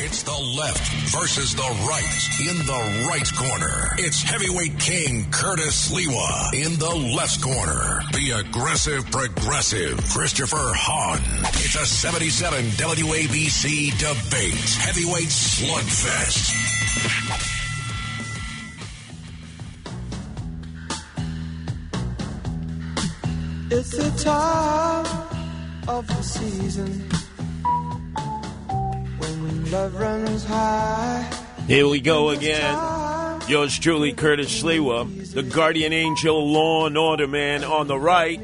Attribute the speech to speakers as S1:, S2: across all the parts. S1: It's the left versus the right. In the right corner, it's heavyweight king Curtis Lewa. In the left corner, the aggressive progressive Christopher Hahn. It's a 77 WABC debate. Heavyweight slugfest.
S2: It's the time of the season when love runs high.
S3: Here we go again. Yours truly, Curtis Slewa, the guardian angel, law and order man on the right,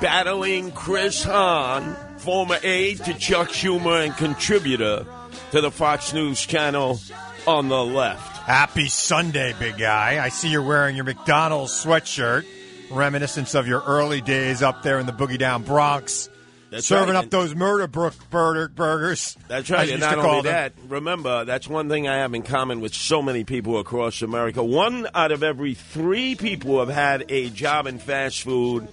S3: battling Chris Hahn, former aide to Chuck Schumer and contributor to the Fox News channel on the left.
S4: Happy Sunday, big guy. I see you're wearing your McDonald's sweatshirt, reminiscence of your early days up there in the Boogie Down Bronx,
S3: That's
S4: serving
S3: right.
S4: up those murder brook burger burgers.
S3: That's
S4: I
S3: right.
S4: used
S3: And
S4: to
S3: not
S4: call
S3: only
S4: them.
S3: that, remember, that's one thing I have in common with so many people across America. One out of every three people have had a job in fast food.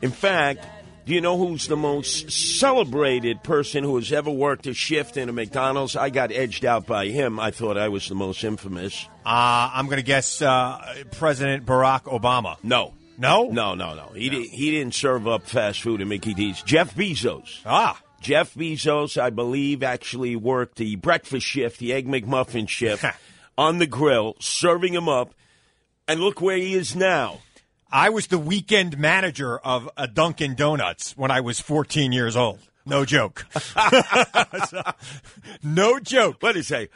S3: In fact, do you know who's the most celebrated person who has ever worked a shift in a McDonald's? I got edged out by him. I thought I was the most infamous.
S4: Uh, I'm going to guess uh, President Barack Obama.
S3: No.
S4: No?
S3: No, no, no. He, Did, he didn't serve up fast food at Mickey D's. Jeff Bezos.
S4: Ah,
S3: Jeff Bezos, I believe, actually worked the breakfast shift, the Egg McMuffin shift, on the grill, serving him up. And look where he is now.
S4: I was the weekend manager of a Dunkin' Donuts when I was 14 years old. No joke. no joke.
S3: What is he?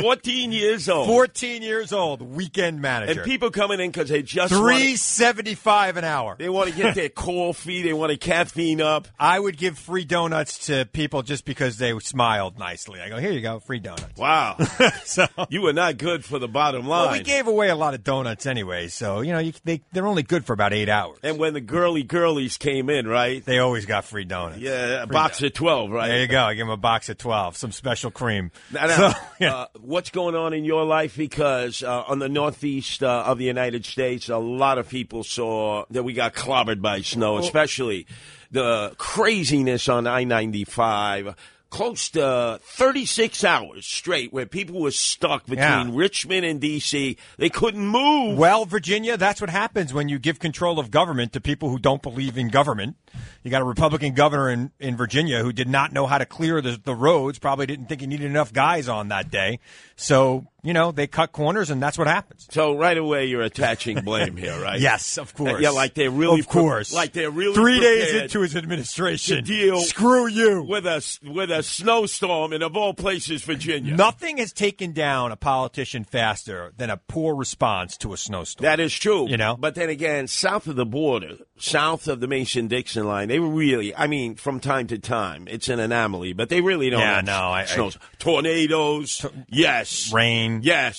S3: 14 years old.
S4: 14 years old, weekend manager.
S3: and people coming in because they just
S4: Three
S3: want
S4: seventy-five an hour.
S3: they want to get their coffee, they want to caffeine up.
S4: I would give free donuts to people just because they smiled nicely. I go, here you go, free donuts.
S3: Wow,
S4: So,
S3: you were not good for the bottom line.
S4: well, we gave away a lot of donuts anyway, so you know you, they they're only good for about eight hours.
S3: and when the girly girlies came in, right?
S4: they always got free donuts.
S3: Yeah, a box of twelve, right?
S4: There you go. I give them a box of twelve, some special cream.
S3: Now, now,
S4: So, yeah.
S3: uh, what's going on in your life? Because uh, on the northeast uh, of the United States, a lot of people saw that we got clobbered by snow, especially the craziness on I 95. Close to 36 hours straight where people were stuck between
S4: Yeah.
S3: Richmond and D.C. They couldn't move.
S4: Well, Virginia, that's what happens when you give control of government to people who don't believe in government. You got a Republican governor in, in Virginia who did not know how to clear the, the roads, probably didn't think he needed enough guys on that day. So, you know, they cut corners, and that's what happens.
S3: so right away you're attaching blame here, right? Uh,
S4: Yes, of course.
S3: Yeah, like they're really
S4: Of
S3: pre-
S4: course.
S3: like they're really
S4: Three days
S3: prepared
S4: into his administration.
S3: to deal
S4: Screw you.
S3: with a with a snowstorm and of all places, Virginia.
S4: Nothing has taken down a politician faster than a poor response to a snowstorm.
S3: That is true.
S4: You know?
S3: But then again, south of the border, south of the Mason Dixon line, they really, I mean, from time to time, it's an anomaly, but they really don't.
S4: Yeah,
S3: have
S4: no, I- I-
S3: snows. Tornadoes, yes.
S4: rain,
S3: Yes.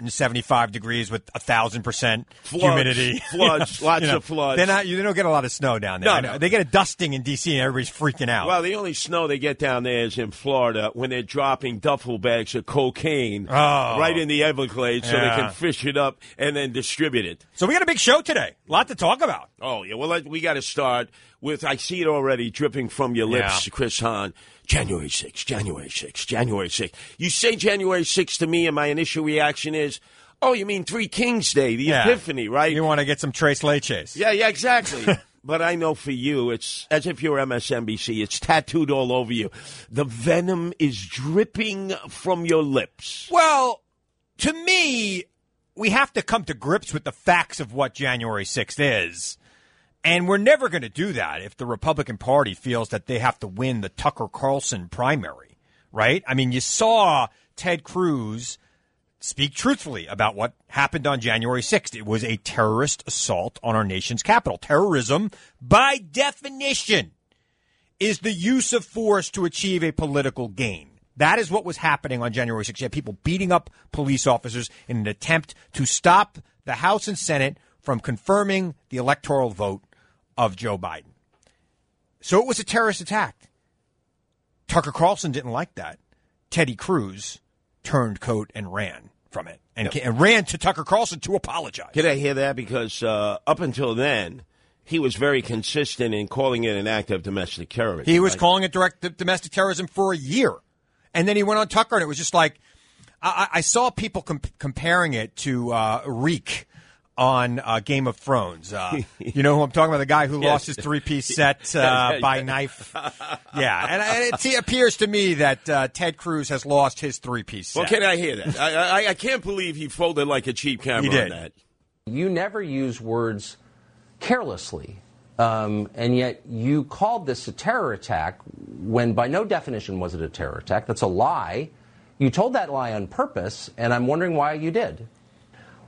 S4: 975 degrees with a thousand percent
S3: Floods,
S4: humidity,
S3: floods,
S4: You
S3: lots of floods.
S4: They're not, you- they don't get a lot of snow down there.
S3: No,
S4: I know.
S3: no.
S4: they get a dusting in D.C. and everybody's freaking out.
S3: Well, the only snow they get down there is in Florida when they're dropping duffel bags of cocaine
S4: Oh.
S3: right in the Everglades so they
S4: Yeah.
S3: can fish it up and then distribute it.
S4: so we got a big show today. A lot to talk about.
S3: Oh yeah, well let- we got to start with. I see it already dripping from your lips,
S4: Yeah.
S3: Chris Hahn. January 6th, January 6th, January 6th. You say January 6th to me, and my initial reaction is, "Oh, you mean Three Kings Day, the
S4: Yeah.
S3: Epiphany, right?"
S4: You want to get some Trace Leches.
S3: yeah, yeah, exactly. but I know for you, it's as if you're MSNBC. It's tattooed all over you. The venom is dripping from your lips.
S4: Well, to me, we have to come to grips with the facts of what January 6th is. And we're never going to do that if the Republican Party feels that they have to win the Tucker Carlson primary, right? I mean, you saw Ted Cruz speak truthfully about what happened on January 6th. It was a terrorist assault on our nation's capital. Terrorism, by definition, is the use of force to achieve a political gain. That is what was happening on January 6th. You had people beating up police officers in an attempt to stop the House and Senate from confirming the electoral vote of Joe Biden. So it was a terrorist attack. Tucker Carlson didn't like that. Teddy Cruz turned coat and ran from it and, ca- and ran to Tucker Carlson to apologize.
S3: Can I hear that? Because uh, up until then, he was very consistent in calling it an act of domestic terrorism.
S4: He was
S3: Like,
S4: calling it direct d- domestic terrorism for a year, and then he went on Tucker, and it was just like I, I I saw people com- comparing it to uh, Reek on uh, Game of Thrones. Uh, you know who I'm talking about? The guy who lost his three piece set uh, by knife. Yeah, and, and it, it appears to me that uh, Ted Cruz has lost his three piece set.
S3: Well, can I hear that? I, I, I can't believe he folded like a cheap camera
S4: He did.
S3: on that.
S5: You never use words carelessly, um, and yet you called this a terror attack when, by no definition, was it a terror attack. That's a lie. You told that lie on purpose, and I'm wondering why you did.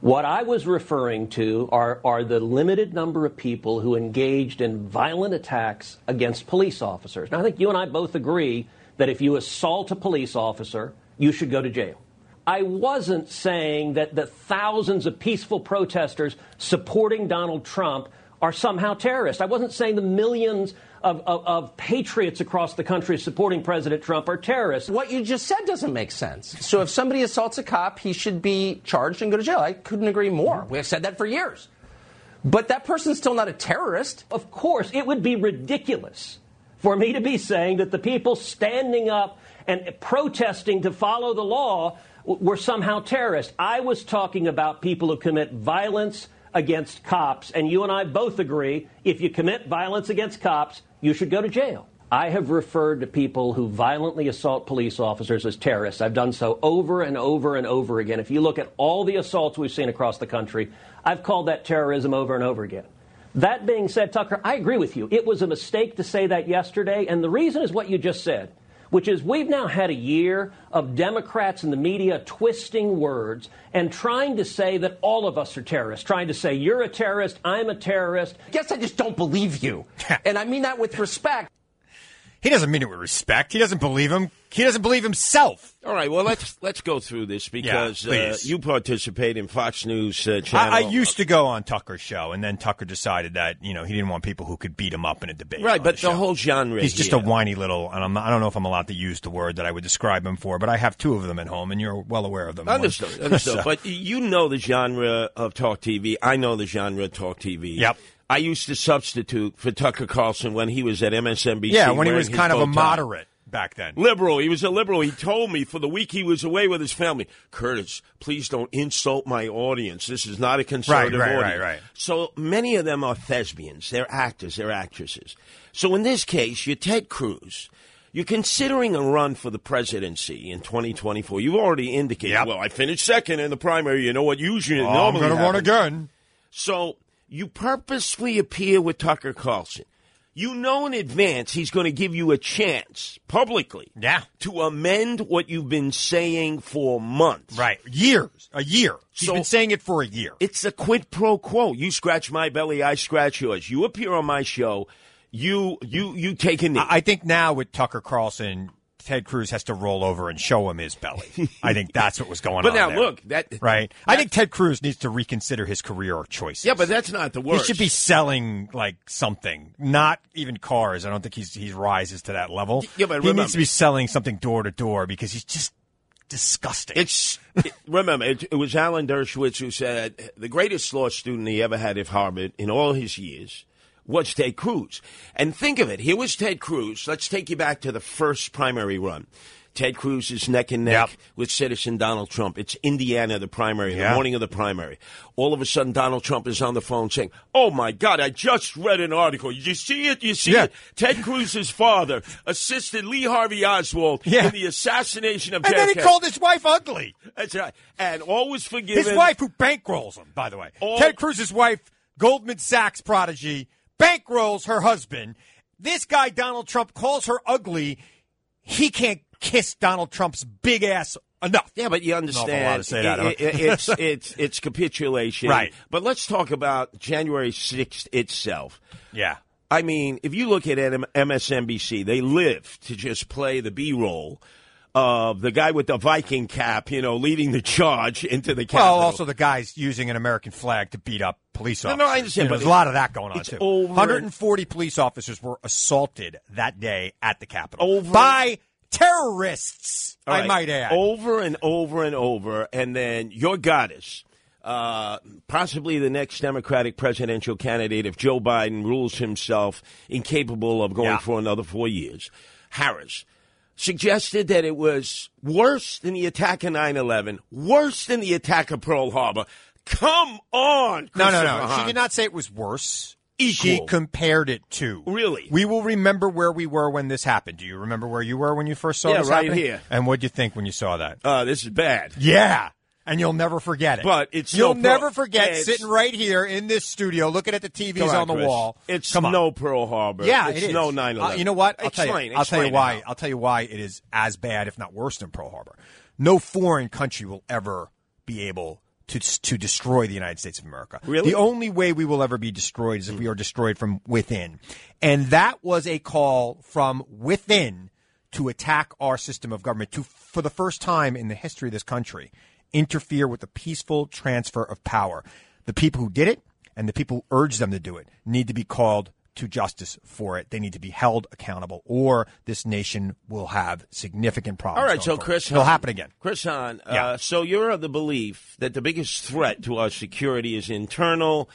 S6: What I was referring to are, are the limited number of people who engaged in violent attacks against police officers. Now, I think you and I both agree that if you assault a police officer, you should go to jail. I wasn't saying that the thousands of peaceful protesters supporting Donald Trump are somehow terrorists. I wasn't saying the millions of, of, of patriots across the country supporting President Trump are terrorists.
S5: What you just said doesn't make sense. So if somebody assaults a cop, he should be charged and go to jail. I couldn't agree more. We have said that for years. But that person's still not a terrorist.
S6: Of course, it would be ridiculous for me to be saying that the people standing up and protesting to follow the law w- were somehow terrorists. I was talking about people who commit violence against cops, and you and I both agree if you commit violence against cops, you should go to jail. I have referred to people who violently assault police officers as terrorists. I've done so over and over and over again. If you look at all the assaults we've seen across the country, I've called that terrorism over and over again. That being said, Tucker, I agree with you. It was a mistake to say that yesterday, and the reason is what you just said, which is we've now had a year of Democrats in the media twisting words and trying to say that all of us are terrorists, trying to say you're a terrorist, I'm a terrorist.
S5: Guess I just don't believe you. and I mean that with respect.
S4: He doesn't mean it with respect. He doesn't believe him. He doesn't believe himself.
S3: All right, well let's let's go through this because uh,
S4: please.
S3: you participate in Fox News uh, channel.
S4: I, I used to go on Tucker's show, and then Tucker decided that you know he didn't want people who could beat him up in a debate.
S3: right,
S4: on
S3: but
S4: his
S3: the
S4: show.
S3: whole genre.
S4: He's just
S3: here.
S4: a whiny little, and I'm not, I don't know if I'm allowed to use the word that I would describe him for, but I have two of them at home, and you're well aware of them.
S3: Understood, understood. But you know the genre of talk TV. I know the genre of talk TV.
S4: Yep.
S3: I used to substitute for Tucker Carlson when he was at MSNBC.
S4: yeah, when he
S3: wearing
S4: was
S3: his
S4: kind of
S3: bow
S4: a
S3: tie.
S4: moderate back then.
S3: Liberal. He was a liberal. He told me for the week he was away with his family, Curtis, please don't insult my audience. This is not a conservative
S4: right, right,
S3: audience.
S4: right.
S3: So many of them are thespians. They're actors. They're actresses. So in this case, you're Ted Cruz. You're considering a run for the presidency in 2024. You've already indicated,
S4: Yep.
S3: well, I finished second in the primary. You know what usually
S4: Oh, I'm
S3: normally
S4: going to run
S3: happens.
S4: again.
S3: So you purposely appear with Tucker Carlson. You know in advance he's going to give you a chance publicly
S4: Yeah.
S3: to amend what you've been saying for months.
S4: Right, years, a year. He's
S3: So-
S4: been saying it for a year.
S3: It's a quid pro quo. You scratch my belly, I scratch yours. You appear on my show, you you you take a knee.
S4: I I think now with Tucker Carlson, Ted Cruz has to roll over and show him his belly. I think that's what was going
S3: but
S4: on.
S3: now
S4: there.
S3: look, that
S4: right? I think Ted Cruz needs to reconsider his career or choices.
S3: Yeah, but that's not the
S4: He
S3: worst.
S4: should be selling like something, not even cars. I don't think he's he rises to that level.
S3: Yeah, but
S4: he
S3: remember-
S4: needs to be selling something door to door because he's just disgusting.
S3: It's it- remember it, it was Alan Dershowitz who said the greatest law student he ever had at Harvard in all his years was Ted Cruz. And think of it, here was Ted Cruz. Let's take you back to the first primary run. Ted Cruz is neck and neck
S4: Yep.
S3: with citizen Donald Trump. It's Indiana, the primary, the
S4: Yeah.
S3: morning of the primary. All of a sudden, Donald Trump is on the phone saying, Oh my God, I just read an article. You see it? You see
S4: Yeah.
S3: it? Ted Cruz's father assisted Lee Harvey Oswald
S4: Yeah.
S3: in the assassination of
S4: and then he
S3: JFK."
S4: called his wife ugly.
S3: That's right. And always forgiven.
S4: His wife who bankrolls him, by the way.
S3: All-
S4: Ted Cruz's wife, Goldman Sachs prodigy, bankrolls her husband. This guy Donald Trump calls her ugly. He can't kiss Donald Trump's big ass enough.
S3: Yeah, but you
S4: lot
S3: understand.
S4: to say that,
S3: it- it-
S4: huh?
S3: it's it's it's capitulation.
S4: Right.
S3: But let's talk about January sixth itself.
S4: Yeah.
S3: I mean, if you look at M- MSNBC, they live to just play the B roll of the guy with the Viking cap, you know, leading the charge into the
S4: Well,
S3: Capitol.
S4: also the guys using an American flag to beat up police
S3: No,
S4: officers.
S3: no, I understand,
S4: You know,
S3: but
S4: there's
S3: it-
S4: a lot of that going on
S3: it's
S4: too.
S3: over-
S4: 140 police officers were assaulted that day at the Capitol
S3: Over-
S4: by terrorists,
S3: All
S4: I
S3: right. Oh,
S4: might add.
S3: Over and over and over, and then your goddess, uh, possibly the next Democratic presidential candidate if Joe Biden rules himself incapable of going
S4: Yeah.
S3: for another four years, Harris, suggested that it was worse than the attack of 9 11, worse than the attack of Pearl Harbor. Come on,
S4: No, no,
S3: Christopher
S4: no. She
S3: Hahn.
S4: did not say it was worse. She
S3: Equal.
S4: compared it to.
S3: Really?
S4: We will remember where we were when this happened. Do you remember where you were when you first saw
S3: Yeah,
S4: this
S3: right
S4: happening?
S3: here.
S4: And what'd you think when you saw that?
S3: Uh, this is bad.
S4: Yeah. And you'll never forget it.
S3: But it's
S4: you'll
S3: no pro-
S4: never forget
S3: it's-
S4: sitting right here in this studio, looking at the TVs
S3: Come
S4: on the
S3: Chris.
S4: wall.
S3: It's
S4: Come on.
S3: no Pearl Harbor.
S4: Yeah,
S3: it's
S4: it is.
S3: no 9 11.
S4: Uh, you know what? I'll
S3: explain,
S4: tell you. I'll tell you
S3: explain
S4: why.
S3: how.
S4: I'll tell you why it is as bad, if not worse, than Pearl Harbor. No foreign country will ever be able to to destroy the United States of America.
S3: Really?
S4: The only way we will ever be destroyed is if we are destroyed from within, and that was a call from within to attack our system of government to, for the first time in the history of this country, interfere with the peaceful transfer of power. The people who did it and the people who urge them to do it need to be called to justice for it. They need to be held accountable, or this nation will have significant problems.
S3: All right,
S4: going
S3: so
S4: forward.
S3: Chris,
S4: it'll
S3: Hahn-
S4: happen again.
S3: Chris Hahn, uh,
S4: Yeah.
S3: so you're of the belief that the biggest threat to our security is internal,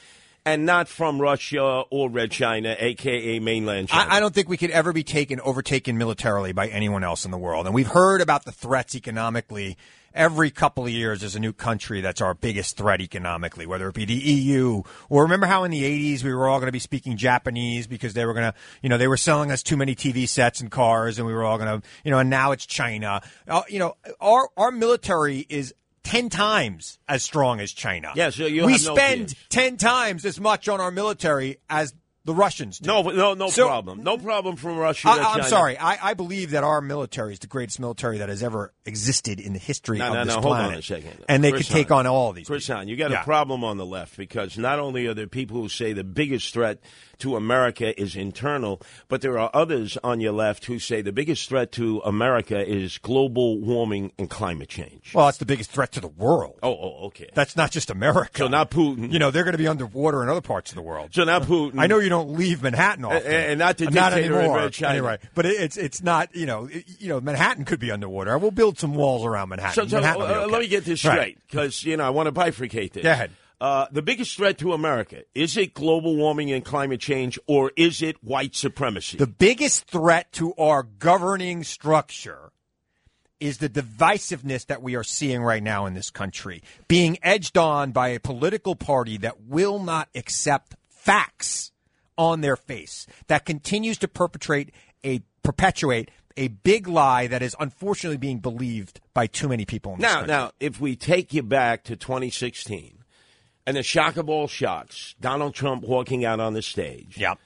S3: and not from Russia or Red China, aka mainland China.
S4: I, I don't think we could ever be taken, overtaken militarily by anyone else in the world. And we've heard about the threats economically. Every couple of years, there's a new country that's our biggest threat economically, whether it be the EU or remember how in the 80s we were all going to be speaking Japanese because they were going to, you know, they were selling us too many TV sets and cars and we were all going to, you know, and now it's China. Uh, you know, our, our military is 10 times as strong as China.
S3: Yeah, so you
S4: we
S3: have no
S4: spend
S3: fears.
S4: 10 times as much on our military as the Russians do.
S3: no, no, no
S4: So-
S3: problem. No problem from Russia. or
S4: I,
S3: China.
S4: I'm sorry. I, I believe that our military is the greatest military that has ever existed in the history
S3: No,
S4: of
S3: no,
S4: this
S3: no. Hold
S4: planet.
S3: on a second.
S4: And they
S3: Chris
S4: could take
S3: Hahn.
S4: on all of these.
S3: Chris
S4: people.
S3: Hahn, you got
S4: Yeah.
S3: a problem on the left because not only are there people who say the biggest threat to America is internal, but there are others on your left who say the biggest threat to America is global warming and climate change.
S4: Well, that's the biggest threat to the world.
S3: Oh, oh, okay.
S4: That's not just America.
S3: So not Putin.
S4: You know, they're going to be underwater in other parts of the world.
S3: so not Putin.
S4: I know you don't leave Manhattan off,
S3: And- and not the
S4: not
S3: dictator in
S4: anymore.
S3: Red China.
S4: Anyway, but it, it's it's not you know it- you know Manhattan could be underwater. We'll build some walls around Manhattan.
S3: So, so,
S4: Manhattan will be
S3: uh,
S4: okay.
S3: let me get this
S4: Right.
S3: straight because you know I want to bifurcate this.
S4: Go ahead.
S3: Uh, the biggest threat to America is it global warming and climate change, or is it white supremacy?
S4: The biggest threat to our governing structure is the divisiveness that we are seeing right now in this country, being edged on by a political party that will not accept facts on their face, that continues to perpetrate a perpetuate a big lie that is unfortunately being believed by too many people in this
S3: now,
S4: country.
S3: now, if we take you back to 2016 and the shock of all shocks, Donald Trump walking out on the stage
S4: Yep.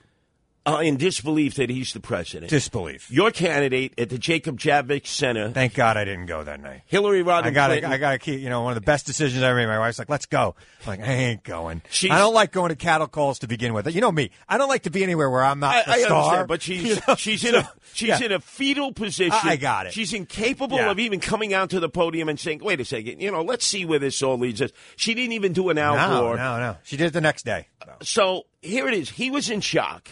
S3: uh, in disbelief that he's the president.
S4: Disbelief.
S3: Your candidate at the Jacob Javits Center,
S4: Thank God I didn't go that night.
S3: Hillary Rodham
S4: I got
S3: Clinton.
S4: I got to keep. You know, one of the best decisions I ever made. My wife's like, "Let's go." I'm like, I ain't going.
S3: She's-
S4: I don't like going to cattle calls to begin with. You know me. I don't like to be anywhere where I'm not
S3: I,
S4: the
S3: I
S4: star.
S3: understand, but she's she's in a she's
S4: yeah.
S3: in a fetal position.
S4: I- I got it.
S3: She's incapable
S4: Yeah.
S3: of even coming out to the podium and saying, "Wait a second, you know, let's see where this all leads us." She didn't even do an
S4: no,
S3: outpour.
S4: no, no. She did it the next day.
S3: So here it is. He was in shock.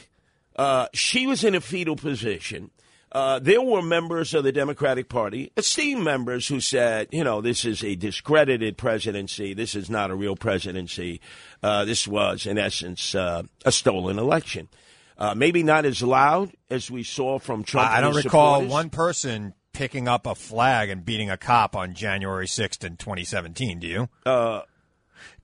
S3: Uh, she was in a fetal position. Uh, there were members of the Democratic Party, esteemed members, who said, you know, this is a discredited presidency. This is not a real presidency. Uh, this was, in essence, uh, a stolen election. Uh, maybe not as loud as we saw from Trump.
S4: I, I
S3: and
S4: don't
S3: his
S4: recall
S3: supporters.
S4: one person picking up a flag and beating a cop on January 6th in 2017. Do you? Uh,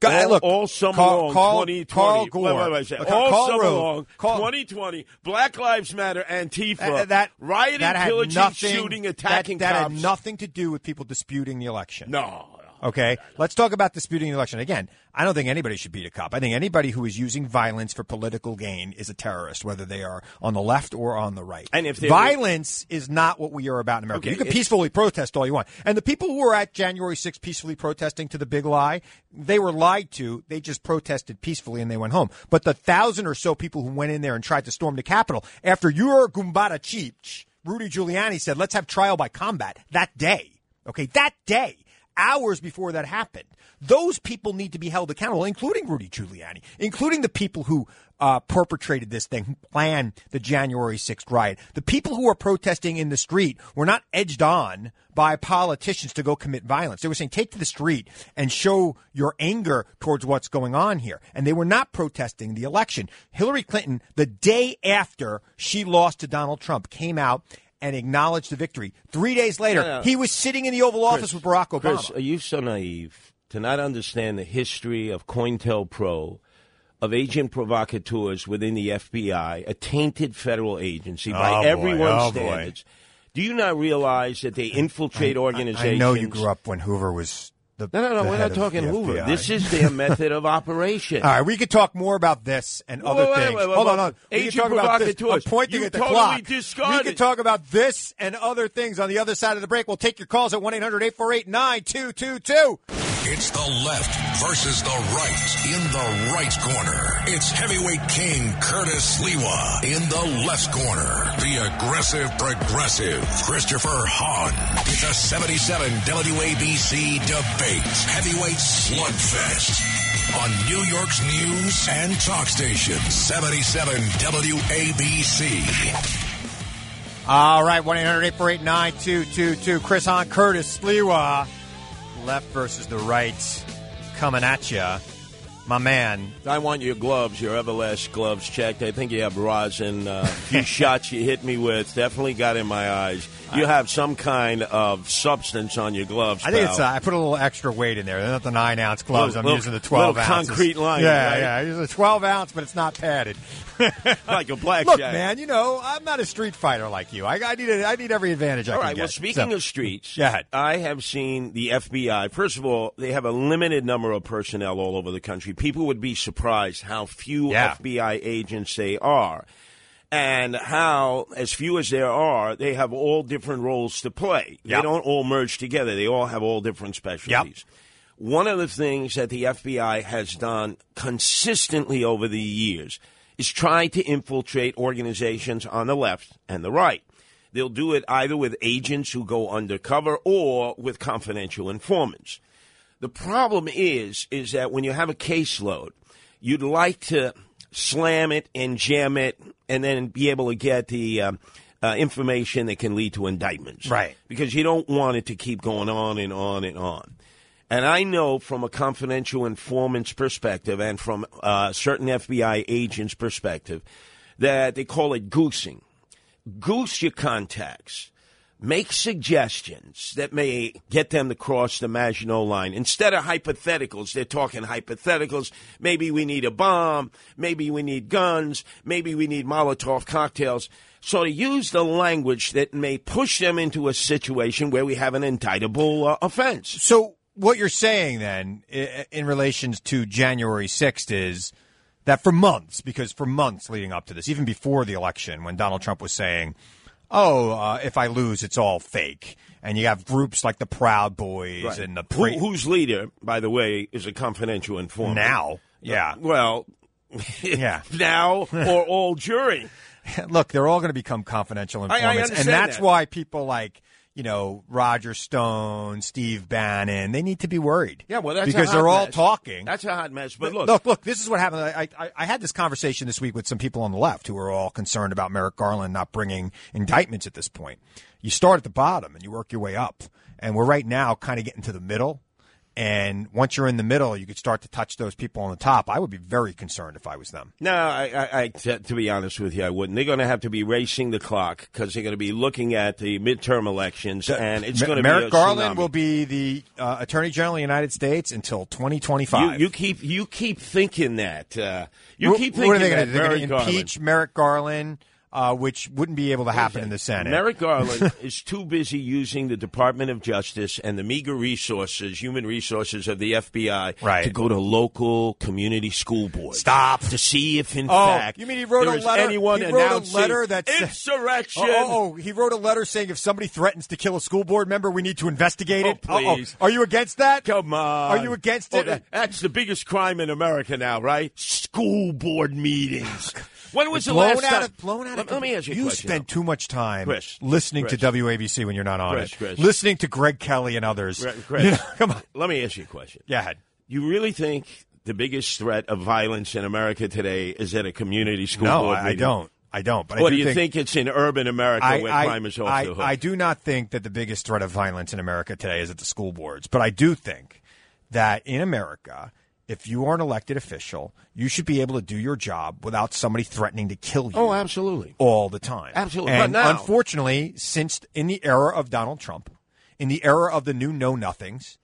S3: all, all summer long, 2020.
S4: Carl Gore.
S3: Wait, wait, wait, say,
S4: Look,
S3: all
S4: Karl
S3: summer
S4: Rove-
S3: long,
S4: Karl-
S3: 2020, Black Lives Matter, Antifa,
S4: Uh, that
S3: rioting,
S4: that had
S3: pillaging,
S4: nothing-
S3: shooting,
S4: that-
S3: attacking
S4: that,
S3: cops.
S4: had nothing to do with people disputing the election.
S3: no, no.
S4: Okay, let's talk about disputing the election again. I don't think anybody should beat a cop. I think anybody who is using violence for political gain is a terrorist, whether they are on the left or on the right.
S3: And if they're-
S4: violence is not what we are about in America,
S3: Okay,
S4: you can
S3: it-
S4: peacefully protest all you want. And the people who were at January 6th peacefully protesting to the big lie, they were lied to. They just protested peacefully and they went home. But the thousand or so people who went in there and tried to storm the Capitol after your Gumbada Cheech, Rudy Giuliani said, "Let's have trial by combat." That day, okay, that day hours before that happened. Those people need to be held accountable, including Rudy Giuliani, including the people who uh, perpetrated this thing, who planned the January 6th riot. The people who are protesting in the street were not edged on by politicians to go commit violence. They were saying, take to the street and show your anger towards what's going on here. And they were not protesting the election. Hillary Clinton, the day after she lost to Donald Trump, came out and acknowledged the victory. Three days later,
S3: Yeah.
S4: he was sitting in the Oval Office with Barack Obama.
S3: Chris, uh, are you so naive to not understand the history of COINTELPRO, of agent provocateurs within the FBI, a tainted federal agency
S4: Oh,
S3: by
S4: boy.
S3: everyone's
S4: Oh, boy.
S3: standards? Do you not realize that they infiltrate organizations?
S4: I know you grew up when Hoover was the.
S3: No, no, no.
S4: the
S3: We're
S4: head
S3: not
S4: of
S3: talking
S4: the
S3: Hoover.
S4: FBI.
S3: This is their method of operation.
S4: All right, we could talk more about this and
S3: Wait,
S4: other
S3: wait, wait,
S4: things.
S3: wait, wait,
S4: hold
S3: wait.
S4: on, hold on. We could
S3: Agent
S4: talk about this.
S3: provocateurs.
S4: I'm pointing
S3: You
S4: at the
S3: totally
S4: clock.
S3: discarded-
S4: We could talk about this and other things on the other side of the break. We'll take your calls at 1-800-848-9222.
S1: It's the left versus the right. In the right corner, it's heavyweight king Curtis Lewa. In the left corner, the aggressive progressive Christopher Hahn. It's a 77 WABC debate. Heavyweight slugfest. On New York's news and talk station, 77 WABC.
S4: All right, 1-800-848-9222. Chris Hahn, Curtis Sliwa. Left versus the right coming at you. My man,
S3: I want your gloves, your Everlast gloves checked. I think you have rosin. Uh, a few shots you hit me with definitely got in my eyes. You have some kind of substance on your gloves.
S4: I think
S3: pal.
S4: it's. Uh, I put a little extra weight in there. They're not the nine ounce gloves.
S3: Little- little-
S4: I'm using the twelve
S3: little
S4: ounce
S3: concrete line,
S4: Yeah,
S3: right?
S4: yeah. I use a twelve ounce, but it's not padded.
S3: Like a blackjack.
S4: Look, man. You know, I'm not a street fighter like you. I, I need. A, I need every advantage I
S3: All
S4: can
S3: right.
S4: get.
S3: Well, speaking
S4: So-
S3: of streets,
S4: Go ahead.
S3: I have seen the FBI. First of all, they have a limited number of personnel all over the country. People would be surprised how few
S4: Yeah.
S3: FBI agents they are, and how, as few as there are, they have all different roles to play. They
S4: Yep.
S3: don't all merge together. They all have all different specialties. One of the things that the FBI has done consistently over the years is try to infiltrate organizations on the left and the right. They'll do it either with agents who go undercover or with confidential informants. The problem is, is that when you have a caseload, you'd like to slam it and jam it, and then be able to get the um, uh, information that can lead to indictments.
S4: Right.
S3: Because you don't want it to keep going on and on and on. And I know from a confidential informant's perspective and from uh, certain FBI agents' perspective that they call it goosing goose your contacts, make suggestions that may get them to cross the Maginot Line. Instead of hypotheticals, they're talking hypotheticals. Maybe we need a bomb. Maybe we need guns. Maybe we need Molotov cocktails. So to use the language that may push them into a situation where we have an indictable uh, offense.
S4: So what you're saying then, i- in relations to January 6th, is that for months, because for months leading up to this, even before the election, when Donald Trump was saying, "Oh, uh, if I lose, it's all fake," and you have groups like the Proud Boys and the
S3: Who,
S4: pre-
S3: whose leader, by the way, is a confidential informant
S4: now, yeah,
S3: Well,
S4: yeah.
S3: now or all during.
S4: Look, they're all going to become confidential
S3: I
S4: informants, and
S3: understand
S4: that's
S3: that.
S4: why people like. You know, Roger Stone, Steve Bannon, they need to be worried.
S3: Yeah, well, that's a
S4: because
S3: hot
S4: they're all
S3: mess.
S4: talking.
S3: That's a hot mess. But look,
S4: look, look, this is what happened. I, I, I had this conversation this week with some people on the left who are all concerned about Merrick Garland not bringing indictments at this point. You start at the bottom and you work your way up. And we're right now kind of getting to the middle. And once you're in the middle, you could start to touch those people on the top. I would be very concerned if I was them.
S3: No, I, I, I t- to be honest with you, I wouldn't. They're going to have to be racing the clock because they're going to be looking at the midterm elections, and it's
S4: Me-
S3: going to be
S4: Merrick
S3: a
S4: Garland
S3: tsunami.
S4: will be the uh, Attorney General of the United States until 2025.
S3: You, you keep you keep thinking that. Uh, you
S4: Wh-
S3: keep
S4: what
S3: thinking
S4: are they
S3: that
S4: gonna do? They're
S3: Merrick
S4: going to impeach Merrick Garland, uh, which wouldn't be able to happen in the Senate.
S3: Garland. Merrick Garland is too busy using the Department of Justice and the meager resources, human resources of the FBI,
S4: Right.
S3: to go to local community school boards.
S4: Stop.
S3: to see if in
S4: Oh,
S3: fact
S4: you mean he wrote
S3: there
S4: a
S3: is
S4: letter-
S3: Anyone
S4: he wrote a
S3: announcing
S4: letter that said-
S3: insurrection.
S4: Oh, oh, oh, he wrote a letter saying if somebody threatens to kill a school board member, we need to investigate it.
S3: Oh,
S4: Uh-oh.
S3: please.
S4: Are you against that?
S3: Come on.
S4: Are you
S3: Oh,
S4: against it?
S3: that- that's the biggest crime in America now, right? School board meetings. When was the
S4: blown
S3: last
S4: out
S3: time?
S4: Of, blown out
S3: let,
S4: of,
S3: let me ask you. a
S4: You
S3: question,
S4: spend too much time
S3: Chris,
S4: listening
S3: Chris.
S4: to WABC when you're not on
S3: Chris,
S4: it,
S3: Chris.
S4: listening to Greg Kelly and others.
S3: Gre- Chris.
S4: You know, come on,
S3: Let me ask you a question.
S4: yeah, ahead.
S3: You really think the biggest threat of violence in America today is at a community school
S4: No,
S3: board
S4: I, I
S3: meeting?
S4: don't. I don't. But
S3: Or
S4: I
S3: do
S4: do
S3: you think, it's in urban America
S4: I,
S3: where
S4: I-
S3: crime is off
S4: I-
S3: the hook?
S4: I do not think that the biggest threat of violence in America today is at the school boards, but I do think that in America, if you are an elected official, you should be able to do your job without somebody threatening to kill you.
S3: Oh, absolutely.
S4: all the time.
S3: Absolutely.
S4: And
S3: But now-
S4: unfortunately, since in the era of Donald Trump, in the era of the new know nothings,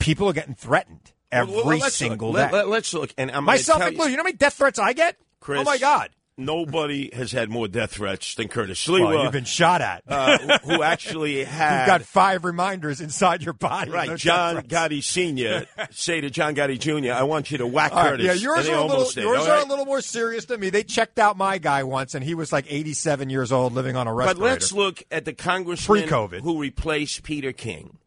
S4: people are getting threatened every
S3: Well, well, let's
S4: single
S3: look.
S4: day.
S3: Let, let, let's look. And I'm gonna
S4: Myself
S3: tell you-
S4: included. You know how many death threats I get?
S3: Chris,
S4: oh my God!
S3: Nobody has had more death threats than Curtis Slewa,
S4: Well, you've been shot at.
S3: uh, who who actually had
S4: you've got five reminders inside your body.
S3: right
S4: No death
S3: John
S4: threats.
S3: Gotti Sr. say to John Gotti Jr., "I want you to whack
S4: All right,
S3: Curtis."
S4: yeah,
S3: And
S4: yours
S3: they
S4: are a little
S3: almost did,
S4: yours
S3: all
S4: are a
S3: right?
S4: little more serious than me. They checked out my guy once, and he was like 87 years old, living on a
S3: But
S4: respirator.
S3: let's look at the congressman
S4: Pre-COVID.
S3: who replaced Peter King,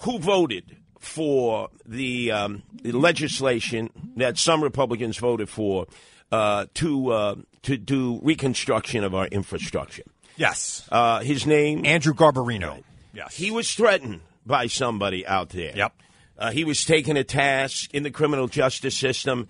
S3: who voted for the, um, the legislation that some Republicans voted for uh, to uh, to do reconstruction of our infrastructure.
S4: yes,
S3: Uh, his name
S4: Andrew Garbarino. Yes,
S3: he was threatened by somebody out there.
S4: Yep.
S3: Uh, he was taking a task in the criminal justice system.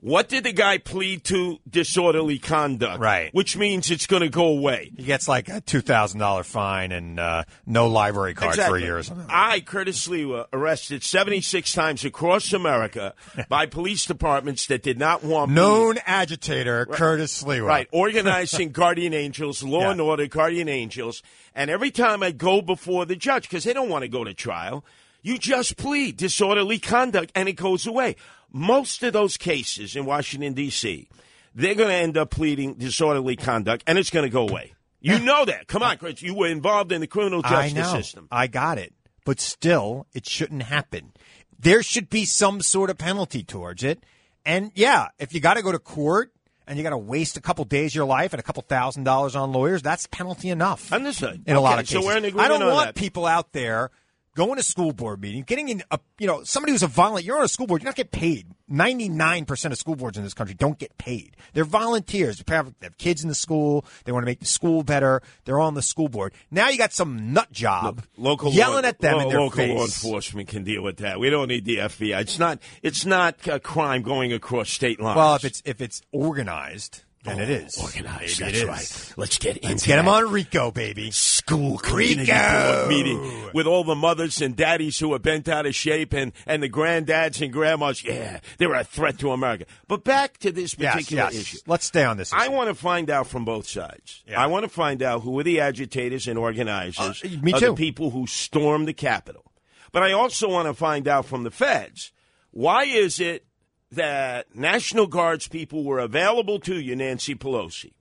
S3: What did the guy plead to? Disorderly conduct.
S4: Right.
S3: Which means it's going to go away.
S4: He gets like a two thousand dollar fine and uh, no library card for a year or something.
S3: I, Curtis Lewa, arrested 76 times across America by police departments that did not want me.
S4: Known agitator Curtis Slewa.
S3: Right, organizing guardian angels, law and
S4: Yeah.
S3: order guardian angels, and every time I go before the judge because they don't want to go to trial, you just plead disorderly conduct and it goes away. Most of those cases in Washington D.C., they're going to end up pleading disorderly conduct and it's going to go away. You know that. Come on, Chris. You were involved in the criminal
S4: I
S3: justice
S4: know.
S3: system.
S4: I got it, but still, it shouldn't happen. There should be some sort of penalty towards it. And yeah, if you got to go to court and you got to waste a couple days of your life and a couple thousand dollars on lawyers, that's penalty enough.
S3: Understood.
S4: In a lot
S3: Okay,
S4: of
S3: so
S4: cases,
S3: we're in
S4: I
S3: agreement
S4: don't
S3: on
S4: want
S3: that.
S4: people out there going to school board meetings, getting in a you know somebody who's a violent. You're on a school board. You're not getting paid. Ninety nine percent of school boards in this country don't get paid. They're volunteers. They have they have kids in the school. They want to make the school better. They're on the school board. Now you got some nut job
S3: local
S4: yelling
S3: law,
S4: at them
S3: lo-
S4: in their
S3: local law
S4: face.
S3: enforcement can deal with that. We don't need the FBI. It's not it's not a crime going across state lines.
S4: well, if it's if it's organized, then it is
S3: Oh, organized,
S4: Maybe
S3: that's
S4: it is.
S3: right. Let's get into
S4: Let's get them
S3: that
S4: on Rico, baby.
S3: school community
S4: Rico.
S3: board meeting with all the mothers and daddies who are bent out of shape and and the granddads and grandmas. Yeah, they're a threat to America. But back to this
S4: Yes,
S3: particular
S4: yes.
S3: issue.
S4: Let's stay on this. Issue.
S3: I want to find out from both sides.
S4: Yeah.
S3: I want to find out who are the agitators and organizers
S4: Uh, me
S3: of the
S4: too.
S3: people who stormed the Capitol. But I also want to find out from the feds why is it that National Guards people were available to you, Nancy Pelosi,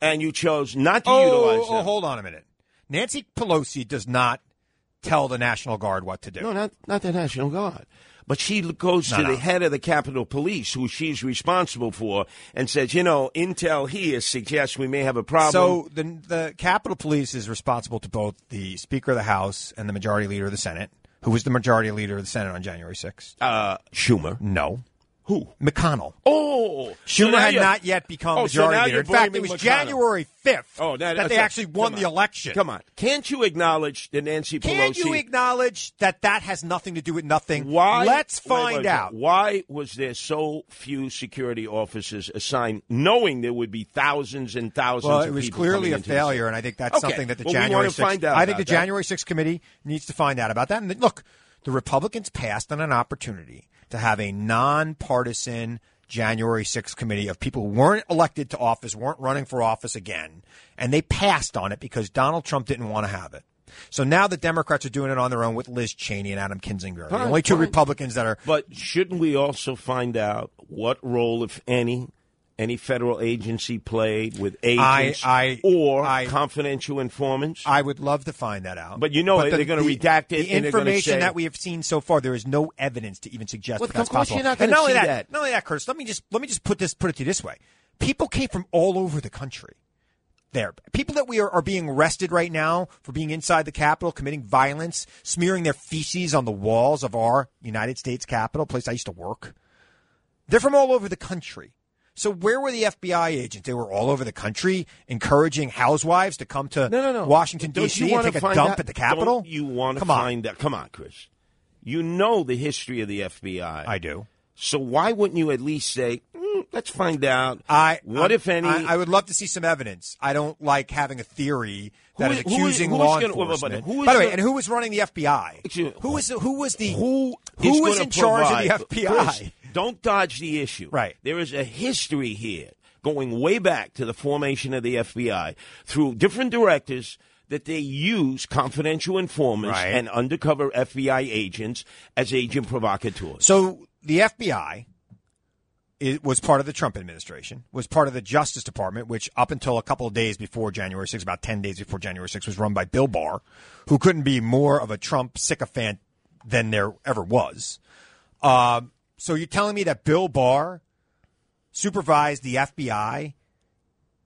S3: and you chose not to utilize them?
S4: oh, hold on a minute. Nancy Pelosi does not tell the National Guard what to do.
S3: No, not not the National Guard. But she l- goes
S4: No,
S3: to
S4: no.
S3: the head of the Capitol Police, who she's responsible for, and says, you know, intel here suggests we may have a problem.
S4: So the the Capitol Police is responsible to both the Speaker of the House and the Majority Leader of the Senate. Who was the Majority Leader of the Senate on January 6th?
S3: uh, Schumer.
S4: no,
S3: Who?
S4: McConnell.
S3: Oh,
S4: Schumer
S3: now
S4: had
S3: you're-
S4: not yet become
S3: Oh, so
S4: Majority
S3: now
S4: Leader.
S3: you're
S4: In fact, it
S3: blaming
S4: was
S3: McConnell.
S4: January 5th
S3: Oh,
S4: that,
S3: that's
S4: they
S3: right.
S4: actually won
S3: Come
S4: the
S3: on.
S4: election.
S3: Come on, can't you acknowledge that Nancy
S4: Can
S3: Pelosi?
S4: you acknowledge that that has nothing to do with nothing?
S3: why?
S4: Let's
S3: wait, wait,
S4: find
S3: wait.
S4: out.
S3: Why was there so few security officers assigned, knowing there would be thousands and thousands?
S4: Well,
S3: of
S4: it was
S3: people
S4: clearly
S3: coming
S4: a
S3: into the
S4: failure,
S3: city?
S4: and I think that's
S3: Okay.
S4: something that the
S3: Well, we
S4: January
S3: wanna
S4: 6th,
S3: find out
S4: I think the
S3: about that.
S4: January 6th committee needs to find out about that. And then, look, the Republicans passed on an opportunity to have a nonpartisan January 6th committee of people who weren't elected to office, weren't running for office again, and they passed on it because Donald Trump didn't want to have it. So now the Democrats are doing it on their own with Liz Cheney and Adam Kinzinger, the
S3: Fine,
S4: only two
S3: fine.
S4: Republicans that are
S3: But shouldn't we also find out what role, if any, any federal agency played with agents
S4: I-
S3: or
S4: I-
S3: confidential informants?
S4: I would love to find that out.
S3: But you know it, they're gonna
S4: the-
S3: redact it
S4: The
S3: and they're gonna
S4: information
S3: say-
S4: that we have seen so far, there is no evidence to even suggest
S3: Well,
S4: that that's
S3: of course
S4: possible.
S3: you're not gonna
S4: and not only
S3: see
S4: that,
S3: that.
S4: not only that, Curtis. Let me just let me just put this put it to you this way: people came from all over the country. There, people that we are, are being arrested right now for being inside the Capitol, committing violence, smearing their feces on the walls of our United States Capitol, place I used to work. They're from all over the country. So where were the FBI agents? They were all over the country encouraging housewives to come to Washington
S3: Don't
S4: D.C.
S3: you
S4: and
S3: wanna
S4: take a
S3: find
S4: dump
S3: out-
S4: at the Capitol.
S3: Don't you want to
S4: Come on.
S3: find out? Come on, Chris. You know the history of the FBI.
S4: I do.
S3: So why wouldn't you at least say, "Mm, let's find out
S4: I
S3: what
S4: I-
S3: if any?
S4: I, I would love to see some evidence. I don't like having a theory that
S3: Who
S4: is
S3: is- who is-
S4: accusing
S3: who is
S4: law
S3: gonna- wait, wait, wait,
S4: enforcement.
S3: who is
S4: By the way,
S3: gonna-
S4: and who was running the FBI?
S3: Excuse me.
S4: Who was the, who was the
S3: who
S4: who
S3: is
S4: was
S3: gonna
S4: in charge
S3: provide-
S4: of the FBI?
S3: Chris, don't dodge the issue.
S4: Right.
S3: There is a history here going way back to the formation of the FBI through different directors that they use confidential informants
S4: Right.
S3: and undercover FBI agents as agent provocateurs.
S4: So the FBI it was part of the Trump administration, was part of the Justice Department, which up until a couple of days before January 6, about 10 days before January 6, was run by Bill Barr, who couldn't be more of a Trump sycophant than there ever was. Um, so you're telling me that Bill Barr supervised the FBI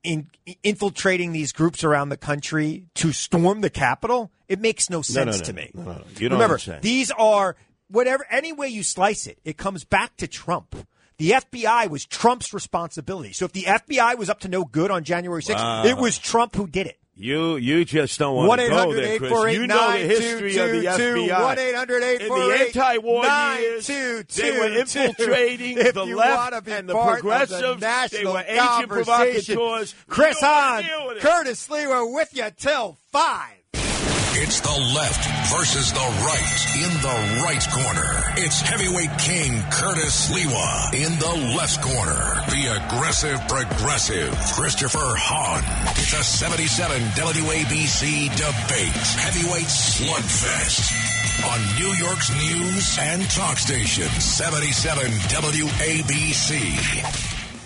S4: in infiltrating these groups around the country to storm the Capitol? It makes no
S3: No, no,
S4: sense
S3: no,
S4: to me.
S3: no, no, no. You don't
S4: Remember,
S3: understand.
S4: these are whatever any way you slice it, it comes back to Trump. The FBI was Trump's responsibility. So if the FBI was up to no good on January 6th, it was Trump who did it.
S3: You you just don't want
S4: One
S3: to go there, Chris. You know the history of the FBI. In the anti-war years, they were infiltrating the left and the progressives. they were agent provocateurs.
S4: Chris
S3: You don't wanna
S4: Hahn,
S3: deal with it.
S4: Curtis Lee, we're with you till five.
S1: It's the left versus the right. In the right corner, it's heavyweight king Curtis Lewa. In the left corner, the aggressive progressive Christopher Hahn. It's a 77 WABC debate. Heavyweight slugfest. On New York's news and talk station, 77 WABC.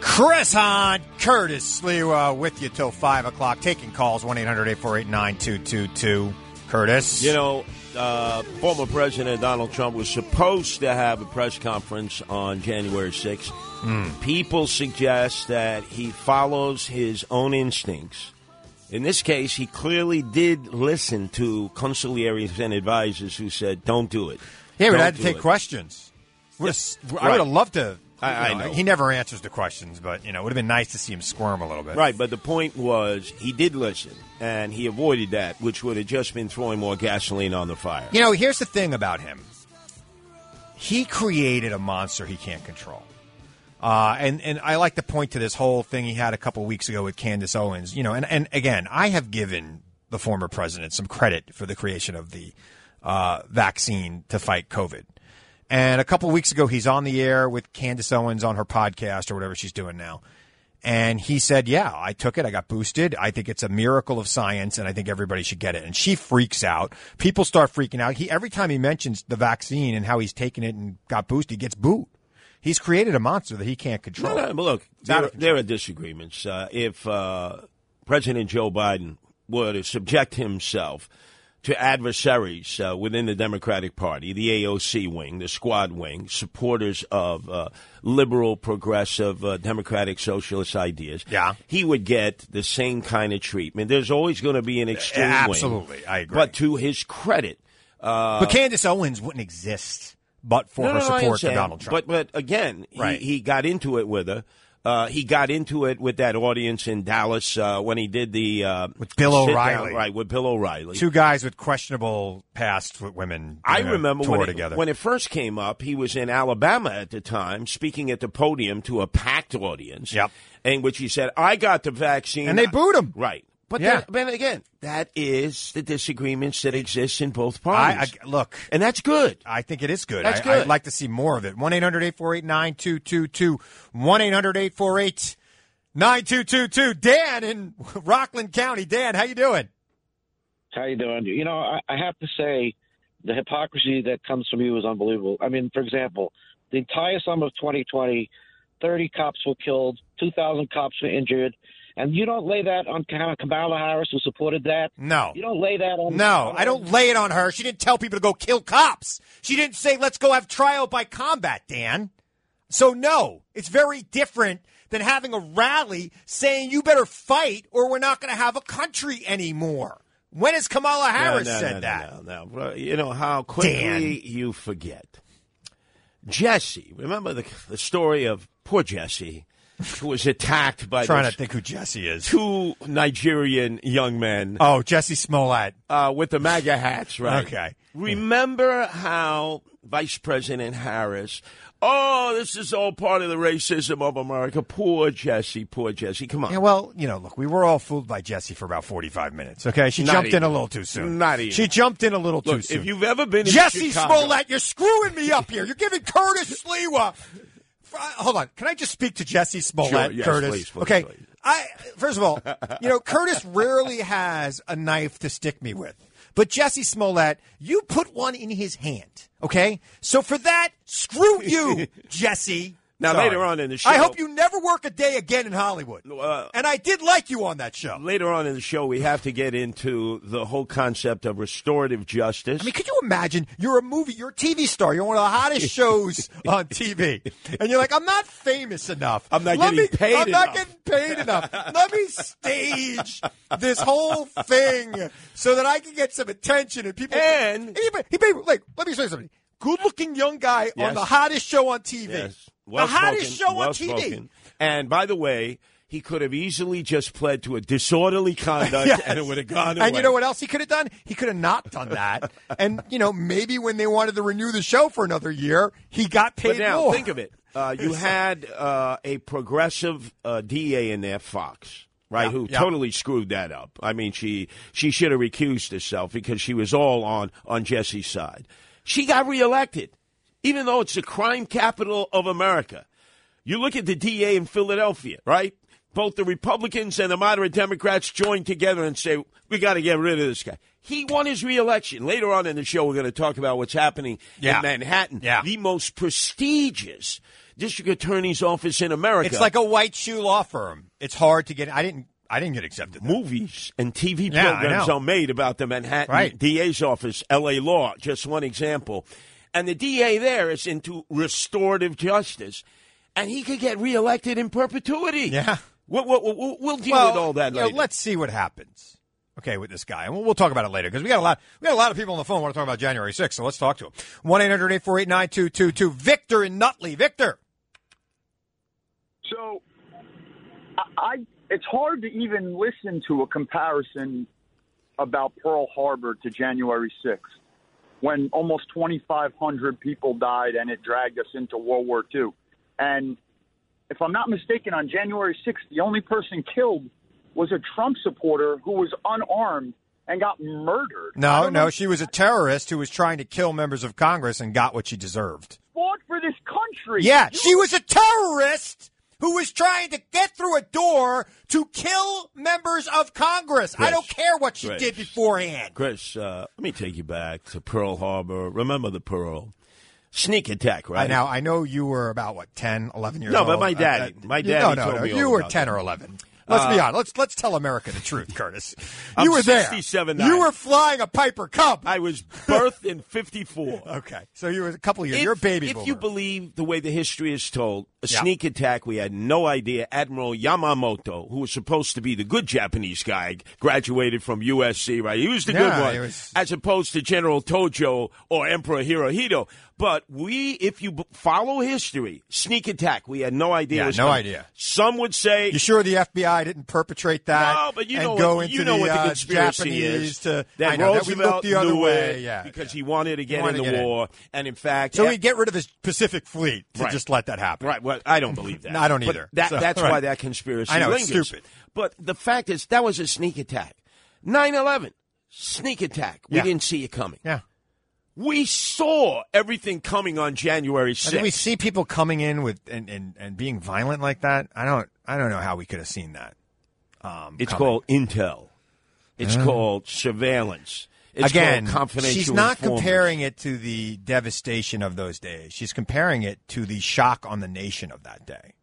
S4: Chris Hahn, Curtis Lewa uh, with you till 5 o'clock. Taking calls 1 800 848 9222. Curtis.
S3: You know, uh, former President Donald Trump was supposed to have a press conference on January 6th.
S4: Hmm.
S3: People suggest that he follows his own instincts. In this case, he clearly did listen to consigliaries and advisors who said, don't do it.
S4: Yeah, we'd
S3: Don't
S4: had to
S3: do
S4: take
S3: it."
S4: questions. Would've- I
S3: right.
S4: would have loved to.
S3: I-
S4: you
S3: I know.
S4: He never answers the questions, but you know, it would have been nice to see him squirm a little bit.
S3: Right, but the point was he did listen, and he avoided that, which would have just been throwing more gasoline on the fire.
S4: You know, here's the thing about him. He created a monster he can't control. Uh, and, and I like to point to this whole thing he had a couple weeks ago with Candace Owens. You know, and, and again, I have given the former president some credit for the creation of the uh, vaccine to fight COVID. And a couple weeks ago, he's on the air with Candace Owens on her podcast or whatever she's doing now. And he said, Yeah, I took it. I got boosted. I think it's a miracle of science, and I think everybody should get it. And she freaks out. People start freaking out. He every time he mentions the vaccine and how he's taken it and got boosted, he gets booed. He's created a monster that he can't control.
S3: No, no, but look,
S4: out
S3: there,
S4: of
S3: there are disagreements. Uh, if uh, President Joe Biden were to subject himself to adversaries uh, within the Democratic Party, the AOC wing, the squad wing, supporters of uh, liberal, progressive, uh, democratic, socialist ideas,
S4: Yeah.
S3: he would get the same kind of treatment. There's always going to be an extreme wing.
S4: Absolutely, I agree.
S3: But to his credit, uh,
S4: but Candace Owens wouldn't exist but for her
S3: no, no, I
S4: support to
S3: understand.
S4: Donald Trump.
S3: But but again, he,
S4: Right.
S3: he got into it with her. Uh, he got into it with that audience in Dallas uh, when he did the uh,
S4: With Bill
S3: sit-down,
S4: O'Reilly.
S3: right? With Bill O'Reilly.
S4: Two guys with questionable past with women.
S3: I
S4: you know,
S3: remember
S4: tour
S3: when it,
S4: together.
S3: when it first came up, he was in Alabama at the time, speaking at the podium to a packed audience.
S4: Yep.
S3: In which he said, "I got the vaccine,"
S4: And they booed him.
S3: Right. But
S4: Yeah.
S3: then, but again, that is the disagreements that exist in both
S4: I,
S3: parties,
S4: I look.
S3: and that's good.
S4: I think it is good.
S3: That's
S4: I,
S3: good.
S4: I'd like to see more of it. 1 800 848 9222. 1 800 848 9222. Dan in Rockland County. Dan, how you doing?
S7: How you doing? You know, I, I have to say, the hypocrisy that comes from you is unbelievable. I mean, for example, the entire summer of 2020, 30 cops were killed, 2,000 cops were injured, and you don't lay that on Kam- Kamala Harris, who supported that.
S4: No.
S7: You don't lay that on.
S4: No,
S7: on-
S4: I don't lay it on her. She didn't tell people to go kill cops. She didn't say, let's go have trial by combat, Dan. So, no, it's very different than having a rally saying you better fight or we're not going to have a country anymore. When has Kamala Harris
S3: no, no,
S4: said
S3: no,
S4: that?
S3: No, no, Well, You know how quickly
S4: Dan.
S3: you forget. Jesse, remember the, the story of poor Jesse, who was attacked by
S4: trying
S3: those
S4: to think who Jesse is.
S3: two Nigerian young men
S4: Oh, Jesse Smollett.
S3: uh, with the MAGA hats, right?
S4: Okay.
S3: Remember how Vice President Harris, oh, this is all part of the racism of America. Poor Jesse, poor Jesse. Come on.
S4: Yeah, well, you know, look, we were all fooled by Jesse for about 45 minutes, okay? She
S3: Not
S4: jumped in
S3: even.
S4: a little too soon.
S3: Not even.
S4: She jumped in a little too
S3: Look,
S4: soon.
S3: if you've ever been in
S4: Jesse
S3: Chicago-
S4: Smollett, you're screwing me up here. You're giving Curtis Lewa. F- uh, Hold on. Can I just speak to Jesse Smollett,
S3: Sure, yes,
S4: Curtis?
S3: please, please,
S4: okay.
S3: please.
S4: I first of all, you know, Curtis rarely has a knife to stick me with. But Jesse Smollett, you put one in his hand, okay? So for that, screw you, Jesse.
S3: Now,
S4: Sorry.
S3: later on in the
S4: I
S3: show-
S4: hope you never work a day again in Hollywood.
S3: Uh,
S4: and I did like you on that show.
S3: Later on in the show, we have to get into the whole concept of restorative justice.
S4: I mean, could you imagine? You're a movie, you're a TV star, you're one of the hottest shows on TV, and you're like, I'm not famous enough.
S3: I'm not
S4: Let
S3: getting
S4: me-
S3: paid
S4: I'm
S3: enough."
S4: not getting paid enough. Let me stage this whole thing so that I can get some attention and people.
S3: And-
S4: anybody, anybody- like, let me say something. Good-looking young guy on
S3: Yes.
S4: the hottest show on TV.
S3: Yes. Well
S4: the hottest
S3: spoken,
S4: show
S3: well
S4: on TV.
S3: spoken. And by the way, he could have easily just pled to a disorderly conduct
S4: Yes.
S3: and it would have gone away.
S4: And you know what else he could have done? He could have not done that. and you know, maybe when they wanted to renew the show for another year, he got
S3: But
S4: paid
S3: now,
S4: more.
S3: think of it. Uh, you had uh, a progressive uh, DA in there, Fox, right, who
S4: yeah.
S3: totally screwed that up. I mean, she she should have recused herself because she was all on on Jesse's side. She got reelected, even though it's the crime capital of America. You look at the DA in Philadelphia, right? Both the Republicans and the moderate Democrats join together and say, we got to get rid of this guy. He won his reelection. Later on in the show, we're going to talk about what's happening
S4: Yeah.
S3: in Manhattan,
S4: Yeah.
S3: the most prestigious district attorney's office in America.
S4: It's like a white shoe law firm. It's hard to get. I didn't. I didn't get accepted. there.
S3: movies and TV
S4: Yeah, I
S3: programs
S4: know.
S3: are made about the Manhattan
S4: Right.
S3: DA's office, LA Law, just one example. And the DA there is into restorative justice, and he could get reelected in perpetuity.
S4: Yeah.
S3: We'll, we'll, we'll, we'll deal with all that
S4: you know,
S3: later.
S4: let's see what happens. Okay, with this guy, and we'll, we'll talk about it later because we got a lot. We got a lot of people on the phone who want to talk about January 6th, so let's talk to them. One 9222 Victor and Nutley. Victor.
S8: So, I, I it's hard to even listen to a comparison about Pearl Harbor to January 6th, when almost 2,500 people died and it dragged us into World War II. And if I'm not mistaken, on January 6th, the only person killed was a Trump supporter who was unarmed and got murdered. I
S4: No,
S8: don't
S4: no,
S8: know-
S4: she was a terrorist who was trying to kill members of Congress and got what she deserved.
S8: fought for this country.
S4: Yeah,
S8: You
S4: she was a terrorist who was trying to get through a door to kill members of Congress. I
S3: Yes.
S4: don't care what she
S3: Right.
S4: did beforehand.
S3: Chris, uh, let me take you back to Pearl Harbor. Remember the Pearl sneak attack, right?
S4: I now I know Oh, you were about what 10, 11 years
S3: No,
S4: old.
S3: but my
S4: Uh,
S3: daddy-
S4: uh,
S3: my
S4: you-
S3: daddy
S4: No, no,
S3: told
S4: no.
S3: me all
S4: you were
S3: about
S4: ten
S3: that. Uh,
S4: or eleven. Let's be honest. Let's let's tell America the truth, Curtis.
S3: I'm
S4: you were there.
S3: 67.9.
S4: You were flying a Piper Cub.
S3: I was birthed in 54.
S4: okay, so you were a couple years. You're a baby
S3: If
S4: boomer.
S3: you believe the way the history is told, a
S4: Yeah.
S3: sneak attack, we had no idea. Admiral Yamamoto, who was supposed to be the good Japanese guy, graduated from USC, right? He was the
S4: Yeah,
S3: good one,
S4: he was-
S3: as opposed to General Tojo or Emperor Hirohito. But we, if you b- follow history, sneak attack, we had no idea.
S4: Yeah,
S3: it was
S4: no
S3: coming.
S4: idea.
S3: Some would say
S4: You sure the FBI didn't perpetrate that?
S3: no, but you
S4: and
S3: know
S4: go
S3: what,
S4: into
S3: you know
S4: the,
S3: what the
S4: uh,
S3: conspiracy
S4: Japanese
S3: is.
S4: To,
S3: that
S4: I know that we
S3: Roosevelt
S4: looked the other
S3: knew
S4: way,
S3: it
S4: yeah,
S3: because
S4: yeah.
S3: he wanted to get
S4: wanted
S3: in
S4: to
S3: the
S4: get in.
S3: war, and in fact,
S4: So
S3: a-
S4: he'd get rid of his Pacific Fleet to
S3: Right.
S4: just let that happen.
S3: Right. Well, I don't believe that.
S4: No, I don't
S3: But
S4: either.
S3: that,
S4: So,
S3: that's
S4: right.
S3: why that conspiracy
S4: I know, it's
S3: lingers.
S4: stupid.
S3: But the fact is, that was a sneak attack. 9 11, sneak attack. We
S4: Yeah.
S3: didn't see it coming.
S4: Yeah.
S3: We saw everything coming on January 6th.
S4: Did we see people coming in with and, and, and being violent like that? I don't I don't know how we could have seen that. Um,
S3: it's
S4: coming. Uh.
S3: called intel, it's called surveillance. It's
S4: again
S3: called confidential.
S4: She's not
S3: informants.
S4: comparing it to the devastation of those days. She's comparing it to the shock on the nation of that day.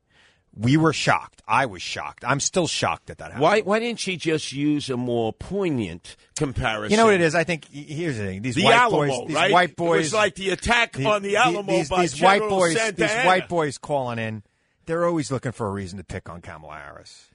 S4: We were shocked. I was shocked. I'm still shocked at that happened.
S3: Why, why didn't she just use a more poignant comparison?
S4: You know what it is? I think here's the thing: these
S3: The
S4: white
S3: Alamo,
S4: boys, these
S3: right?
S4: white
S3: It
S4: boys,
S3: was like the attack
S4: the-
S3: on the
S4: the-
S3: Alamo
S4: These,
S3: by
S4: these white
S3: General
S4: boys,
S3: Santa
S4: these
S3: Anna.
S4: white boys calling in, they're always looking for a reason to pick on Kamala Harris.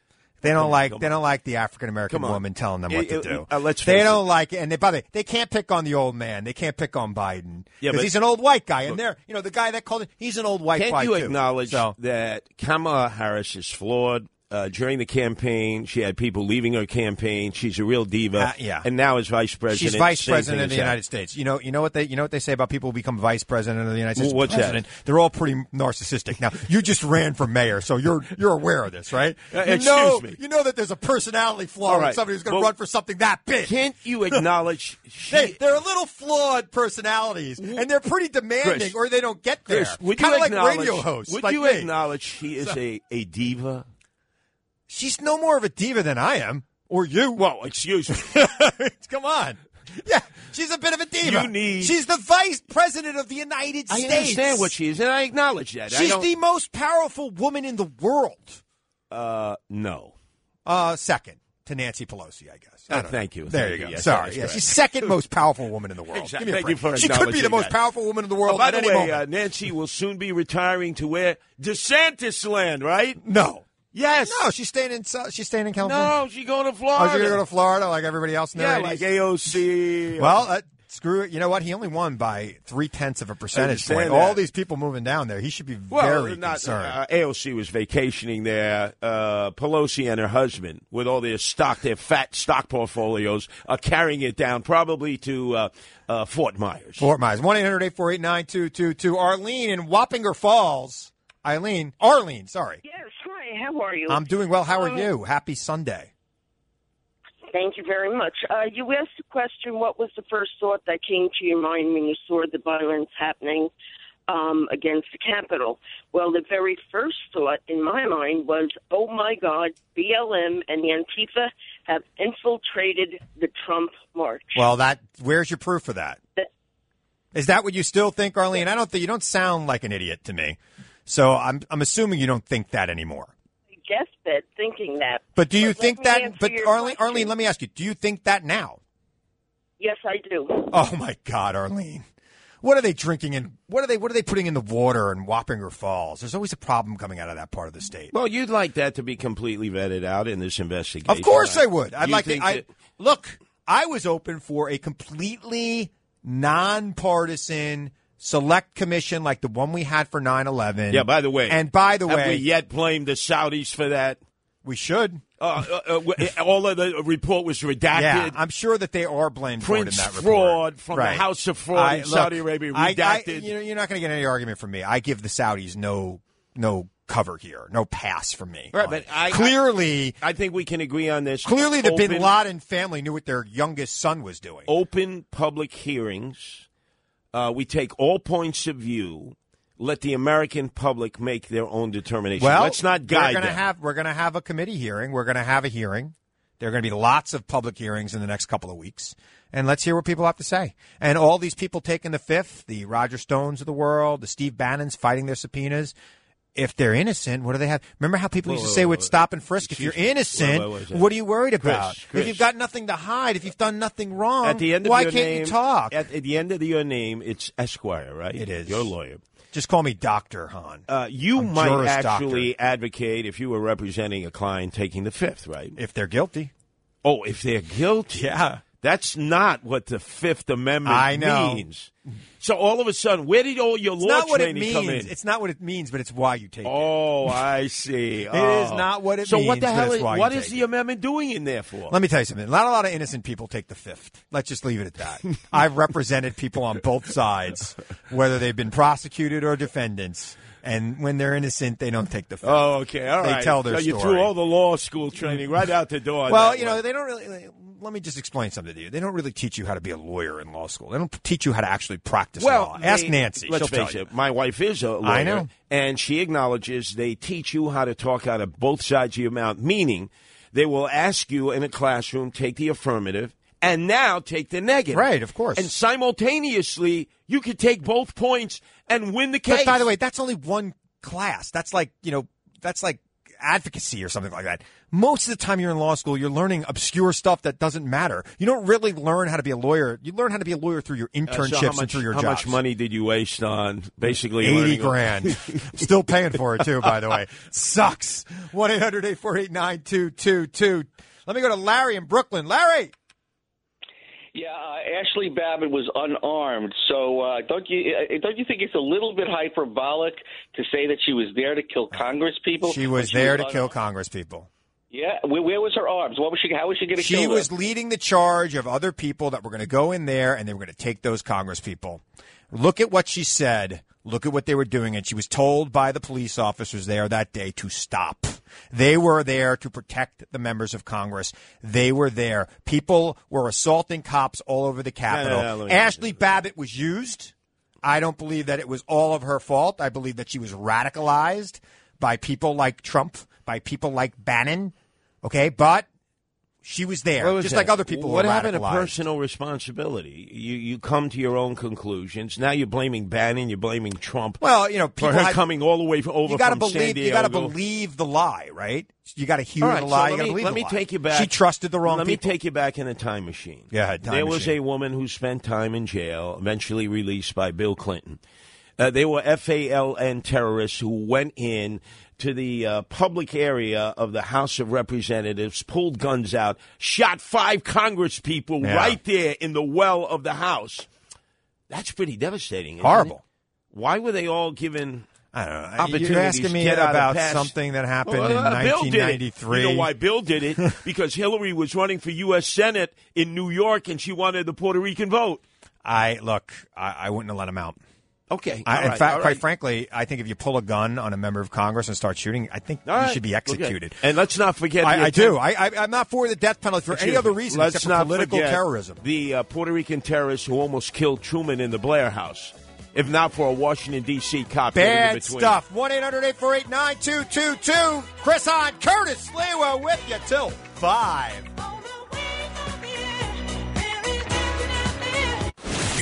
S4: They don't like they don't like the African American woman telling them what
S3: Eh, eh,
S4: to do.
S3: eh, let's
S4: they
S3: face
S4: don't like it, and they by the way, they can't pick on the old man. They can't pick on Biden
S3: Yeah,
S4: because
S3: but-
S4: he's an old white guy,
S3: Look.
S4: and they're you know the guy that called it. He's an old white
S3: Can't
S4: guy
S3: you
S4: too.
S3: acknowledge
S4: So-
S3: that Kamala Harris is flawed? Uh, during the campaign, she had people leaving her campaign. She's a real diva.
S4: Uh, yeah.
S3: And now as vice president,
S4: She's vice
S3: same thing
S4: president of
S3: is
S4: the
S3: happening.
S4: United States. You know, you know what they you know what they say about people who become vice president of the United States.
S3: Wh- what's that?
S4: president? They're all pretty narcissistic. Now, you just ran for mayor, so you're you're aware of this, right?
S3: Uh,
S4: you
S3: excuse
S4: know,
S3: me.
S4: You know that there's a personality flaw
S3: All
S4: in
S3: right.
S4: somebody who's going to
S3: Well,
S4: run for something that big.
S3: Can't you acknowledge she?
S4: They, they're a little flawed personalities, and they're pretty demanding,
S3: Chris,
S4: or they don't get there.
S3: Chris, would
S4: Kind of
S3: you
S4: like
S3: acknowledge,
S4: radio hosts.
S3: Would
S4: like
S3: you
S4: me.
S3: acknowledge she is a, a diva?
S4: She's no more of a diva than I am, or you.
S3: Well, excuse me.
S4: Come on. Yeah, she's a bit of a diva.
S3: You need-
S4: She's the vice president of the United
S3: I
S4: States.
S3: understand what she is, and I acknowledge that. I
S4: She's
S3: don't-
S4: the most powerful woman in the world.
S3: uh, no.
S4: Uh, second to Nancy Pelosi, I guess. I
S3: Uh,
S4: don't know.
S3: thank you.
S4: There
S3: Thank
S4: you
S3: you.
S4: go.
S3: Yes, that
S4: Sorry.
S3: is
S4: Yeah,
S3: correct.
S4: she's second most powerful woman in the world.
S3: Exactly.
S4: Give me a
S3: Thank you
S4: break.
S3: for
S4: she could be the
S3: acknowledging
S4: most
S3: that.
S4: powerful woman in the world.
S3: Oh, by
S4: at
S3: the
S4: any
S3: way,
S4: moment.
S3: uh, Nancy will soon be retiring to where DeSantis land, right?
S4: no,
S3: Yes.
S4: no, she's staying in. Sou- She's staying in California.
S3: No, she's going to
S4: oh,
S3: Florida.
S4: she's gonna go to Florida like everybody else in the
S3: yeah, like AOC.
S4: Well, uh, screw it. You know what? He only won by three tenths of a percentage
S3: understand
S4: point. All
S3: that.
S4: these people moving down there, he should be
S3: Well,
S4: very
S3: not,
S4: concerned.
S3: uh, AOC was vacationing there. Uh, Pelosi and her husband, with all their stock, their fat stock portfolios, are carrying it down probably to uh, uh, Fort Myers.
S4: Fort Myers. 1 800 848 9222. Arlene in Wappinger Falls. Eileen. Arlene, sorry.
S9: Yes, hi. How are you? Uh, Oh.
S4: I'm doing well. How are you? Happy Sunday.
S9: Thank you very much. Uh, you asked the question, what was the first thought that came to your mind when you saw the violence happening um, against the Capitol? Well, the very first thought in my mind was, oh my God, BLM and the Antifa have infiltrated the Trump march.
S4: Well, that where's your proof for that? Is that what you still think, Arlene? I don't think you don't sound like an idiot to me. So I'm I'm assuming you don't think that anymore.
S9: I deathbed thinking that.
S4: But do you
S9: let
S4: think
S9: me answer
S4: that? But
S9: your
S4: Arlene,
S9: question.
S4: Arlene, let me ask you: Do you think that now?
S9: Yes, I do.
S4: Oh my God, Arlene. What are they drinking in? What are they? What are they putting in the water in Wappinger Falls? There's always a problem coming out of that part of the state.
S3: Well, you'd like that to be completely vetted out in this investigation.
S4: Of course
S3: right?
S4: I would. I'd
S3: You
S4: like to.
S3: think
S4: I,
S3: that-
S4: look, I was open for a completely nonpartisan select commission like the one we had for 9-11.
S3: yeah. By the way,
S4: and by the
S3: have
S4: way,
S3: we yet blamed the Saudis for that?
S4: we should.
S3: Uh, uh, uh, w- all of the report was redacted.
S4: Yeah, I'm sure that they are blamed for it in
S3: Prince
S4: that report.
S3: fraud from the House of Fraud in Saudi Arabia,
S4: I- I-
S3: redacted.
S4: you know, you're not going to get any argument from me. I give the Saudis no no cover here, no pass from me.
S3: Right,
S4: on
S3: but
S4: it.
S3: I-
S4: clearly,
S3: I think we can agree on this.
S4: clearly, the Bin
S3: Open-
S4: Laden family knew what their youngest son was doing.
S3: open public hearings. Uh, we take all points of view. Let the American public make their own determination.
S4: Well,
S3: let's not
S4: We're
S3: guide
S4: gonna
S3: them.
S4: have we're going to have a committee hearing. We're going to have a hearing. There are going to be lots of public hearings in the next couple of weeks, and let's hear what people have to say. And all these people taking the fifth, the Roger Stones of the world, the Steve Bannons fighting their subpoenas. If they're innocent, what do they have? Remember how people
S3: Whoa,
S4: used to
S3: whoa,
S4: say
S3: whoa,
S4: with
S3: whoa.
S4: stop and frisk, if you're
S3: Excuse me. Whoa,
S4: innocent,
S3: whoa, whoa, whoa.
S4: what are you worried
S3: Chris,
S4: about?
S3: Chris.
S4: If you've got nothing to hide, if you've done nothing wrong,
S3: at the end of
S4: why
S3: your
S4: can't
S3: name,
S4: you talk?
S3: At, at the end of your name, it's Esquire, right?
S4: It is.
S3: your lawyer.
S4: Just call me Doctor Han.
S3: Uh, you
S4: I'm
S3: might
S4: Juris
S3: actually
S4: Doctor.
S3: advocate if you were representing a client taking the fifth, right?
S4: if they're guilty.
S3: Oh, if they're guilty.
S4: Yeah.
S3: That's not what the Fifth Amendment
S4: I know.
S3: means. So all of a sudden, where did all your
S4: It's
S3: law
S4: not what it
S3: training come
S4: means.
S3: in?
S4: It's not what it means, but it's why you take it.
S3: oh, I see. It is
S4: is not what it
S3: Oh. so what
S4: means,
S3: the
S4: but
S3: hell?
S4: it's
S3: Is,
S4: why you
S3: what is
S4: take
S3: the
S4: it.
S3: amendment doing in there for?
S4: Let me tell you something. Not a lot of innocent people take the fifth. Let's just leave it at that. I've represented people on both sides, whether they've been prosecuted or defendants. And when they're innocent, they don't take the fifth.
S3: oh, okay, all right.
S4: They tell their
S3: so you
S4: story.
S3: threw all the law school training right out the door. on
S4: well,
S3: that
S4: you know,
S3: one.
S4: they don't really. Let me just explain something to you. They don't really teach you how to be a lawyer in law school. They don't teach you how to actually practice law. Ask
S3: they-
S4: Nancy.
S3: Let's
S4: She'll
S3: face
S4: tell you.
S3: it. My wife is a lawyer,
S4: I know.
S3: and she acknowledges they teach you how to talk out of both sides of your mouth. Meaning, they will ask you in a classroom take the affirmative. And now take the negative.
S4: Right, of course.
S3: And simultaneously, you could take both points and win the case.
S4: But by the way, that's only one class. That's like you know, that's like advocacy or something like that. Most of the time you're in law school, you're learning obscure stuff that doesn't matter. You don't really learn how to be a lawyer. You learn how to be a lawyer through your
S3: Uh,
S4: internships
S3: so how
S4: and
S3: much,
S4: through your
S3: how
S4: jobs.
S3: much money did you waste on basically
S4: 80
S3: learning-
S4: grand. Still paying for it, too, by the way. Sucks. 1 800 848 9222. Let me go to Larry in Brooklyn. Larry!
S10: Yeah, uh, Ashley Babbitt was unarmed, so uh, don't you uh, don't you think it's a little bit hyperbolic to say that she was there to kill Congress people?
S4: She was there to kill Congress people.
S10: Yeah, where, where was her arms? What was she? How was she going to
S4: She
S10: kill?
S4: was
S10: them?
S4: leading the charge of other people that were going to go in there and they were going to take those Congress people. Look at what she said. Look at what they were doing. And she was told by the police officers there that day to stop. They were there to protect the members of Congress. They were there. People were assaulting cops all over the Capitol.
S3: no, let me-
S4: Ashley Babbitt was used. I don't believe that it was all of her fault. I believe that she was radicalized by people like Trump, by people like Bannon. Okay, but she was there,
S3: What was
S4: just
S3: that?
S4: like other people.
S3: What
S4: were
S3: happened to
S4: radicalized.
S3: personal responsibility? You you come to your own conclusions. Now you're blaming Bannon. You're blaming Trump.
S4: Well, you know,
S3: for
S4: people
S3: her
S4: had-
S3: coming all the way from, over
S4: You gotta
S3: from
S4: believe.
S3: San Diego.
S4: You got to believe the lie, right? You got to hear
S3: All right,
S4: the
S3: so
S4: lie.
S3: let
S4: you got to
S3: me,
S4: believe
S3: let
S4: the
S3: me
S4: lie.
S3: take you back.
S4: She trusted the wrong
S3: Let
S4: people.
S3: me take you back in a time machine.
S4: Yeah, time
S3: there was
S4: machine.
S3: a woman who spent time in jail, eventually released by Bill Clinton. Uh, they were FALN terrorists who went in to the uh, public area of the House of Representatives, pulled guns out, shot five Congress people
S4: Yeah.
S3: right there in the well of the House. That's pretty devastating. isn't it?
S4: Horrible.
S3: Why were they all given?
S4: I don't know.
S3: Opportunities
S4: You're asking me
S3: to get out of
S4: about
S3: past-
S4: something that happened in
S3: uh, Bill did it.
S4: 1993.
S3: You know why Bill did it? because Hillary was running for U.S. Senate in New York, and she wanted the Puerto Rican vote.
S4: I look. I, I wouldn't have let him out.
S3: Okay.
S4: I,
S3: all
S4: in
S3: right,
S4: fact,
S3: all
S4: quite
S3: right.
S4: frankly, I think if you pull a gun on a member of Congress and start shooting, I think
S3: All
S4: you
S3: right,
S4: should be
S3: okay.
S4: executed.
S3: And let's not forget. the
S4: I, I
S3: attempt-
S4: do. I, I, I'm not for the death penalty for
S3: Excuse
S4: any other
S3: me.
S4: reason
S3: Let's
S4: except for
S3: not
S4: political
S3: forget
S4: terrorism.
S3: The uh, Puerto Rican terrorists who almost killed Truman in the Blair House, if not for a Washington D.C. cop. getting in
S4: Bad
S3: between.
S4: stuff. 1 800 848 9222. Chris on Curtis Lewa with you till 5.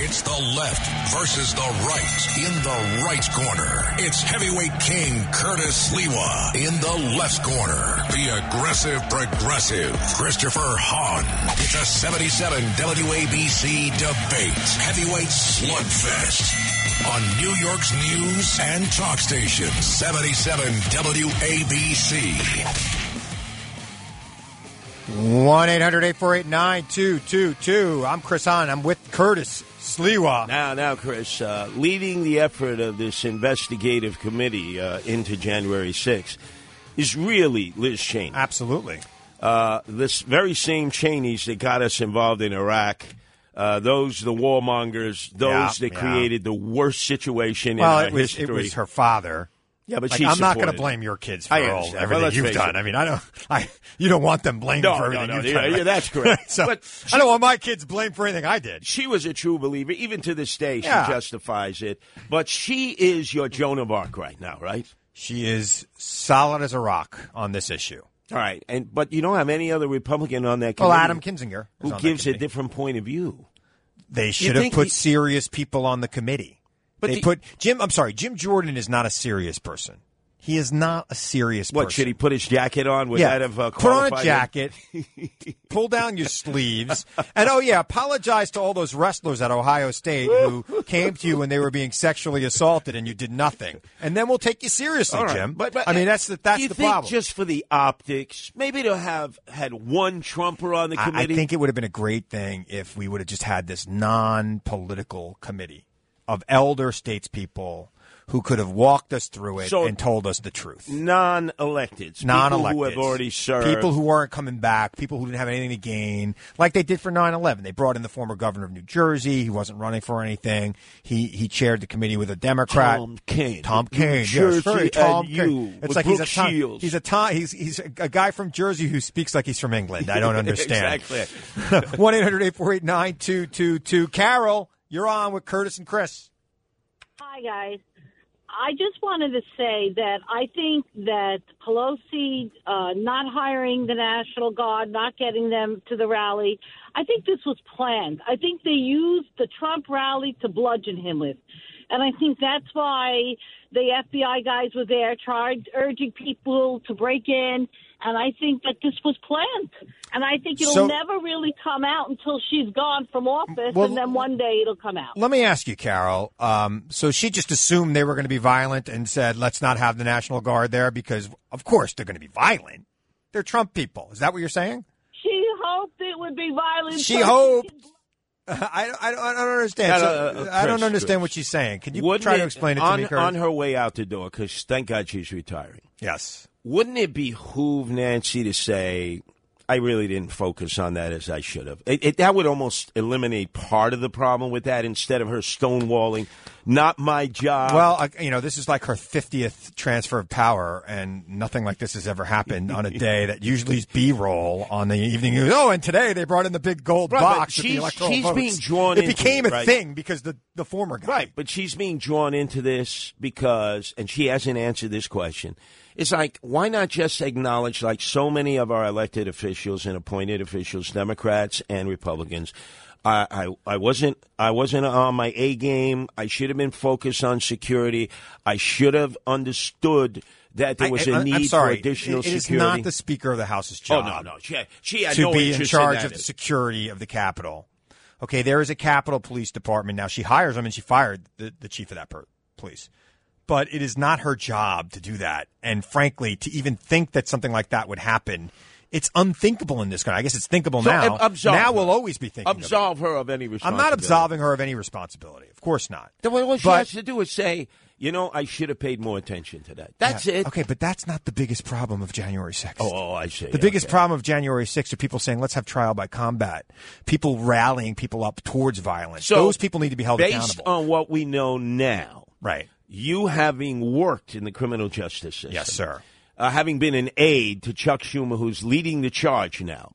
S1: It's the left versus the right. In the right corner, it's heavyweight king Curtis Lewa. In the left corner, the aggressive progressive Christopher Hahn. It's a 77 WABC debate. Heavyweight slugfest on New York's news and talk station 77 WABC.
S4: 1 800 848 9222. I'm Chris Hahn. I'm with Curtis Slewa.
S3: Now, now, Chris, uh, leading the effort of this investigative committee uh, into January 6th is really Liz Cheney.
S4: Absolutely.
S3: Uh, this very same Cheneys that got us involved in Iraq. Uh, those the warmongers, those
S4: Yeah,
S3: that
S4: yeah.
S3: created the worst situation
S4: Well,
S3: in our
S4: it was,
S3: history.
S4: it was her father.
S3: Yeah, but
S4: Like,
S3: she
S4: I'm not
S3: supported
S4: going
S3: it.
S4: to blame your kids for
S3: I
S4: all,
S3: understand. Well,
S4: everything
S3: let's
S4: you've
S3: face
S4: done.
S3: it.
S4: I mean, I don't. I you don't want them blamed
S3: No,
S4: for
S3: no,
S4: everything
S3: no,
S4: you've
S3: yeah,
S4: done.
S3: yeah, that's correct.
S4: so,
S3: But
S4: I don't want my kids blamed for anything I did.
S3: She was a true believer. Even to this day, she
S4: Yeah.
S3: justifies it. But she is your Joan of Arc right now, right?
S4: She is solid as a rock on this issue.
S3: All right, and but you don't have any other Republican on that committee
S4: Well, Adam Kinzinger, is on
S3: who
S4: that
S3: gives a
S4: committee.
S3: different point of view.
S4: They
S3: You
S4: should have
S3: think
S4: put
S3: he-
S4: serious people on the committee.
S3: But
S4: they
S3: the-
S4: put Jim. I'm sorry, Jim Jordan is not a serious person. He is not a serious
S3: What
S4: person.
S3: should he put his jacket on? Would that have uh,
S4: put on a
S3: qualified him?
S4: jacket, pull down your sleeves, and oh yeah, apologize to all those wrestlers at Ohio State who came to you when they were being sexually assaulted and you did nothing, and then we'll take you seriously,
S3: All right,
S4: Jim.
S3: But, but
S4: I mean, that's the
S3: do
S4: that's
S3: you
S4: the
S3: think
S4: problem.
S3: Just for the optics, maybe to have had one Trumper on the
S4: I-
S3: committee.
S4: I think it would have been a great thing if we would have just had this non-political committee of elder statespeople who could have walked us through it
S3: So-
S4: and told us the truth.
S3: non-electeds,
S4: Non-elected,
S3: people who have already served,
S4: people who aren't coming back, people who didn't have anything to gain, like they did for 9-11. They brought in the former governor of New Jersey. He wasn't running for anything. He he chaired the committee with a Democrat,
S3: Tom Kaine.
S4: Tom
S3: New
S4: Kane,
S3: Jersey
S4: yes, very Tom
S3: and
S4: Kaine.
S3: you
S4: It's
S3: with
S4: like he's a
S3: Brooke
S4: Tom,
S3: Shields.
S4: he's a Tom, he's he's a guy from Jersey who speaks like he's from England. I don't understand
S3: exactly.
S4: one 800 Carol, you're on with Curtis and Chris.
S11: Hi, guys. I just wanted to say that I think that Pelosi uh, not hiring the National Guard, not getting them to the rally, I think this was planned. I think they used the Trump rally to bludgeon him with. And I think that's why the FBI guys were there, tried urging people to break in. And I think that this was planned. And I think it'll
S4: So-
S11: never really come out until she's gone from office,
S4: Well,
S11: and then one day it'll come out.
S4: Let me ask you, Carol. Um, so she just assumed they were going to be violent and said, let's not have the National Guard there because, of course, they're going to be violent. They're Trump people. Is that what you're saying?
S11: She hoped it would be violent.
S4: She
S11: so
S4: hoped. I, I, don't- I don't understand. So, uh, I don't understand what she's saying. Can you
S3: Wouldn't
S4: try to explain it to
S3: on,
S4: me, Kurt?
S3: On her way out the door, because thank God she's retiring.
S4: Yes.
S3: Wouldn't it behoove Nancy to say, I really didn't focus on that as I should have? It, it, that would almost eliminate part of the problem with that instead of her stonewalling, not my job.
S4: Well, I, you know, this is like her 50th transfer of power, and nothing like this has ever happened on a day that usually is B roll on the evening news. Oh, and today they brought in the big gold
S3: Right, but
S4: box. with the
S3: she's-
S4: electoral
S3: she's
S4: votes.
S3: being drawn
S4: It
S3: into
S4: became
S3: it,
S4: a
S3: right?
S4: thing because the, the former guy.
S3: Right, but she's being drawn into this because, and she hasn't answered this question. It's like, why not just acknowledge, like so many of our elected officials and appointed officials, Democrats and Republicans, I, I, I wasn't, I wasn't on my A game. I should have been focused on security. I should have understood that there was
S4: I,
S3: a
S4: I,
S3: need
S4: I'm sorry.
S3: for additional
S4: It- it is
S3: security.
S4: not the Speaker of the House's
S3: Oh,
S4: job.
S3: no, no. She- she had
S4: to
S3: no
S4: be in
S3: interest in
S4: charge
S3: that
S4: of the
S3: at-
S4: security of the Capitol. Okay, there is a Capitol Police Department now. She hires them and she fired the, the chief of that per- police, but it is not her job to do that. And frankly, to even think that something like that would happen, it's unthinkable in this country. I guess it's thinkable
S3: So,
S4: now.
S3: ab- absolve
S4: now
S3: her.
S4: we'll always be thinking. of it.
S3: Absolve her of any
S4: I'm
S3: responsibility.
S4: not absolving her of any responsibility. Of course not.
S3: Then what what she
S4: But-
S3: has to do is say, you know, I should have paid more attention to that. That's
S4: Yeah.
S3: it.
S4: Okay, but that's not the biggest problem of January 6th.
S3: Oh, oh, I see.
S4: The biggest problem of January 6th are people saying, let's have trial by combat. People rallying people up towards violence.
S3: So,
S4: Those people need to be held
S3: based
S4: accountable.
S3: on what we know now,
S4: right?
S3: You having worked in the criminal justice system,
S4: Yes, sir.
S3: Uh, having been an aide to Chuck Schumer, who's leading the charge now,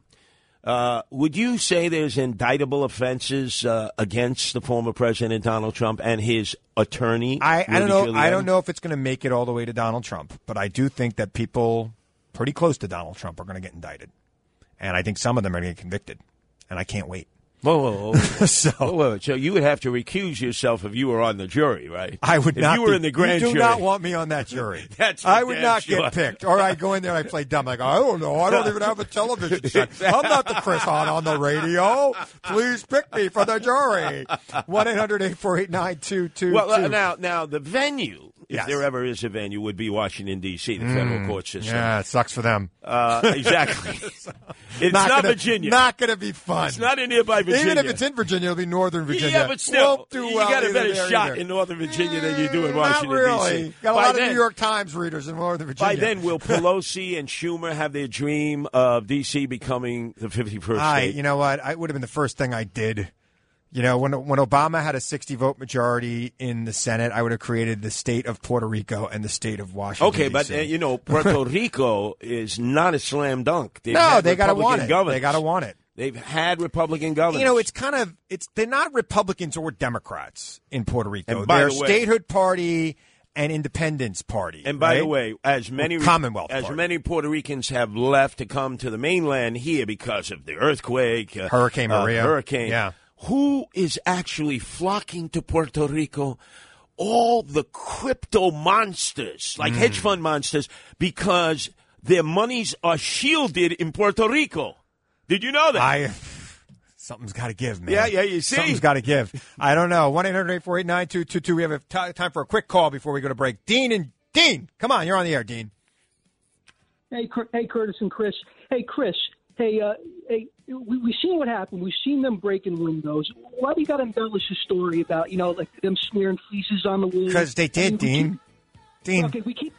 S3: uh, would you say there's indictable offenses uh, against the former President Donald Trump and his attorney?
S4: I, I don't know.
S3: Rudy
S4: I
S3: Giuliani?
S4: don't know if it's going to make it all the way to Donald Trump, but I do think that people pretty close to Donald Trump are going to get indicted, and I think some of them are going to get convicted, and I can't wait.
S3: Whoa, whoa, whoa.
S4: so,
S3: so you would have to recuse yourself if you were on the jury, right?
S4: I would
S3: if
S4: not.
S3: you were
S4: be-
S3: in the grand
S4: you do
S3: jury.
S4: not want me on that jury.
S3: That's for
S4: I would
S3: damn
S4: not
S3: sure.
S4: get picked. Or I go in there and I play dumb. I go, I don't know. I don't even have a television set. I'm not the Chris Hahn on the radio. Please pick me for the jury. One 800
S3: Well, uh, now, now the venue, if
S4: Yes. Mm,
S3: there ever is a venue, would be Washington D.C., the federal court system.
S4: Yeah, it sucks for them.
S3: Uh, exactly. it's not,
S4: Not gonna-
S3: Virginia.
S4: not going to be fun.
S3: It's not in nearby Virginia.
S4: Even if it's in Virginia, it'll be Northern Virginia.
S3: Yeah, but still,
S4: Won't do
S3: you
S4: well
S3: got a
S4: either
S3: better
S4: there
S3: shot
S4: either. Mm,
S3: in Northern Virginia than you do in Washington
S4: Not really.
S3: D.C.
S4: Got a
S3: By
S4: lot
S3: then-
S4: of New York Times readers in Northern
S3: By
S4: Virginia.
S3: then, will Pelosi and Schumer have their dream of D.C. becoming the 51st
S4: I,
S3: state?
S4: you know what? I would have been the first thing I did. You know, when when Obama had a 60 vote majority in the Senate, I would have created the state of Puerto Rico and the state of Washington.
S3: Okay, but
S4: DC.
S3: uh, you know Puerto Rico is not a slam dunk. They've
S4: no,
S3: had
S4: they got to
S3: Republican
S4: want it.
S3: Governors.
S4: They got to want it.
S3: They've had Republican governors.
S4: You know, it's kind of it's they're not Republicans or Democrats in Puerto Rico.
S3: And by
S4: they're
S3: the way-
S4: statehood party and independence party.
S3: And by the
S4: right?
S3: way, as many
S4: Or Commonwealth
S3: as
S4: party.
S3: many Puerto Ricans have left to come to the mainland here because of the earthquake, uh,
S4: Hurricane
S3: uh,
S4: Maria.
S3: hurricane.
S4: Yeah.
S3: Who is actually flocking to Puerto Rico? All the crypto monsters, like
S4: Mm.
S3: hedge fund monsters, because their monies are shielded in Puerto Rico. Did you know that?
S4: I something's got to give, man.
S3: Yeah, yeah, you see?
S4: something's got to give. I don't know. One 9222 We have a t- time for a quick call before we go to break. Dean and Dean, come on, you're on the air, Dean.
S12: Hey, Cur- hey, Curtis and Chris. Hey, Chris. Hey, uh, hey. We, we've seen what happened. We've seen them breaking windows. Why do you got to embellish the story about you know like them smearing fleeces on the wall?
S4: Because they did, Dean. Dean.
S12: Okay, we keep.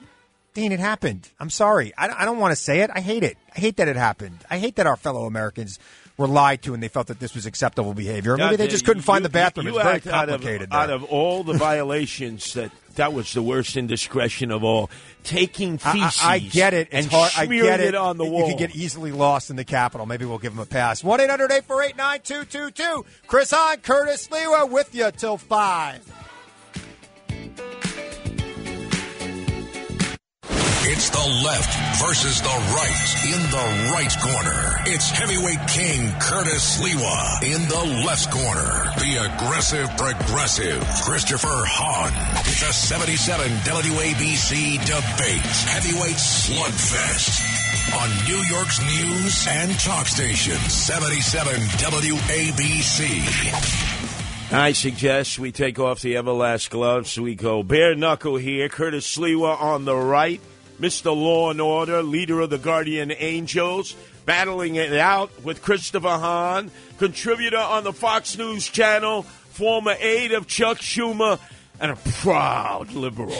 S4: Dean, it happened. I'm sorry. I, I don't want to say it. I hate it. I hate that it happened. I hate that our fellow Americans were lied to and they felt that this was acceptable behavior. Or Maybe
S3: God,
S4: they
S3: uh,
S4: just couldn't find
S3: you-
S4: the bathroom.
S3: you
S4: It's very
S3: act out of-
S4: complicated.
S3: Out
S4: there.
S3: of, all the violations, that that was the worst indiscretion of all. Taking
S4: I,
S3: feces.
S4: I- I get it. It's
S3: and
S4: hard. I
S3: smearing
S4: get it.
S3: it on the
S4: You
S3: wall.
S4: could get easily lost in the Capitol. Maybe we'll give him a pass. 1 800 848 9222. Chris on Curtis Lewa with you till 5.
S1: It's the left versus the right. In the right corner, it's heavyweight king Curtis Lewa. In the left corner, the aggressive progressive Christopher Hahn. It's a 77 WABC debate. Heavyweight slugfest. On New York's news and talk station, 77 WABC.
S3: I suggest we take off the everlast gloves. We go bare knuckle here. Curtis Slewa on the right, Mr. Law and Order, leader of the Guardian Angels, battling it out with Christopher Hahn, contributor on the Fox News Channel, former aide of Chuck Schumer, and a proud liberal.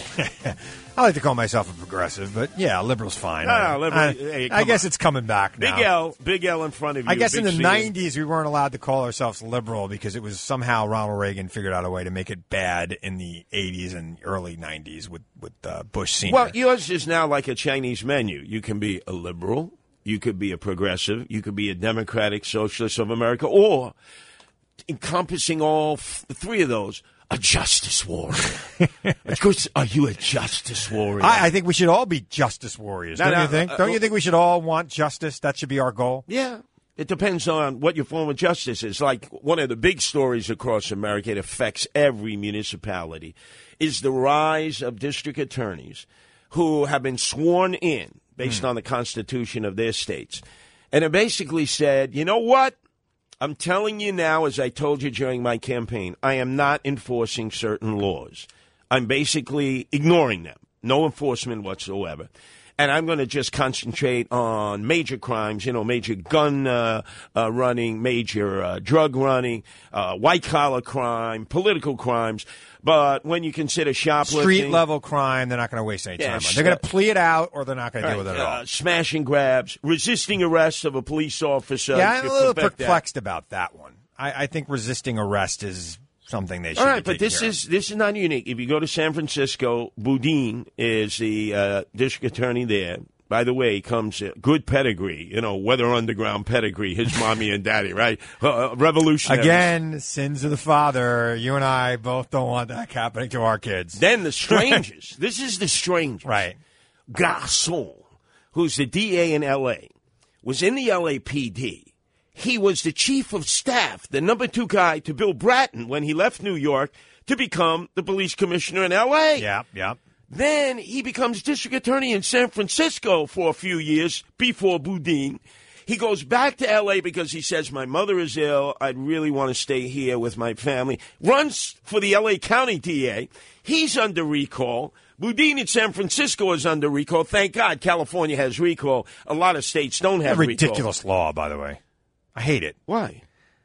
S4: I like to call myself a progressive, but yeah, liberal's fine.
S3: No, no, Ah, liberal-
S4: I,
S3: hey,
S4: I
S3: come
S4: guess
S3: on.
S4: it's coming back now.
S3: Big L, Big L in front of you.
S4: I guess in
S3: Big
S4: the
S3: C.
S4: '90s we weren't allowed to call ourselves liberal because it was somehow Ronald Reagan figured out a way to make it bad in the '80s and early '90s with with uh, Bush senior.
S3: Well, yours is now like a Chinese menu. You can be a liberal, you could be a progressive, you could be a democratic socialist of America, or encompassing all f- three of those, a justice warrior. of course, are you a justice warrior?
S4: I, I think we should all be justice warriors.
S3: No,
S4: don't
S3: no,
S4: you think?
S3: uh,
S4: don't you think we should all want justice? That should be our goal.
S3: Yeah. It depends on what your form of justice is. Like one of the big stories across America, it affects every municipality, is the rise of district attorneys who have been sworn in based on the constitution of their states. And it basically said, you know what? I'm telling you now, as I told you during my campaign, I am not enforcing certain laws. I'm basically ignoring them, no enforcement whatsoever. And I'm going to just concentrate on major crimes, you know, major gun uh, uh, running, major uh, drug running, uh, white collar crime, political crimes. But when you consider shoplifting,
S4: Street level crime, they're not going to waste any
S3: Yeah,
S4: time. on.
S3: sh-
S4: They're going to plea it out, or they're not going to deal
S3: All
S4: with it
S3: right,
S4: at all.
S3: uh, smash and grabs, resisting arrest of a police officer.
S4: yeah, I'm
S3: to
S4: a little
S3: prevent that.
S4: perplexed about that one. I, I think resisting arrest is something they should.
S3: All
S4: be
S3: right, but
S4: taking
S3: this
S4: care of.
S3: is this is not unique. If you go to San Francisco, Boudin is the uh, district attorney there. By the way, comes a good pedigree, you know, weather underground pedigree. His mommy and daddy, right? Uh, revolutionary.
S4: Again, sins of the father. You and I both don't want that happening to our kids.
S3: Then the strangers. this is the strangers.
S4: Right.
S3: Garcon, who's the DA in LA, was in the LAPD. He was the chief of staff, the number two guy to Bill Bratton when he left New York to become the police commissioner in LA.
S4: Yep, yep.
S3: Then he becomes district attorney in San Francisco for a few years before Boudin. He goes back to LA because he says, My mother is ill. I'd really want to stay here with my family. Runs for the LA County DA. He's under recall. Boudin in San Francisco is under recall. Thank God California has recall. A lot of states don't
S4: A
S3: have recall.
S4: ridiculous law, by the way. I hate it.
S3: Why?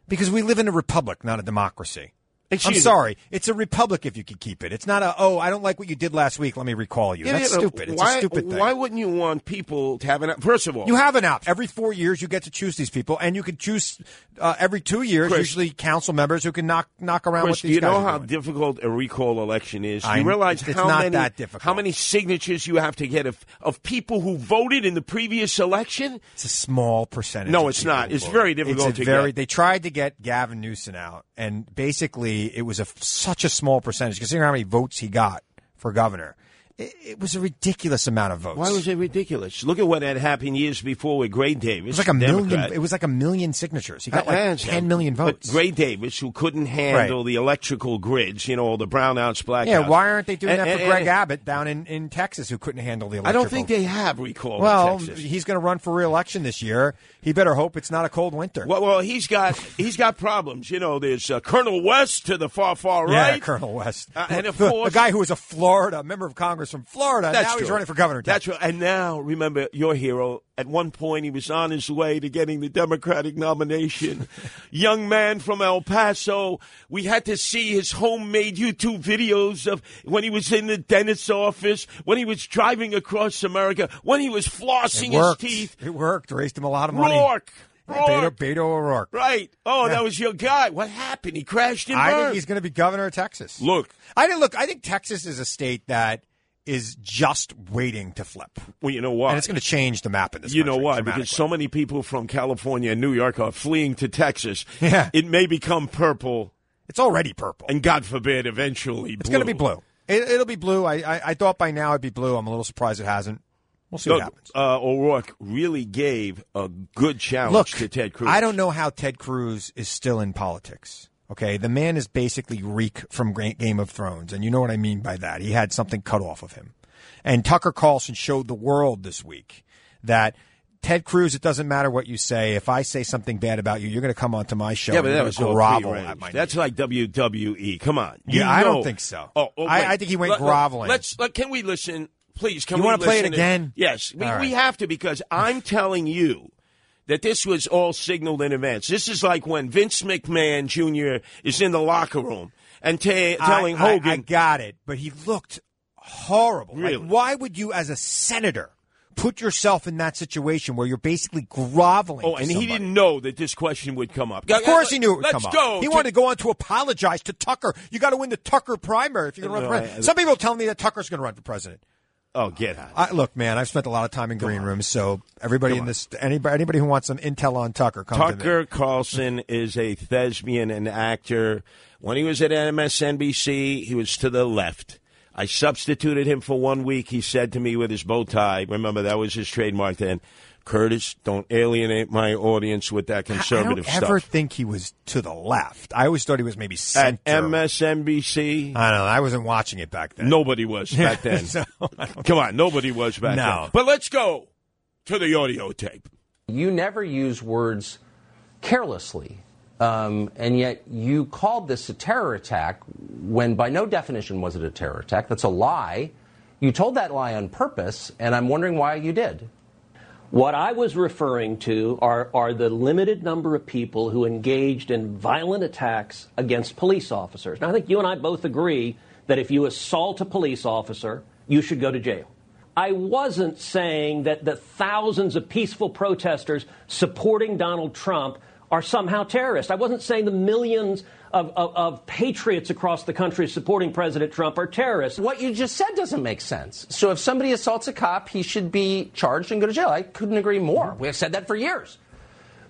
S4: Because we live in a republic, not a democracy.
S3: Excuse me.
S4: I'm sorry. It's a republic if you could keep it. It's not a, oh, I don't like what you did last week. Let me recall you.
S3: Yeah,
S4: That's
S3: yeah, but
S4: stupid. It's
S3: why,
S4: a stupid thing.
S3: Why wouldn't you want people to have an. First of all,
S4: You have an option. Every four years, you get to choose these people, and you can choose uh, every two years,
S3: Chris.
S4: usually council members who can knock knock around
S3: Chris,
S4: with
S3: do
S4: these
S3: you
S4: guys
S3: know
S4: are
S3: how
S4: doing.
S3: difficult a recall election is? Do
S4: I-
S3: you realize
S4: it's
S3: how
S4: not
S3: many
S4: that difficult.
S3: how many signatures you have to get of, of people who voted in the previous election?
S4: It's a small percentage.
S3: No,
S4: of
S3: it's
S4: people
S3: not.
S4: who
S3: It's
S4: vote.
S3: very difficult
S4: It's a
S3: to
S4: very.
S3: get.
S4: They tried to get Gavin Newsom out, and basically, it was a such a small percentage considering how many votes he got for governor. It, it was a ridiculous amount of votes.
S3: Why was it ridiculous? Look at what had happened years before with Gray Davis.
S4: it was like a
S3: Democrat.
S4: million. It was like a million signatures. He got
S3: I- I
S4: like
S3: understand.
S4: ten million votes.
S3: But Gray Davis, who couldn't handle the electrical grids, you know, all the brownouts, blackouts.
S4: yeah, why aren't they doing
S3: And-
S4: that for
S3: and-
S4: Greg
S3: and-
S4: Abbott down in, in Texas, who couldn't handle the
S3: I
S4: electrical?
S3: don't think they have recall. in
S4: Well,
S3: Texas.
S4: he's going to run for reelection this year. He better hope it's not a cold winter.
S3: Well, well, he's got he's got problems. You know, there's uh, Colonel West to the far far
S4: Yeah,
S3: right.
S4: Colonel West,
S3: Uh, and of
S4: The-
S3: course-
S4: the guy who was a Florida member of Congress from Florida. now he's
S3: true.
S4: running for governor.
S3: That's right. And now, remember, your hero, at one point, he was on his way to getting the Democratic nomination. Young man from El Paso. We had to see his homemade YouTube videos of when he was in the dentist's office, when he was driving across America, when he was flossing
S4: it worked.
S3: his teeth.
S4: It worked. Raised him a lot of money.
S3: Rourke.
S4: Yeah, Beto,
S3: Rourke.
S4: Beto O'Rourke.
S3: Right. Oh,
S4: Yeah.
S3: that was your guy. What happened? He crashed and
S4: I
S3: burned.
S4: think he's going to be governor of Texas.
S3: Look.
S4: I didn't look. I think Texas is a state that is just waiting to flip,
S3: well, you know what?
S4: and it's going to change the map in this.
S3: You know
S4: country
S3: why? Because so many people from California and New York are fleeing to Texas.
S4: Yeah.
S3: It may become purple,
S4: it's already purple.
S3: and God forbid, eventually blue.
S4: It's going to be blue. It, it'll be blue. I, I I thought by now it'd be blue. I'm a little surprised it hasn't. We'll see what
S3: Look,
S4: happens.
S3: Uh, O'Rourke really gave a good challenge
S4: Look,
S3: to Ted Cruz.
S4: I don't know how Ted Cruz is still in politics. Okay, the man is basically Reek from Gra- Game of Thrones, and you know what I mean by that. He had something cut off of him. And Tucker Carlson showed the world this week that Ted Cruz, it doesn't matter what you say. If I say something bad about you, you're going to come onto my show.
S3: Yeah,
S4: and
S3: but
S4: you're
S3: that was
S4: gonna
S3: all
S4: grovel
S3: prearranged.
S4: at my.
S3: That's like WWE. Come on.
S4: Yeah,
S3: You
S4: I don't
S3: know-
S4: think so.
S3: Oh, oh,
S4: I-
S3: wait.
S4: I think he went
S3: Let- let-
S4: groveling.
S3: Let's. Let, can we listen, please? Can
S4: You
S3: we
S4: wanna play it
S3: listen to-
S4: again?
S3: yes, we,
S4: All right.
S3: we have to because I'm telling you that this was all signaled in advance. This is like when Vince McMahon Jr. is in the locker room and ta- telling
S4: I, I-
S3: Hogan,
S4: I got it, but he looked horrible. Like,
S3: Really?
S4: why would you, as a senator, put yourself in that situation where you're basically groveling?
S3: "Oh,
S4: to
S3: and he
S4: somebody?
S3: didn't know that this question would come up."
S4: Of course, he knew it would
S3: Let's
S4: come up.
S3: go
S4: He
S3: to-
S4: wanted to go on to apologize to Tucker. You got to win the Tucker primary if you're going to
S3: No,
S4: run for president.
S3: I-
S4: Some people tell me that Tucker's going to run for president.
S3: Oh, get out!
S4: I, look, man, I've spent a lot of time in green rooms, so everybody in this, anybody, anybody who wants some intel on Tucker, come to me.
S3: Tucker Carlson is a thespian and actor. When he was at MSNBC, he was to the left. I substituted him for one week. He said to me with his bow tie, remember that was his trademark then, Curtis, don't alienate my audience with that
S4: I don't
S3: conservative
S4: ever
S3: stuff.
S4: think he was to the left. I always thought he was maybe center.
S3: At MSNBC,
S4: I don't know. I wasn't watching it back then.
S3: nobody was back then.
S4: So-
S3: Come on, nobody was back
S4: No.
S3: then. But let's go to the audio tape.
S5: You never use words carelessly, um, and yet you called this a terror attack when by no definition was it a terror attack. That's a lie. You told that lie on purpose, and I'm wondering why you did.
S6: What I was referring to are, are the limited number of people who engaged in violent attacks against police officers. Now, I think you and I both agree that if you assault a police officer, you should go to jail. I wasn't saying that the thousands of peaceful protesters supporting Donald Trump are somehow terrorists. I wasn't saying the millions of, of, of patriots across the country supporting President Trump are terrorists.
S5: What you just said doesn't make sense. So if somebody assaults a cop, he should be charged and go to jail. I couldn't agree more. We have said that for years.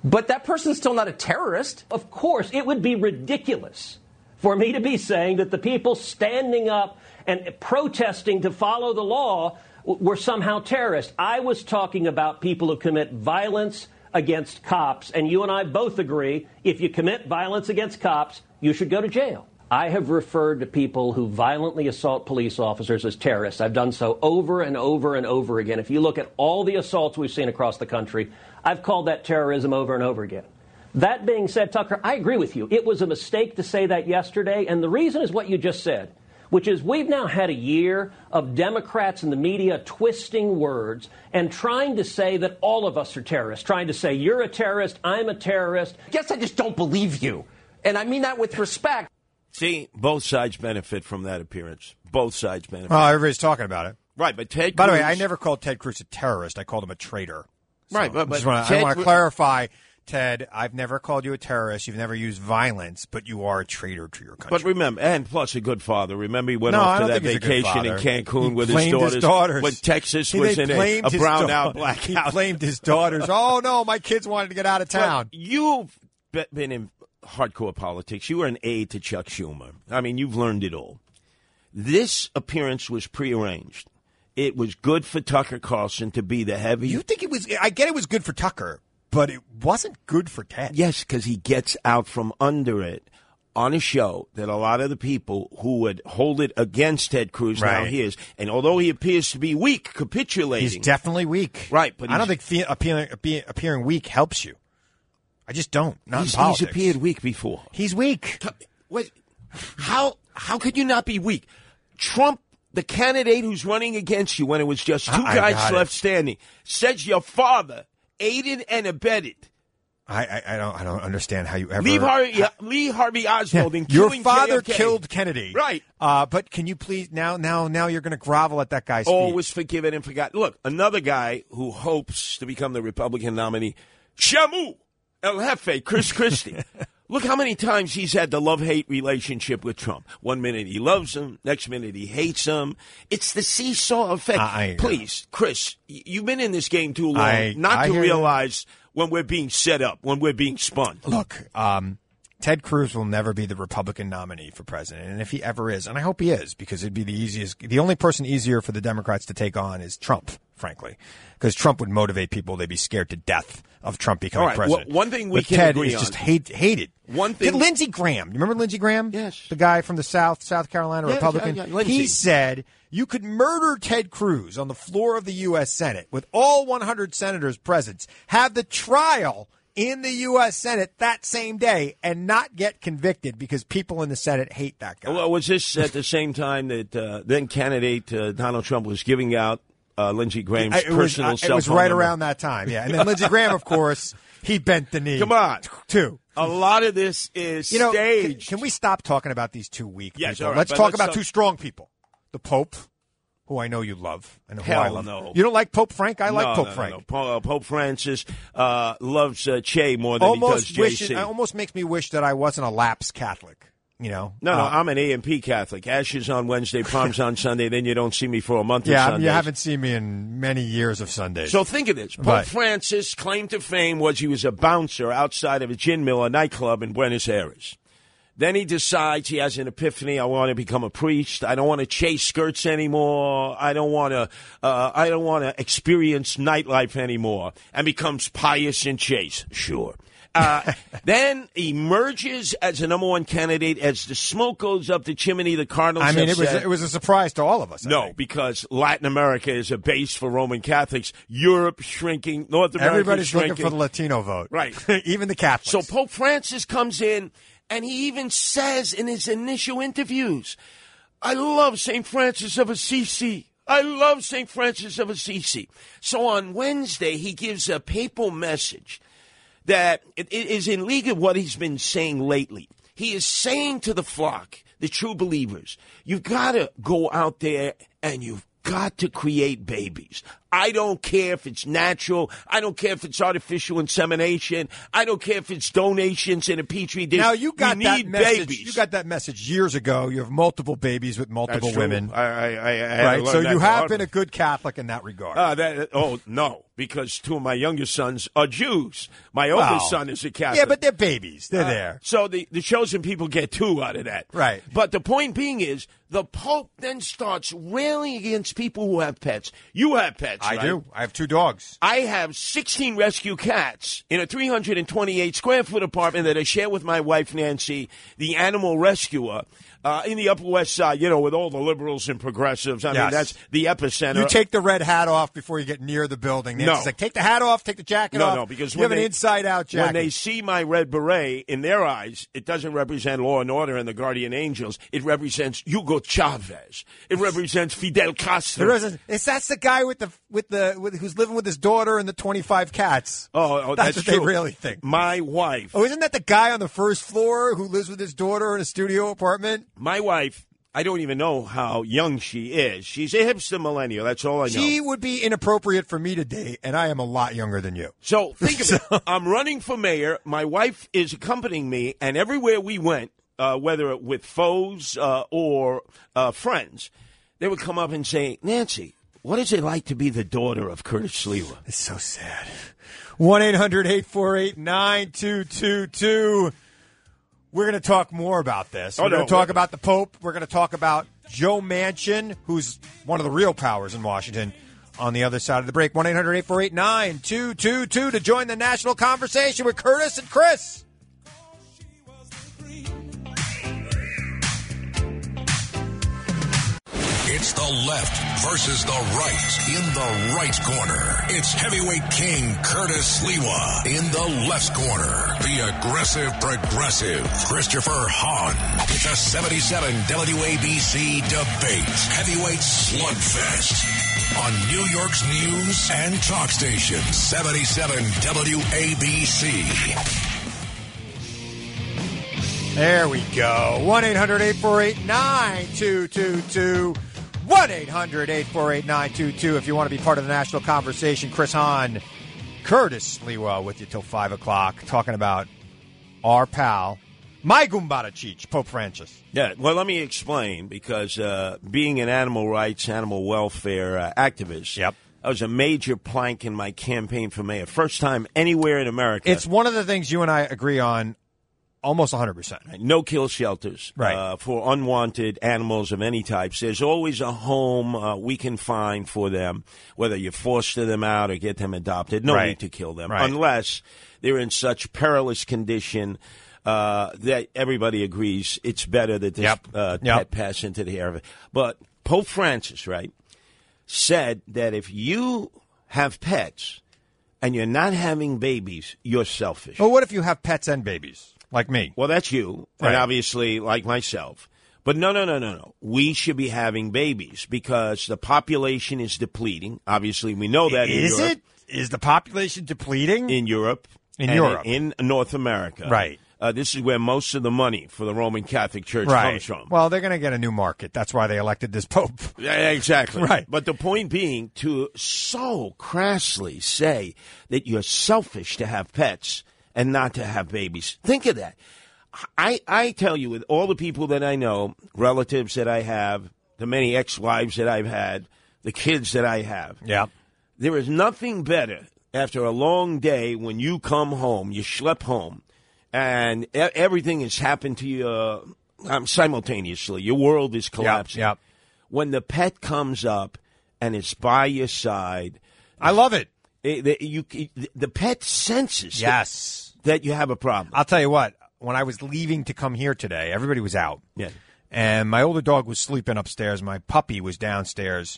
S5: But that person's still not a terrorist.
S6: Of course, it would be ridiculous for me to be saying that the people standing up and protesting to follow the law w- were somehow terrorists. I was talking about people who commit violence against cops, and you and I both agree if you commit violence against cops, you should go to jail. I have referred to people who violently assault police officers as terrorists. I've done so over and over and over again. If you look at all the assaults we've seen across the country, I've called that terrorism over and over again. That being said, Tucker, I agree with you. It was a mistake to say that yesterday, and the reason is what you just said, which is we've now had a year of Democrats in the media twisting words and trying to say that all of us are terrorists, trying to say you're a terrorist, I'm a terrorist.
S5: Guess I just don't believe you. And I mean that with respect.
S3: See, both sides benefit from that appearance. Both sides benefit.
S4: Well, Oh, everybody's talking about it.
S3: right, but Ted
S4: By the way,
S3: Cruz-
S4: I never called Ted Cruz a terrorist. I called him a traitor.
S3: Right, but-
S4: I just
S3: but
S4: wanna, I
S3: Ted
S4: want to
S3: Cruz-
S4: clarify, Ted. I've never called you a terrorist. You've never used violence, but you are a traitor to your country.
S3: But remember, and plus a good father. Remember, he went
S4: No, I
S3: off to
S4: don't
S3: that
S4: think he's a good
S3: vacation in
S4: father.
S3: Cancun
S4: He
S3: with his
S4: blamed his
S3: daughters,
S4: daughters.
S3: When Texas
S4: He-
S3: was
S4: they
S3: in a,
S4: blamed
S3: a
S4: his
S3: brown
S4: daughters.
S3: out blackout.
S4: He blamed his daughters. oh no, my kids wanted to get out of town.
S3: But you've be- been in hardcore politics. You were an aide to Chuck Schumer. I mean, you've learned it all. This appearance was prearranged. It was good for Tucker Carlson to be the heavy.
S4: You think it was? I get it was good for Tucker, but it wasn't good for Ted.
S3: Yes, because he gets out from under it on a show that a lot of the people who would hold it against Ted Cruz now
S4: Right.
S3: he is. And although he appears to be weak, capitulating.
S4: He's definitely weak.
S3: Right, but
S4: I don't think
S3: he's-
S4: fe- appearing, appear- appearing weak helps you. I just don't. Not
S3: he's,
S4: in politics.
S3: he's appeared weak before.
S4: He's weak.
S3: Wait, how how could you not be weak? Trump, the candidate who's running against you when it was just two
S4: I- I
S3: guys
S4: got it.
S3: left standing, says your father aided and abetted
S4: I, I, I don't I don't understand how you ever
S3: Lee Harvey, Lee Harvey Oswald in
S4: Your
S3: killing
S4: father
S3: JFK.
S4: killed Kennedy,
S3: Right.
S4: Uh, but can you please now now now you're going to grovel at that guy's feet?
S3: Always forgiven and forgotten. Look, another guy who hopes to become the Republican nominee, Shamu El Jefe, Chris Christie. Look how many times he's had the love hate relationship with Trump. One minute he loves him, next minute he hates him. It's the seesaw effect.
S4: I- I-
S3: Please, Chris, y- you've been in this game too long
S4: I-
S3: not
S4: I
S3: to
S4: hear-
S3: realize when we're being set up, when we're being spun.
S4: Look, um, Ted Cruz will never be the Republican nominee for president, and if he ever is, and I hope he is, because it'd be the easiest, the only person easier for the Democrats to take on is Trump frankly, because Trump would motivate people. They'd be scared to death of Trump becoming
S3: All right, well,
S4: president.
S3: one thing we
S4: But
S3: can
S4: Ted
S3: agree
S4: is
S3: on.
S4: just hate, hated.
S3: One
S4: Did
S3: thing-
S4: Lindsey Graham? You remember Lindsey Graham? Yes, the guy from the South, South Carolina
S3: Yeah, yeah,
S4: Republican.
S3: yeah, Lindsey.
S4: he said you could murder Ted Cruz on the floor of the U.S. Senate with all 100 senators present, have the trial in the U.S. Senate that same day, and not get convicted because people in the Senate hate that guy.
S3: Well, was this at the same time that uh, then candidate uh, Donald Trump was giving out uh, Lindsey Graham's
S4: I- it was,
S3: personal
S4: uh,
S3: cell
S4: it was
S3: phone
S4: right
S3: number?
S4: around that time, yeah. And then Lindsey Graham, of course, he bent the knee.
S3: Come on.
S4: too.
S3: A lot of this is
S4: You know, can,
S3: staged.
S4: can we stop talking about these two weak
S3: Yes,
S4: people?
S3: all right,
S4: let's
S3: but
S4: talk
S3: let's
S4: about
S3: talk-
S4: two strong people: the Pope, who I know you love, and who I
S3: Hell
S4: love.
S3: no.
S4: You don't like Pope Frank? I like
S3: No,
S4: Pope
S3: no, no,
S4: Frank.
S3: no. Po- uh, Pope Francis uh, loves uh, Che more than
S4: almost
S3: he does
S4: wish
S3: JC.
S4: it, almost makes me wish that I wasn't a lapsed Catholic. You know?
S3: no, no,
S4: Uh,
S3: I'm an AMP Catholic. Ashes on Wednesday, palms on Sunday. Then you don't see me for a month.
S4: yeah,
S3: of
S4: I mean, you
S3: Sundays.
S4: haven't seen me in many years of Sundays.
S3: So think of this. Pope
S4: But-
S3: Francis' claim to fame was he was a bouncer outside of a gin mill, a nightclub in Buenos Aires. Then he decides he has an epiphany. I want to become a priest. I don't want to chase skirts anymore. I don't want to. Uh, I don't want to experience nightlife anymore. And becomes pious and chase. Sure. Uh, then emerges as the number one candidate. As the smoke goes up the chimney, the Cardinals.
S4: I mean,
S3: have
S4: it was
S3: said-
S4: it was a surprise to all of us.
S3: no, because Latin America is a base for Roman Catholics. Europe shrinking. North America
S4: Everybody's
S3: shrinking.
S4: looking for the Latino vote,
S3: Right.
S4: Even the Catholics.
S3: So Pope Francis comes in, and he even says in his initial interviews, "I love Saint Francis of Assisi." I love St. Francis of Assisi. So on Wednesday, he gives a papal message that it it is in league with what he's been saying lately. He is saying to the flock, the true believers, you've got to go out there and you've got to create babies. I don't care if it's natural. I don't care if it's artificial insemination. I don't care if it's donations in a petri dish.
S4: Now you got that
S3: need
S4: message.
S3: babies.
S4: You got that message years ago. You have multiple babies with multiple
S3: That's true.
S4: women.
S3: I, I, I, I
S4: right.
S3: learned
S4: So
S3: that
S4: you
S3: the
S4: have
S3: hard
S4: been
S3: way.
S4: a good Catholic in that regard.
S3: Uh, that, oh no, because two of my younger sons are Jews. My older
S4: Well,
S3: son is a Catholic.
S4: yeah, but they're babies. They're
S3: Uh,
S4: there.
S3: So the, the chosen people get two out of that.
S4: Right.
S3: But the point being is the Pope then starts railing against people who have pets. You have pets.
S4: I
S3: right?
S4: do. I have two dogs.
S3: I have 16 rescue cats in a 328 square foot apartment that I share with my wife, Nancy, the animal rescuer, uh, in the Upper West Side, you know, with all the liberals and progressives. I mean,
S4: Yes.
S3: that's the epicenter.
S4: You take the red hat off before you get near the building.
S3: uh, No.
S4: Nancy's like, take the hat off, take the jacket
S3: no,
S4: off.
S3: No, because
S4: you
S3: when
S4: have
S3: they-
S4: an inside-out
S3: When
S4: jacket.
S3: they see my red beret, in their eyes, it doesn't represent law and order and the guardian angels. It represents Hugo Chavez. It represents Fidel Castro.
S4: There is a- it's- that's the guy with the with the with, who's living with his daughter and the twenty five cats.
S3: Oh, oh,
S4: that's,
S3: that's
S4: what they
S3: true.
S4: really think.
S3: My wife.
S4: Oh, isn't that the guy on the first floor who lives with his daughter in a studio apartment?
S3: My wife. I don't even know how young she is. She's a hipster millennial. That's all I know.
S4: She would be inappropriate for me to date, and I am a lot younger than you.
S3: So think of it. I'm running for mayor. My wife is accompanying me, and everywhere we went, uh, whether with foes uh, or uh, friends, they would come up and say, "Nancy, what is it like to be the daughter of Curtis Lewa?"
S4: It's so sad. 1 800 848 9222. We're going to talk more about this.
S3: Oh,
S4: We're going
S3: no.
S4: to talk about the Pope. We're going to talk about Joe Manchin, who's one of the real powers in Washington, on the other side of the break. 1 800 848 9222 to join the national conversation with Curtis and Chris.
S1: It's the left versus the right. In the right corner, it's heavyweight king Curtis Lewa. In the left corner, the aggressive progressive Christopher Hahn. It's a 77 WABC debate. Heavyweight slugfest. On New York's news and talk station, 77 WABC.
S4: There we go. 1 800 848 9222. 1 800 848 9222. If you want to be part of the national conversation, Chris Hahn, Curtis Lewa with you till 5 o'clock, talking about our pal, my Gumbadacic, Pope Francis.
S3: Yeah, well, let me explain because uh, being an animal rights, animal welfare uh, activist, yep. that was a major plank in my campaign for mayor. First time anywhere in America.
S4: It's one of the things you and I agree on almost 100%.
S3: No kill shelters
S4: Right.
S3: uh, for unwanted animals of any types. There's always a home uh, we can find for them, whether you foster them out or get them adopted. No
S4: Right.
S3: need to kill them
S4: Right.
S3: unless they're in such perilous condition uh, that everybody agrees it's better that this uh,
S4: Yep.
S3: pet pass into the air. But Pope Francis, right, said that if you have pets and you're not having babies, you're selfish.
S4: Well, what if you have pets and babies? Like me.
S3: Well, that's you,
S4: Right.
S3: and obviously, like myself. But no, no, no, no, no. We should be having babies because the population is depleting. Obviously, we know that. in
S4: Is
S3: Europe.
S4: it? Is the population depleting
S3: in Europe?
S4: In
S3: and
S4: Europe.
S3: in North America,
S4: Right.
S3: Uh, this is where most of the money for the Roman Catholic Church
S4: right.
S3: comes from.
S4: Well, they're going to get a new market. That's why they elected this pope.
S3: Yeah, exactly.
S4: Right.
S3: But the point being to so crassly say that you're selfish to have pets and not to have babies. Think of that. I, I tell you, with all the people that I know, relatives that I have, the many ex wives that I've had, the kids that I have.
S4: Yeah.
S3: There is nothing better after a long day when you come home, you schlep home, and e- everything has happened to you uh, um, simultaneously. Your world is collapsing.
S4: yep.
S3: When the pet comes up and it's by your side,
S4: I love it.
S3: the, you, the- the pet senses
S4: Yes.
S3: that you have a problem.
S4: I'll tell you what. When I was leaving to come here today, everybody was out.
S3: Yeah.
S4: And my older dog was sleeping upstairs. My puppy was downstairs.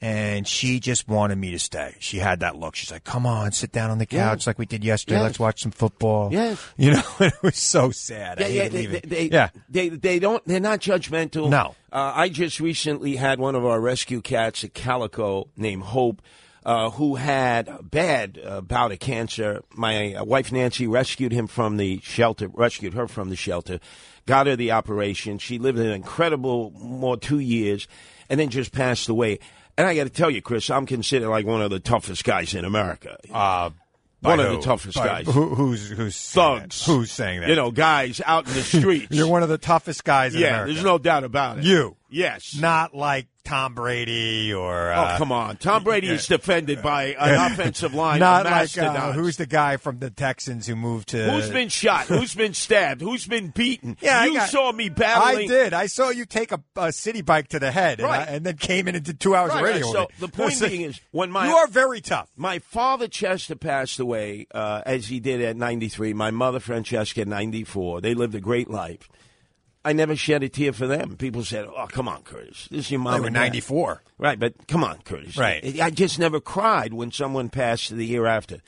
S4: And she just wanted me to stay. She had that look. She's like, come on, sit down on the couch like we did yesterday.
S3: Yes.
S4: Let's watch some football.
S3: Yes.
S4: You know, it was so sad.
S3: Yeah,
S4: I
S3: yeah,
S4: hated
S3: they,
S4: leaving.
S3: they,
S4: yeah.
S3: they, they don't. They're not judgmental.
S4: No.
S3: Uh, I just recently had one of our rescue cats, a calico named Hope, uh, who had a bad uh, bout of cancer. My uh, wife Nancy rescued him from the shelter. Rescued her from the shelter. Got her the operation. She lived an incredible more two years, and then just passed away. And I got to tell you, Chris, I'm considered like one of the toughest guys in America.
S4: Uh,
S3: one
S4: By
S3: of
S4: who?
S3: the toughest
S4: By-
S3: guys.
S4: Who, who's who's saying that?
S3: Thugs.
S4: Who's saying that?
S3: You know, guys out in the streets.
S4: You're one of the toughest guys in
S3: yeah,
S4: America.
S3: there's no doubt about it.
S4: You.
S3: Yes.
S4: Not like Tom Brady or.
S3: oh,
S4: Uh,
S3: come on. Tom Brady is defended by an offensive line.
S4: Not
S3: of
S4: like uh,
S3: mastodons.
S4: who's the guy from the Texans who moved to.
S3: Who's been shot? Who's been stabbed? Who's been beaten?
S4: Yeah, I
S3: you
S4: got-
S3: saw me battling.
S4: I did. I saw you take a, a city bike to the head, and,
S3: Right.
S4: I, and then came in and did two hours
S3: Right,
S4: of radio.
S3: right. So
S4: with it.
S3: the point
S4: Listen,
S3: being is, when my
S4: you are very tough.
S3: my father Chester passed away uh, as he did at 93. My mother Francesca at 94. They lived a great life. I never shed a tear for them. People said, "Oh, come on, Curtis, this is your mom."
S4: They were
S3: and dad."
S4: 94.
S3: right? But come on, Curtis,
S4: Right.
S3: I just never cried when someone passed the year after.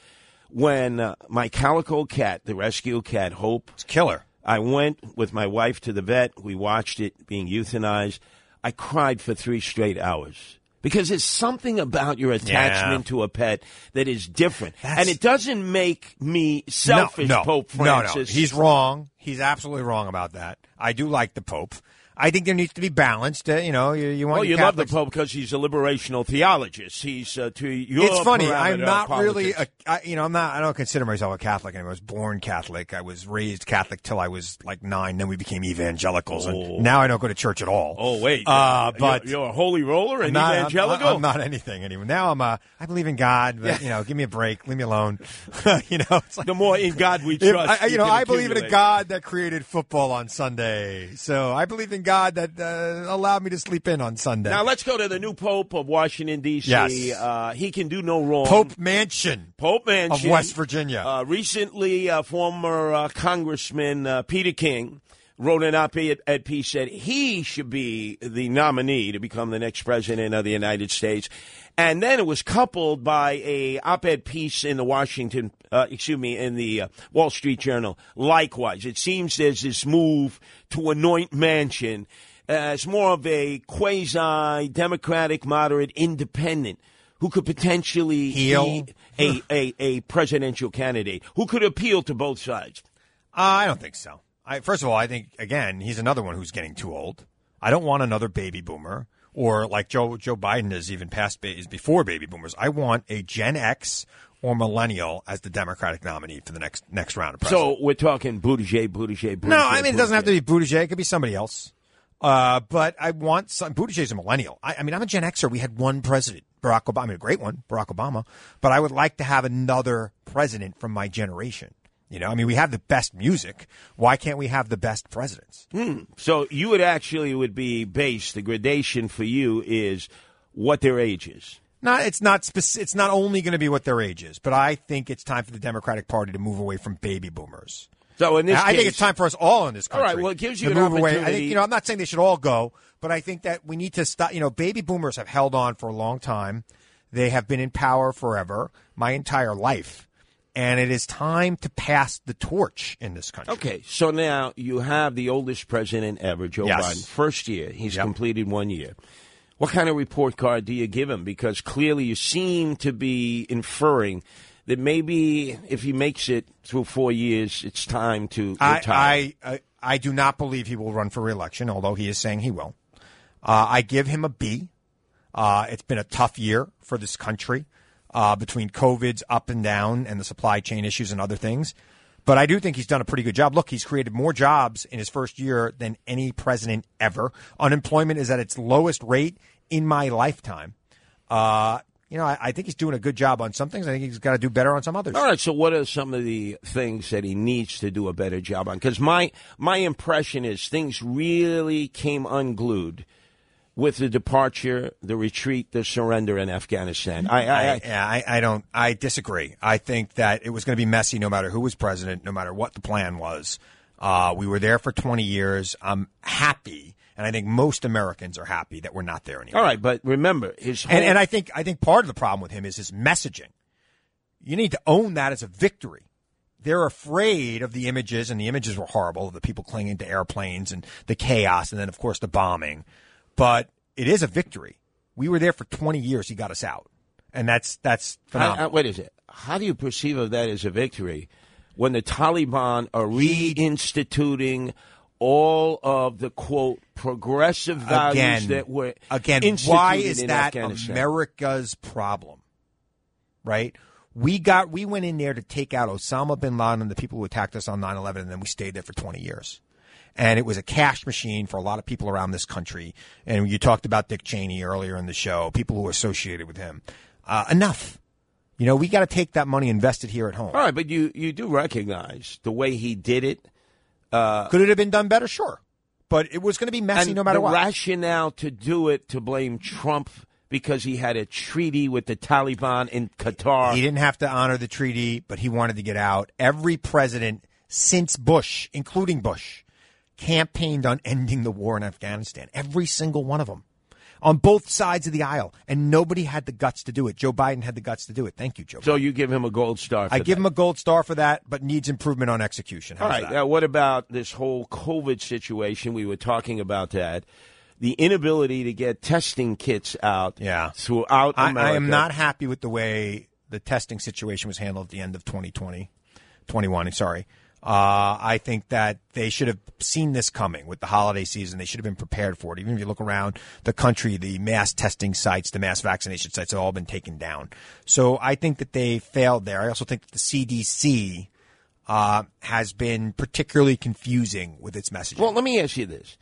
S3: When uh, my calico cat, the rescue cat, Hope,
S4: It's killer.
S3: I went with my wife to the vet. We watched it being euthanized. I cried for three straight hours because there's something about your attachment to a pet that is different, and it doesn't make me selfish.
S4: no, no,
S3: Pope Francis,
S4: No, no, he's wrong. He's absolutely wrong about that. I do like the Pope. I think there needs to be balanced. Uh, you know, you, you want
S3: Well,
S4: your
S3: you love the
S4: Catholics-
S3: Pope because he's a liberational theologist. He's uh, to your
S4: it's funny. I'm
S3: parameter of
S4: not really,
S3: politics.
S4: a, I, you know, I'm not. I don't consider myself a Catholic anymore. I was born Catholic. I was raised Catholic till I was like nine. Then we became evangelicals,
S3: Oh.
S4: and now I don't go to church at all.
S3: Oh wait,
S4: uh, but
S3: you're, you're a holy roller and
S4: I'm not- I'm-
S3: evangelical.
S4: I'm, not anything anymore. Now I'm a. I believe in God, but you know, give me a break. Leave me alone. you know, it's like
S3: the more in God we
S4: if-
S3: trust,
S4: I, you know,
S3: can
S4: I believe in a
S3: accumulate.
S4: God that created football on Sunday, so I believe in God that uh, allowed me to sleep in on Sunday.
S3: Now let's go to the new Pope of Washington D.C.
S4: Yes.
S3: Uh, he can do no wrong.
S4: Pope Mansion.
S3: Pope Manchin
S4: Of West Virginia.
S3: Uh, recently, uh, former uh, Congressman uh, Peter King wrote an op-ed at Peace said he should be the nominee to become the next president of the United States. And then it was coupled by a op-ed piece in the Washington, uh, excuse me, in the uh, Wall Street Journal. Likewise, it seems there's this move to anoint Manchin as more of a quasi-democratic, moderate, independent who could potentially
S4: Heel.
S3: be a, a, a presidential candidate who could appeal to both sides.
S4: Uh, I don't think so. I, first of all, I think again he's another one who's getting too old. I don't want another baby boomer or like Joe Joe Biden is even past ba- is before baby boomers. I want a Gen X or millennial as the Democratic nominee for the next next round of president.
S3: So we're talking Buttigieg, Buttigieg, Buttigieg.
S4: no, I mean it doesn't have to be Buttigieg. It could be somebody else. Uh, but I want some. Buttigieg's a millennial. I, I mean, I'm a Gen Xer. We had one president, Barack Obama, I mean, a great one, Barack Obama. But I would like to have another president from my generation. You know, I mean, we have the best music. Why can't we have the best presidents?
S3: Hmm. So you would actually would be based. The gradation for you is what their age is.
S4: Not, it's not speci- It's not only going to be what their age is, but I think it's time for the Democratic Party to move away from baby boomers.
S3: So in this
S4: I think
S3: case-
S4: it's time for us all in this
S3: All
S4: country.
S3: right, well, it gives you
S4: to
S3: an
S4: move away. I
S3: opportunity-
S4: think you know. I'm not saying they should all go, but I think that we need to stop. You know, baby boomers have held on for a long time. They have been in power forever, my entire life, and it is time to pass the torch in this country.
S3: Okay, so now you have the oldest president ever, Joe
S4: Yes.
S3: Biden. First year, he's completed one year. What kind of report card do you give him? Because clearly you seem to be inferring that maybe if he makes it through four years, it's time to retire.
S4: I, I, I, I do not believe he will run for reelection, although he is saying he will. Uh, I give him a B. Uh, it's been a tough year for this country uh, between COVID's up and down and the supply chain issues and other things. But I do think he's done a pretty good job. Look, he's created more jobs in his first year than any president ever. Unemployment is at its lowest rate in my lifetime. Uh, you know, I, I think he's doing a good job on some things. I think he's got to do better on some others.
S3: All right. So, what are some of the things that he needs to do a better job on? Because my my impression is things really came unglued with the departure, the retreat, the surrender in Afghanistan. I, I, I
S4: yeah, I, I don't. I disagree. I think that it was going to be messy, no matter who was president, no matter what the plan was. Uh, we were there for 20 years. I'm happy, and I think most Americans are happy that we're not there anymore.
S3: all right. But remember, his whole,
S4: And, and I think I think part of the problem with him is his messaging. You need to own that as a victory. They're afraid of the images, and the images were horrible. The people clinging to airplanes and the chaos, and then of course the bombing. But it is a victory. We were there for 20 years. He got us out, and that's that's phenomenal.
S3: How- how- wait a second. How do you perceive of that as a victory when the Taliban are reinstituting all of the quote progressive values
S4: again,
S3: that were
S4: again
S3: instituted
S4: why is
S3: in
S4: that
S3: Afghanistan?
S4: america's problem right we got we went in there to take out osama bin laden and the people who attacked us on 9-11 and then we stayed there for 20 years and it was a cash machine for a lot of people around this country and you talked about dick cheney earlier in the show people who are associated with him uh, enough you know we got to take that money invested here at home
S3: All right, but you you do recognize the way he did it. Uh,
S4: could it have been done better sure but it was going to be messy
S3: and
S4: no matter
S3: the
S4: what
S3: rationale to do it to blame Trump because he had a treaty with the Taliban in Qatar.
S4: He didn't have to honor the treaty, but he wanted to get out. Every president since Bush, including Bush, campaigned on ending the war in Afghanistan. Every single one of them. On both sides of the aisle, and nobody had the guts to do it. Joe Biden had the guts to do it. Thank you, Joe.
S3: So you give him a gold star. For
S4: I give him a gold star for that, but needs improvement on execution.
S3: All
S4: How's
S3: right.
S4: that?
S3: Now, what about this whole COVID situation? We were talking about that. The inability to get testing kits out yeah. throughout
S4: I,
S3: America.
S4: I am not happy with the way the testing situation was handled at the end of 2020, 21. Sorry. Uh, I think that they should have seen this coming with the holiday season. They should have been prepared for it. Even if you look around the country, the mass testing sites, the mass vaccination sites have all been taken down. So I think that they failed there. I also think that the CDC uh, has been particularly confusing with its messaging.
S3: Well, let me ask you this.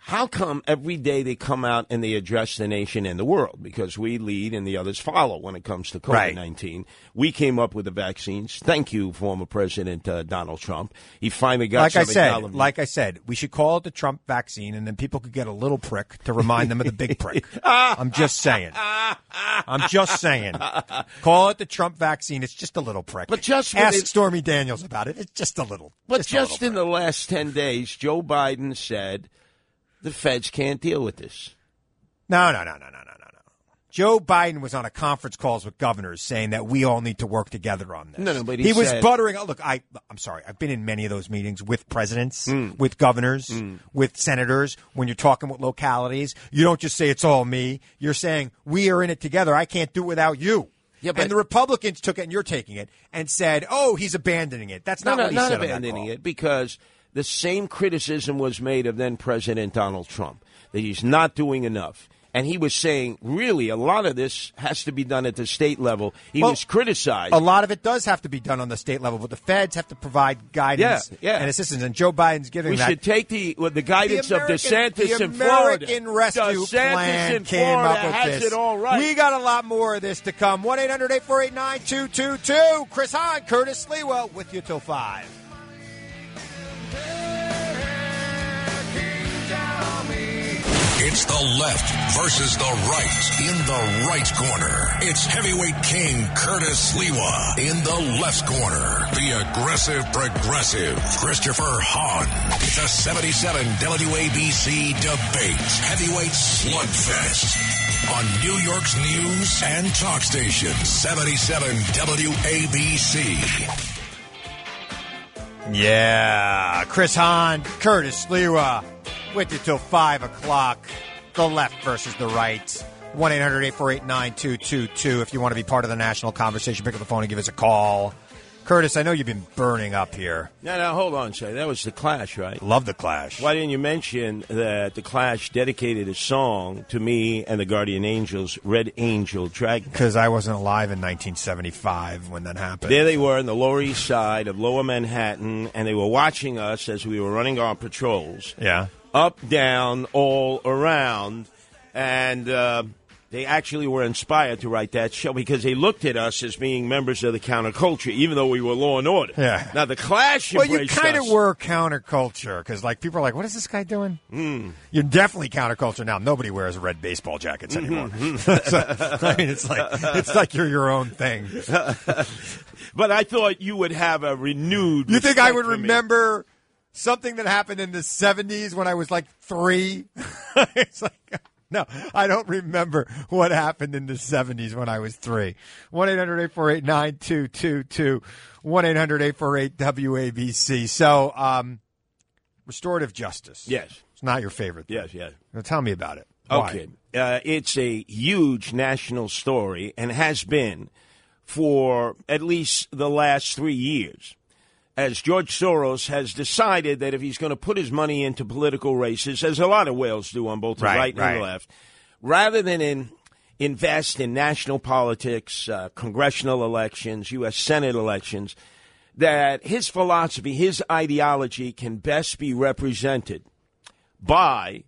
S3: How come every day they come out and they address the nation and the world? Because we lead and the others follow when it comes to COVID 19. We came up with the vaccines. Thank you, former President uh, Donald Trump. He finally got
S4: like I
S3: some
S4: said,
S3: acknowledgement.
S4: like I said, we should call it the Trump vaccine, and then people could get a little prick to remind them of the big prick. I'm just saying. I'm just saying. Call it the Trump vaccine. It's just a little prick. But
S3: just when
S4: ask
S3: it-
S4: Stormy Daniels about it. It's just a little.
S3: But
S4: just
S3: just,
S4: a little
S3: in the last 10 days, Joe Biden said the feds can't deal with this.
S4: No, no, no, no, no, no, no, no. Joe Biden was on a conference calls with governors saying that we all need to work together on this.
S3: No, no, but he
S4: was
S3: said-
S4: buttering. oh, Look, I, I'm sorry. I've been in many of those meetings with presidents,
S3: Hmm.
S4: with governors, with senators. When you're talking with localities, you don't just say it's all me. You're saying we are in it together. I can't do it without you. Yeah, and the Republicans took it, and you're taking it, and said, "Oh, he's abandoning it." That's
S3: No,
S4: not
S3: no,
S4: what he
S3: not
S4: said. on that
S3: abandoning
S4: call.
S3: it because the same criticism was made of then President Donald Trump that he's not doing enough. and he was saying, really, a lot of this has to be done at the state level. He was criticized.
S4: A lot of it does have to be done on the state level, but the feds have to provide guidance
S3: Yeah, yeah.
S4: and assistance, and Joe Biden's giving
S3: we
S4: that.
S3: should take the well, the guidance
S4: American-
S3: of DeSantis
S4: the
S3: in Florida.
S4: American Rescue
S3: DeSantis
S4: Plan
S3: in
S4: came
S3: Florida
S4: up with
S3: has it
S4: this.
S3: all right.
S4: We got a lot more of this to come. 1 800 848 9222. Chris Hahn, Curtis Lewa with you till 5.
S1: It's the left versus the right in the right corner. It's heavyweight king Curtis Lewa in the left corner. The aggressive progressive Christopher Hahn. The 77 WABC debate heavyweight slugfest on New York's news and talk station 77 WABC.
S4: Yeah, Chris Hahn, Curtis Lewa, with you till 5 o'clock. The left versus the right. 1 800 848 9222. If you want to be part of the national conversation, pick up the phone and give us a call. Curtis, I know you've been burning up here.
S3: No, no, hold on, Shay. That was the Clash, right?
S4: Love the Clash.
S3: Why didn't you mention that the Clash dedicated a song to me and the Guardian Angels, Red Angel Dragon?
S4: Because I wasn't alive in 1975 when that happened.
S3: There they were in the Lower East Side of Lower Manhattan, and they were watching us as we were running our patrols.
S4: Yeah.
S3: Up, down, all around. And uh, they actually were inspired to write that show because they looked at us as being members of the counterculture, even though we were law and order.
S4: Yeah.
S3: Now, the Clash
S4: Well, you
S3: embraced
S4: kind
S3: us.
S4: of were counterculture because, like, people are like, "What is this guy doing?"
S3: Mm.
S4: You're definitely counterculture now. Nobody wears red baseball jackets
S3: Mm-hmm,
S4: anymore. So, I mean, it's like it's like you're your own thing.
S3: but I thought you would have a renewed.
S4: You think I
S3: respect
S4: would
S3: for me.
S4: remember something that happened in the '70s when I was like three? it's like. No, I don't remember what happened in the 70s when I was three. 1 800 848 9222. 1 800 848 WABC. So, um, restorative justice.
S3: Yes.
S4: It's not your favorite. Thing.
S3: Yes, yes.
S4: Now tell me about it. Why?
S3: Okay. Uh, it's a huge national story and has been for at least the last three years. As George Soros has decided that if he's going to put his money into political races, as a lot of whales do on both the
S4: Right,
S3: right, and
S4: right.
S3: the left, rather than in, invest in national politics, uh, congressional elections, U.S. Senate elections, that his philosophy, his ideology can best be represented by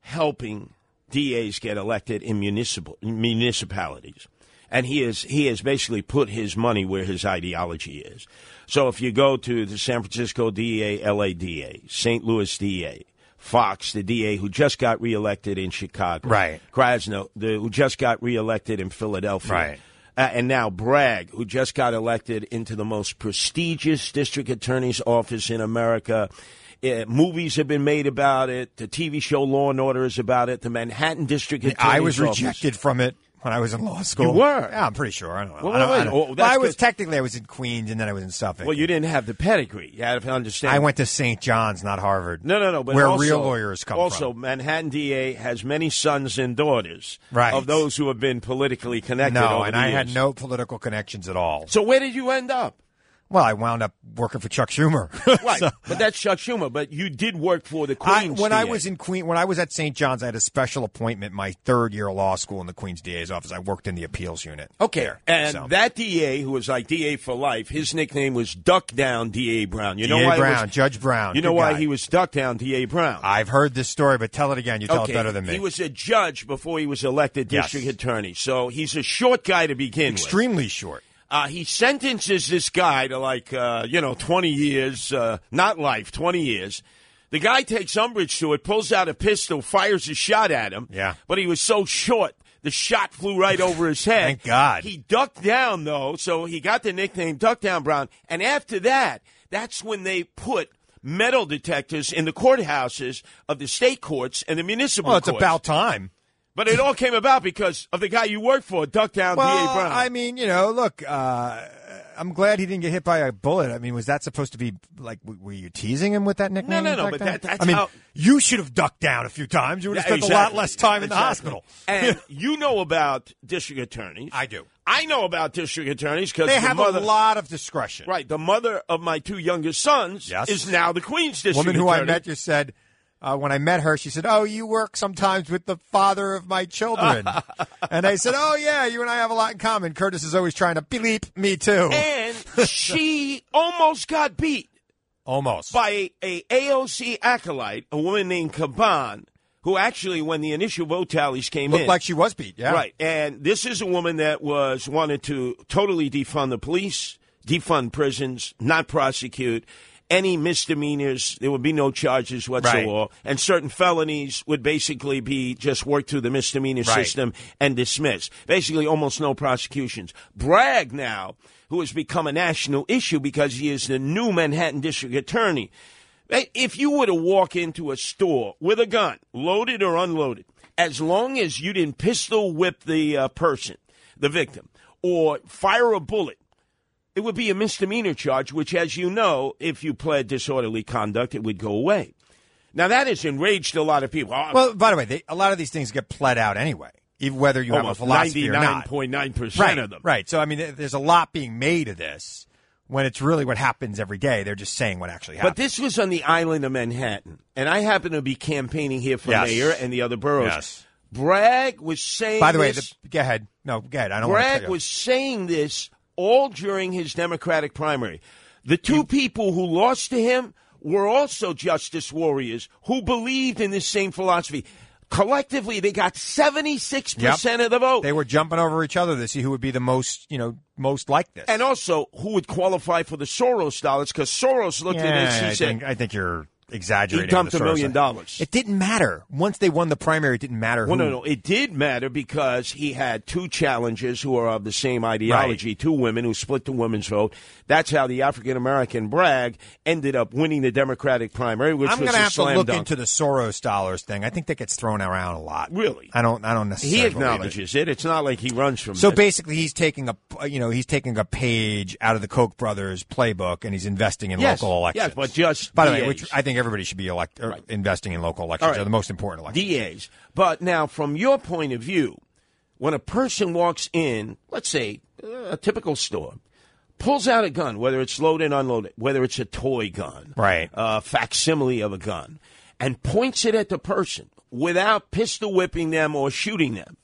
S3: helping DAs get elected in municipal municipalities. And he is he has basically put his money where his ideology is. So if you go to the San Francisco DA, LA DA, St. Louis DA, Fox, the DA who just got reelected in Chicago,
S4: Right.
S3: Krasno, the, who just got reelected in Philadelphia,
S4: Right.
S3: uh, and now Bragg, who just got elected into the most prestigious district attorney's office in America. Uh, movies have been made about it. The TV show Law and Order is about it. The Manhattan District Attorney's
S4: I was
S3: Office.
S4: rejected from it when I was in law school.
S3: You were?
S4: Yeah, I'm pretty sure. I don't know.
S3: Well,
S4: I, don't-
S3: wait,
S4: I don't-
S3: oh,
S4: Well,
S3: that's
S4: I was
S3: good.
S4: technically I was in Queens and then I was in Suffolk.
S3: Well, you didn't have the pedigree. You had to understand.
S4: I went to St. John's, not Harvard.
S3: No, no, no. But
S4: where
S3: also-
S4: real lawyers come
S3: Also,
S4: from.
S3: Manhattan DA has many sons and daughters
S4: Right.
S3: of those who have been politically connected.
S4: No,
S3: over
S4: and
S3: the
S4: I had
S3: years.
S4: no political connections at all.
S3: So where did you end up?
S4: Well, I wound up working for Chuck Schumer.
S3: Right, but that's Chuck Schumer. But you did work for the
S4: I,
S3: Queens.
S4: when I
S3: DA.
S4: was in Queen, when I was at St. John's, I had a special appointment my third year of law school in the Queens DA's office. I worked in the appeals unit.
S3: Okay. And
S4: so.
S3: that DA, who was like DA for life, his nickname was Duck Down DA Brown. You know
S4: DA
S3: why? it was-
S4: Brown, Judge Brown,
S3: You know
S4: good
S3: why
S4: guy.
S3: he was Duck Down DA Brown?
S4: I've heard this story, but tell it again. You tell
S3: okay.
S4: it better than me.
S3: He was a judge before he was elected
S4: Yes.
S3: district attorney. So he's a short guy to begin with.
S4: extremely short.
S3: Uh, he sentences this guy to like, uh, you know, 20 years, uh, not life, 20 years. The guy takes umbrage to it, pulls out a pistol, fires a shot at him.
S4: Yeah.
S3: But he was so short, the shot flew right over his head.
S4: Thank God.
S3: He ducked down, though, so he got the nickname Duckdown Brown. And after that, that's when they put metal detectors in the courthouses of the state courts and the municipal
S4: Well, it's
S3: courts.
S4: about time.
S3: but it all came about because of the guy you worked for, Duckdown D.A. Brown.
S4: I mean, you know, look, uh, I'm glad he didn't get hit by a bullet. I mean, was that supposed to be like? w- Were you teasing him with that nickname?
S3: no, no,
S4: Duck
S3: but
S4: Down?
S3: that- that's
S4: I mean,
S3: how-
S4: you should have ducked down a few times. You would have spent a lot
S3: Exactly.
S4: less time in the
S3: Exactly.
S4: hospital.
S3: And you know about district attorneys.
S4: I do.
S3: I know about district attorneys because
S4: They have
S3: mother,
S4: a lot of discretion.
S3: Right, the mother of my two youngest sons
S4: Yes.
S3: is now the Queen's district
S4: Woman who I
S3: attorney.
S4: met just said, uh, when I met her, she said, "Oh, you work sometimes with the father of my children," and I said, "Oh yeah, you and I have a lot in common." Curtis is always trying to bleep me too.
S3: And she almost got beat
S4: almost
S3: by a, a AOC acolyte, a woman named Caban, who actually, when the initial vote tallies came
S4: looked
S3: in,
S4: like she was beat. Yeah,
S3: Right. And this is a woman that was wanted to totally defund the police, defund prisons, not prosecute any misdemeanors. There would be no charges whatsoever. And certain felonies would basically be just worked through the misdemeanor
S13: Right.
S3: system and dismissed. Basically, almost no prosecutions. Bragg now, who has become a national issue because he is the new Manhattan district attorney. Hey, If you were to walk into a store with a gun, loaded or unloaded, as long as you didn't pistol whip the uh, person, the victim, or fire a bullet, it would be a misdemeanor charge, which, as you know, if you pled disorderly conduct, it would go away. Now, that has enraged a lot of people. Oh,
S4: Well, by the way, they, a lot of these things get pled out anyway, even whether you
S3: Almost
S4: have a philosophy or not.
S3: 99.9%
S4: right,
S3: of them.
S4: Right. So I mean, th- there's a lot being made of this when it's really what happens every day. They're just saying what actually happens.
S3: But this was on the island of Manhattan, and I happen to be campaigning here for
S4: Yes.
S3: mayor and the other boroughs.
S4: Yes.
S3: Bragg was saying.
S4: By the way,
S3: this-
S4: the, go ahead. No, go ahead. I don't. wanna
S3: Bragg
S4: cut you off.
S3: was saying this all during his Democratic primary. The two
S4: Mm.
S3: people who lost to him were also justice warriors who believed in this same philosophy. Collectively, they got 76% of the vote.
S4: They were jumping over each other to see who would be the most, you know, most like this.
S3: And also, who would qualify for the Soros dollars? Because Soros looked at this, he
S4: I
S3: said,
S4: think, I think you're exaggerating.
S3: He dumped
S4: the
S3: a
S4: Soros
S3: million
S4: thing.
S3: dollars.
S4: It didn't matter once they won the primary. It didn't matter.
S3: Well,
S4: who.
S3: no, no. It did matter because he had two challengers who are of the same ideology, two women who split the women's vote. That's how the African American Bragg ended up winning the Democratic primary, which
S4: I'm
S3: was
S4: going
S3: a
S4: to have to
S3: slam
S4: look
S3: dunk.
S4: into the Soros dollars thing. I think that gets thrown around a lot.
S3: Really?
S4: I don't. I don't necessarily.
S3: He
S4: believe it.
S3: acknowledges it. It's not like he runs from
S4: So
S3: this.
S4: basically, he's taking a you know he's taking a page out of the Koch brothers playbook, and he's investing in
S3: Yes,
S4: local elections.
S3: yes, but just
S4: by the way,
S3: DAs.
S4: which I think everybody should be elect- or investing in local
S3: All
S4: elections.
S3: right.
S4: They're the most important elections.
S3: DAs. But now, from your point of view, when a person walks in, let's say uh, a typical store, pulls out a gun, whether it's loaded, unloaded, whether it's a toy gun,
S4: right,
S3: a facsimile of a gun, and points it at the person without pistol whipping them or shooting them.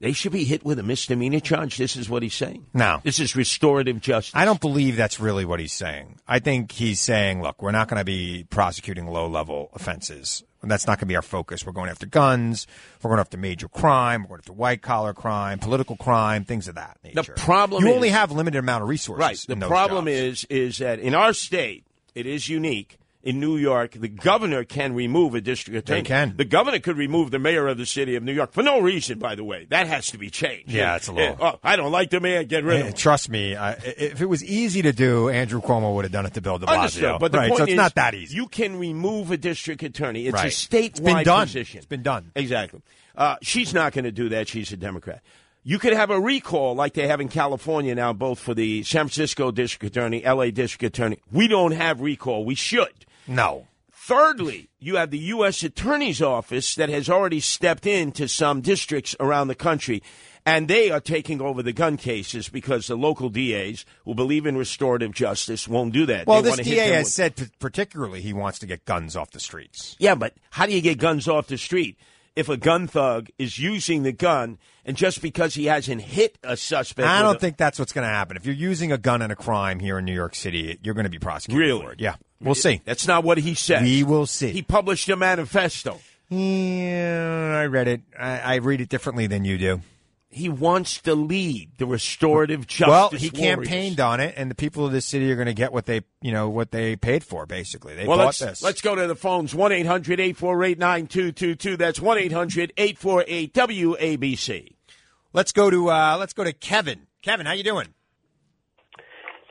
S3: They should be hit with a misdemeanor charge. This is what he's saying.
S4: No.
S3: This is restorative justice.
S4: I don't believe that's really what he's saying. I think he's saying, look, we're not going to be prosecuting low level offenses. That's not going to be our focus. We're going after guns. We're going after major crime. We're going after white collar crime, political crime, things of that nature.
S3: The problem
S4: you
S3: is-
S4: only have limited amount of resources.
S3: Right. The
S4: in those
S3: problem
S4: jobs.
S3: is is that in our state, it is unique. In New York, the governor can remove a district attorney.
S4: can.
S3: The governor could remove the mayor of the city of New York for no reason, by the way. That has to be changed.
S4: Yeah, it's a law.
S3: Oh, I don't like the mayor. Get rid of
S4: Eh,
S3: him.
S4: Trust me, I, i- if it was easy to do, Andrew Cuomo would have done it to Bill De Blasio.
S3: Understood. But the
S4: right,
S3: point
S4: so it's
S3: is,
S4: not that easy.
S3: You can remove a district attorney. It's
S4: Right.
S3: a
S4: It's
S3: statewide
S4: been done.
S3: position. It's
S4: been done.
S3: Exactly. Uh, she's not going to do that. She's a Democrat. You could have a recall like they have in California now, both for the San Francisco district attorney, LA district attorney. We don't have recall. We should.
S4: No.
S3: Thirdly, you have the U.S. Attorney's Office that has already stepped into some districts around the country, and they are taking over the gun cases because the local DAs who believe in restorative justice won't do that.
S4: Well,
S3: They
S4: this
S3: wanna hit
S4: DA
S3: them
S4: has
S3: with-
S4: said p- particularly he wants to get guns off the streets.
S3: Yeah, but how do you get guns off the street if a gun thug is using the gun and just because he hasn't hit a suspect?
S4: I
S3: with
S4: don't
S3: a-
S4: think that's what's going to happen. If you're using a gun in a crime here in New York City, you're going to be prosecuted
S3: Really?
S4: for it. Yeah, we'll see.
S3: That's not what he said.
S4: We will see.
S3: He published a manifesto.
S4: Yeah, I read it. I, I read it differently than you do.
S3: He wants to lead the restorative justice.
S4: well, he
S3: warriors.
S4: campaigned on it, and the people of this city are going to get what they, you know, what they paid for. Basically, they
S3: well,
S4: bought
S3: let's,
S4: this.
S3: let's go to the phones 1 800 848 9222. That's 1 800 848 WABC.
S4: Let's go to uh, let's go to Kevin. Kevin, how you doing?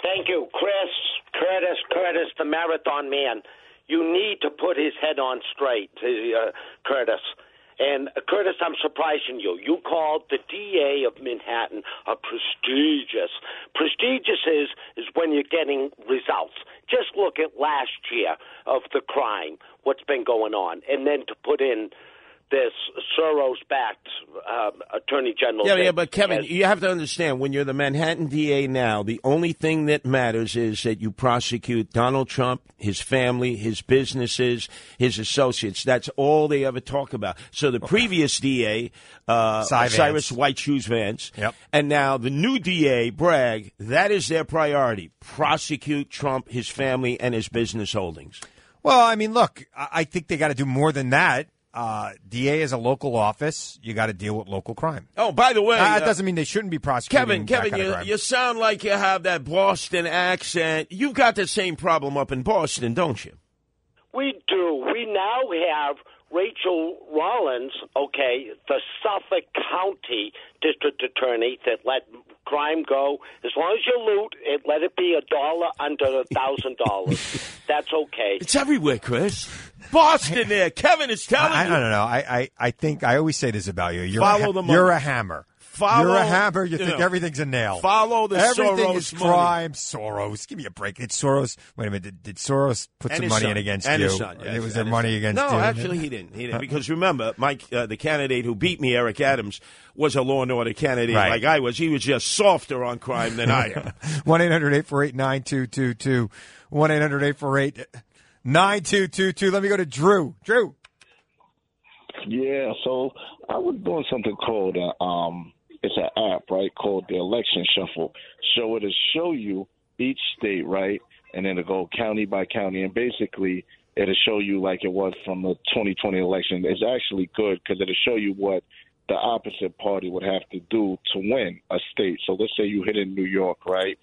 S14: Thank you, Chris, Curtis, Curtis, the marathon man. You need to put his head on straight, uh, Curtis. And uh, Curtis, I'm surprising you. You called the DA of Manhattan a prestigious. Prestigious is is when you're getting results. Just look at last year of the crime, what's been going on, and then to put in this Soros-backed um, attorney general.
S3: Yeah,
S14: that
S3: yeah, but Kevin,
S14: has-
S3: you have to understand when you're the Manhattan DA now, the only thing that matters is that you prosecute Donald Trump, his family, his businesses, his associates. That's all they ever talk about. So the previous DA, uh,
S4: Cy Vance.
S3: Cyrus White Shoes Vance, and now the new DA, Bragg, that is their priority prosecute Trump, his family, and his business holdings.
S4: Well, I mean, look, I, I think they got to do more than that. Uh, DA is a local office. You got to deal with local crime.
S3: Oh, by the way,
S4: Uh, that
S3: uh,
S4: doesn't mean they shouldn't be
S3: Kevin,
S4: prosecuting. that
S3: Kevin,
S4: kind of
S3: you,
S4: crime.
S3: you sound like you have that Boston accent. You've got the same problem up in Boston, don't you?
S14: We do. We now have Rachel Rollins, okay, the Suffolk County District Attorney that let crime go. As long as you loot, it let it be a dollar under a thousand dollars. That's okay.
S3: It's everywhere, Chris. Boston, there. Kevin is telling
S4: I, I
S3: you.
S4: don't know. I, I, I think I always say this about you. You're a,
S3: Follow
S4: ha-
S3: the money.
S4: You're a hammer.
S3: Follow-
S4: you're a hammer. You
S3: you
S4: think
S3: know,
S4: everything's a nail.
S3: follow the
S4: Everything
S3: Soros
S4: is
S3: money.
S4: crime. Soros. Give me a break. Did Soros? Wait a minute. Did, did Soros put
S3: And
S4: some
S3: his
S4: money
S3: son.
S4: in against
S3: And
S4: you?
S3: his son, yes,
S4: it was
S3: and
S4: their
S3: his
S4: money
S3: son.
S4: against
S3: no,
S4: you. Uh, Uh-huh.
S3: actually, he didn't. He didn't because remember, Mike, uh, the candidate who beat me, Eric Adams, was a law and order candidate
S4: Right.
S3: like I was. He was just softer on crime than I am.
S4: 1 800 848 9222. 1 800 848 9222. Let me go to Drew. Drew.
S13: Yeah, so I was doing something called uh, um, it's an app, right? Called the Election Shuffle. So it'll show you each state, right? And then it'll go county by county, and basically it'll show you like it was from the 2020 election. It's actually good because it'll show you what the opposite party would have to do to win a state. So let's say you hit in New York, right?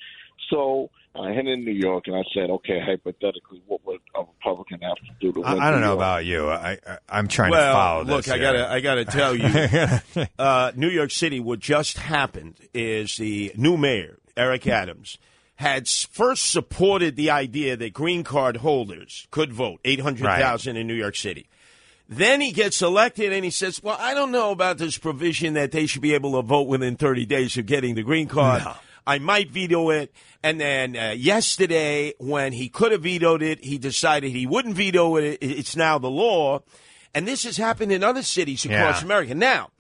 S13: So I hit in New York, and I said, okay, hypothetically, what would a Republican have to do to win?
S4: I, I don't
S13: New
S4: know
S13: York?
S4: about you. I, I, I'm trying
S3: well,
S4: to follow
S3: look,
S4: this.
S3: I
S4: here.
S3: gotta, I gotta tell you, uh, New York City. What just happened is the new mayor, Eric Adams, had s- first supported the idea that green card holders could vote, eight hundred thousand in New York City. Then he gets elected and he says, Well, I don't know about this provision that they should be able to vote within 30 days of getting the green card. I might veto it. And then uh, yesterday, when he could have vetoed it, he decided he wouldn't veto it. It- It's now the law. And this has happened in other cities across
S4: Yeah.
S3: America. Now,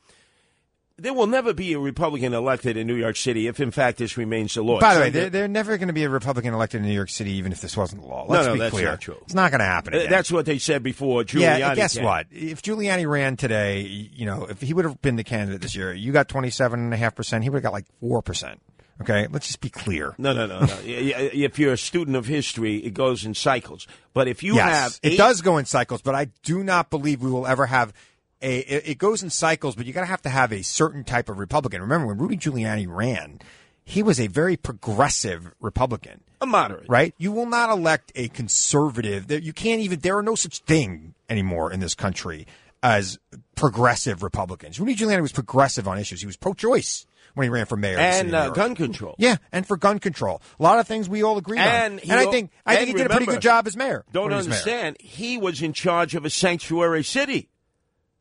S3: there will never be a Republican elected in New York City if, in fact, this remains the law.
S4: By the
S3: So
S4: way, there, there never going to be a Republican elected in New York City, even if this wasn't the law.
S3: No,
S4: Let's
S3: no,
S4: be
S3: that's
S4: clear.
S3: not true.
S4: It's not going to happen.
S3: uh,
S4: Again.
S3: that's what they said before Giuliani.
S4: yeah. and Guess
S3: came.
S4: what? If Giuliani ran today, you know, if he would have been the candidate this year, you got twenty seven and a half percent. He would have got like four percent. Okay, let's just be clear.
S3: No, no, no, no. Y- y- if you're a student of history, it goes in cycles. But if you
S4: yes,
S3: have,
S4: it
S3: eight-
S4: does go in cycles, but I do not believe we will ever have a. It, it goes in cycles, but you got to have to have a certain type of Republican. Remember when Rudy Giuliani ran, he was a very progressive Republican,
S3: a moderate,
S4: right? You will not elect a conservative. There, you can't even. There are no such thing anymore in this country as progressive Republicans. Rudy Giuliani was progressive on issues. He was pro-choice when he ran for mayor of the
S3: and
S4: city of New
S3: uh,
S4: York.
S3: gun control.
S4: Yeah, and for gun control, a lot of things we all agree
S3: And
S4: on.
S3: he
S4: and I
S3: al-
S4: think I
S3: and
S4: think he did a pretty
S3: remember,
S4: good job as mayor.
S3: Don't
S4: when he was mayor.
S3: understand. He was in charge of a sanctuary city,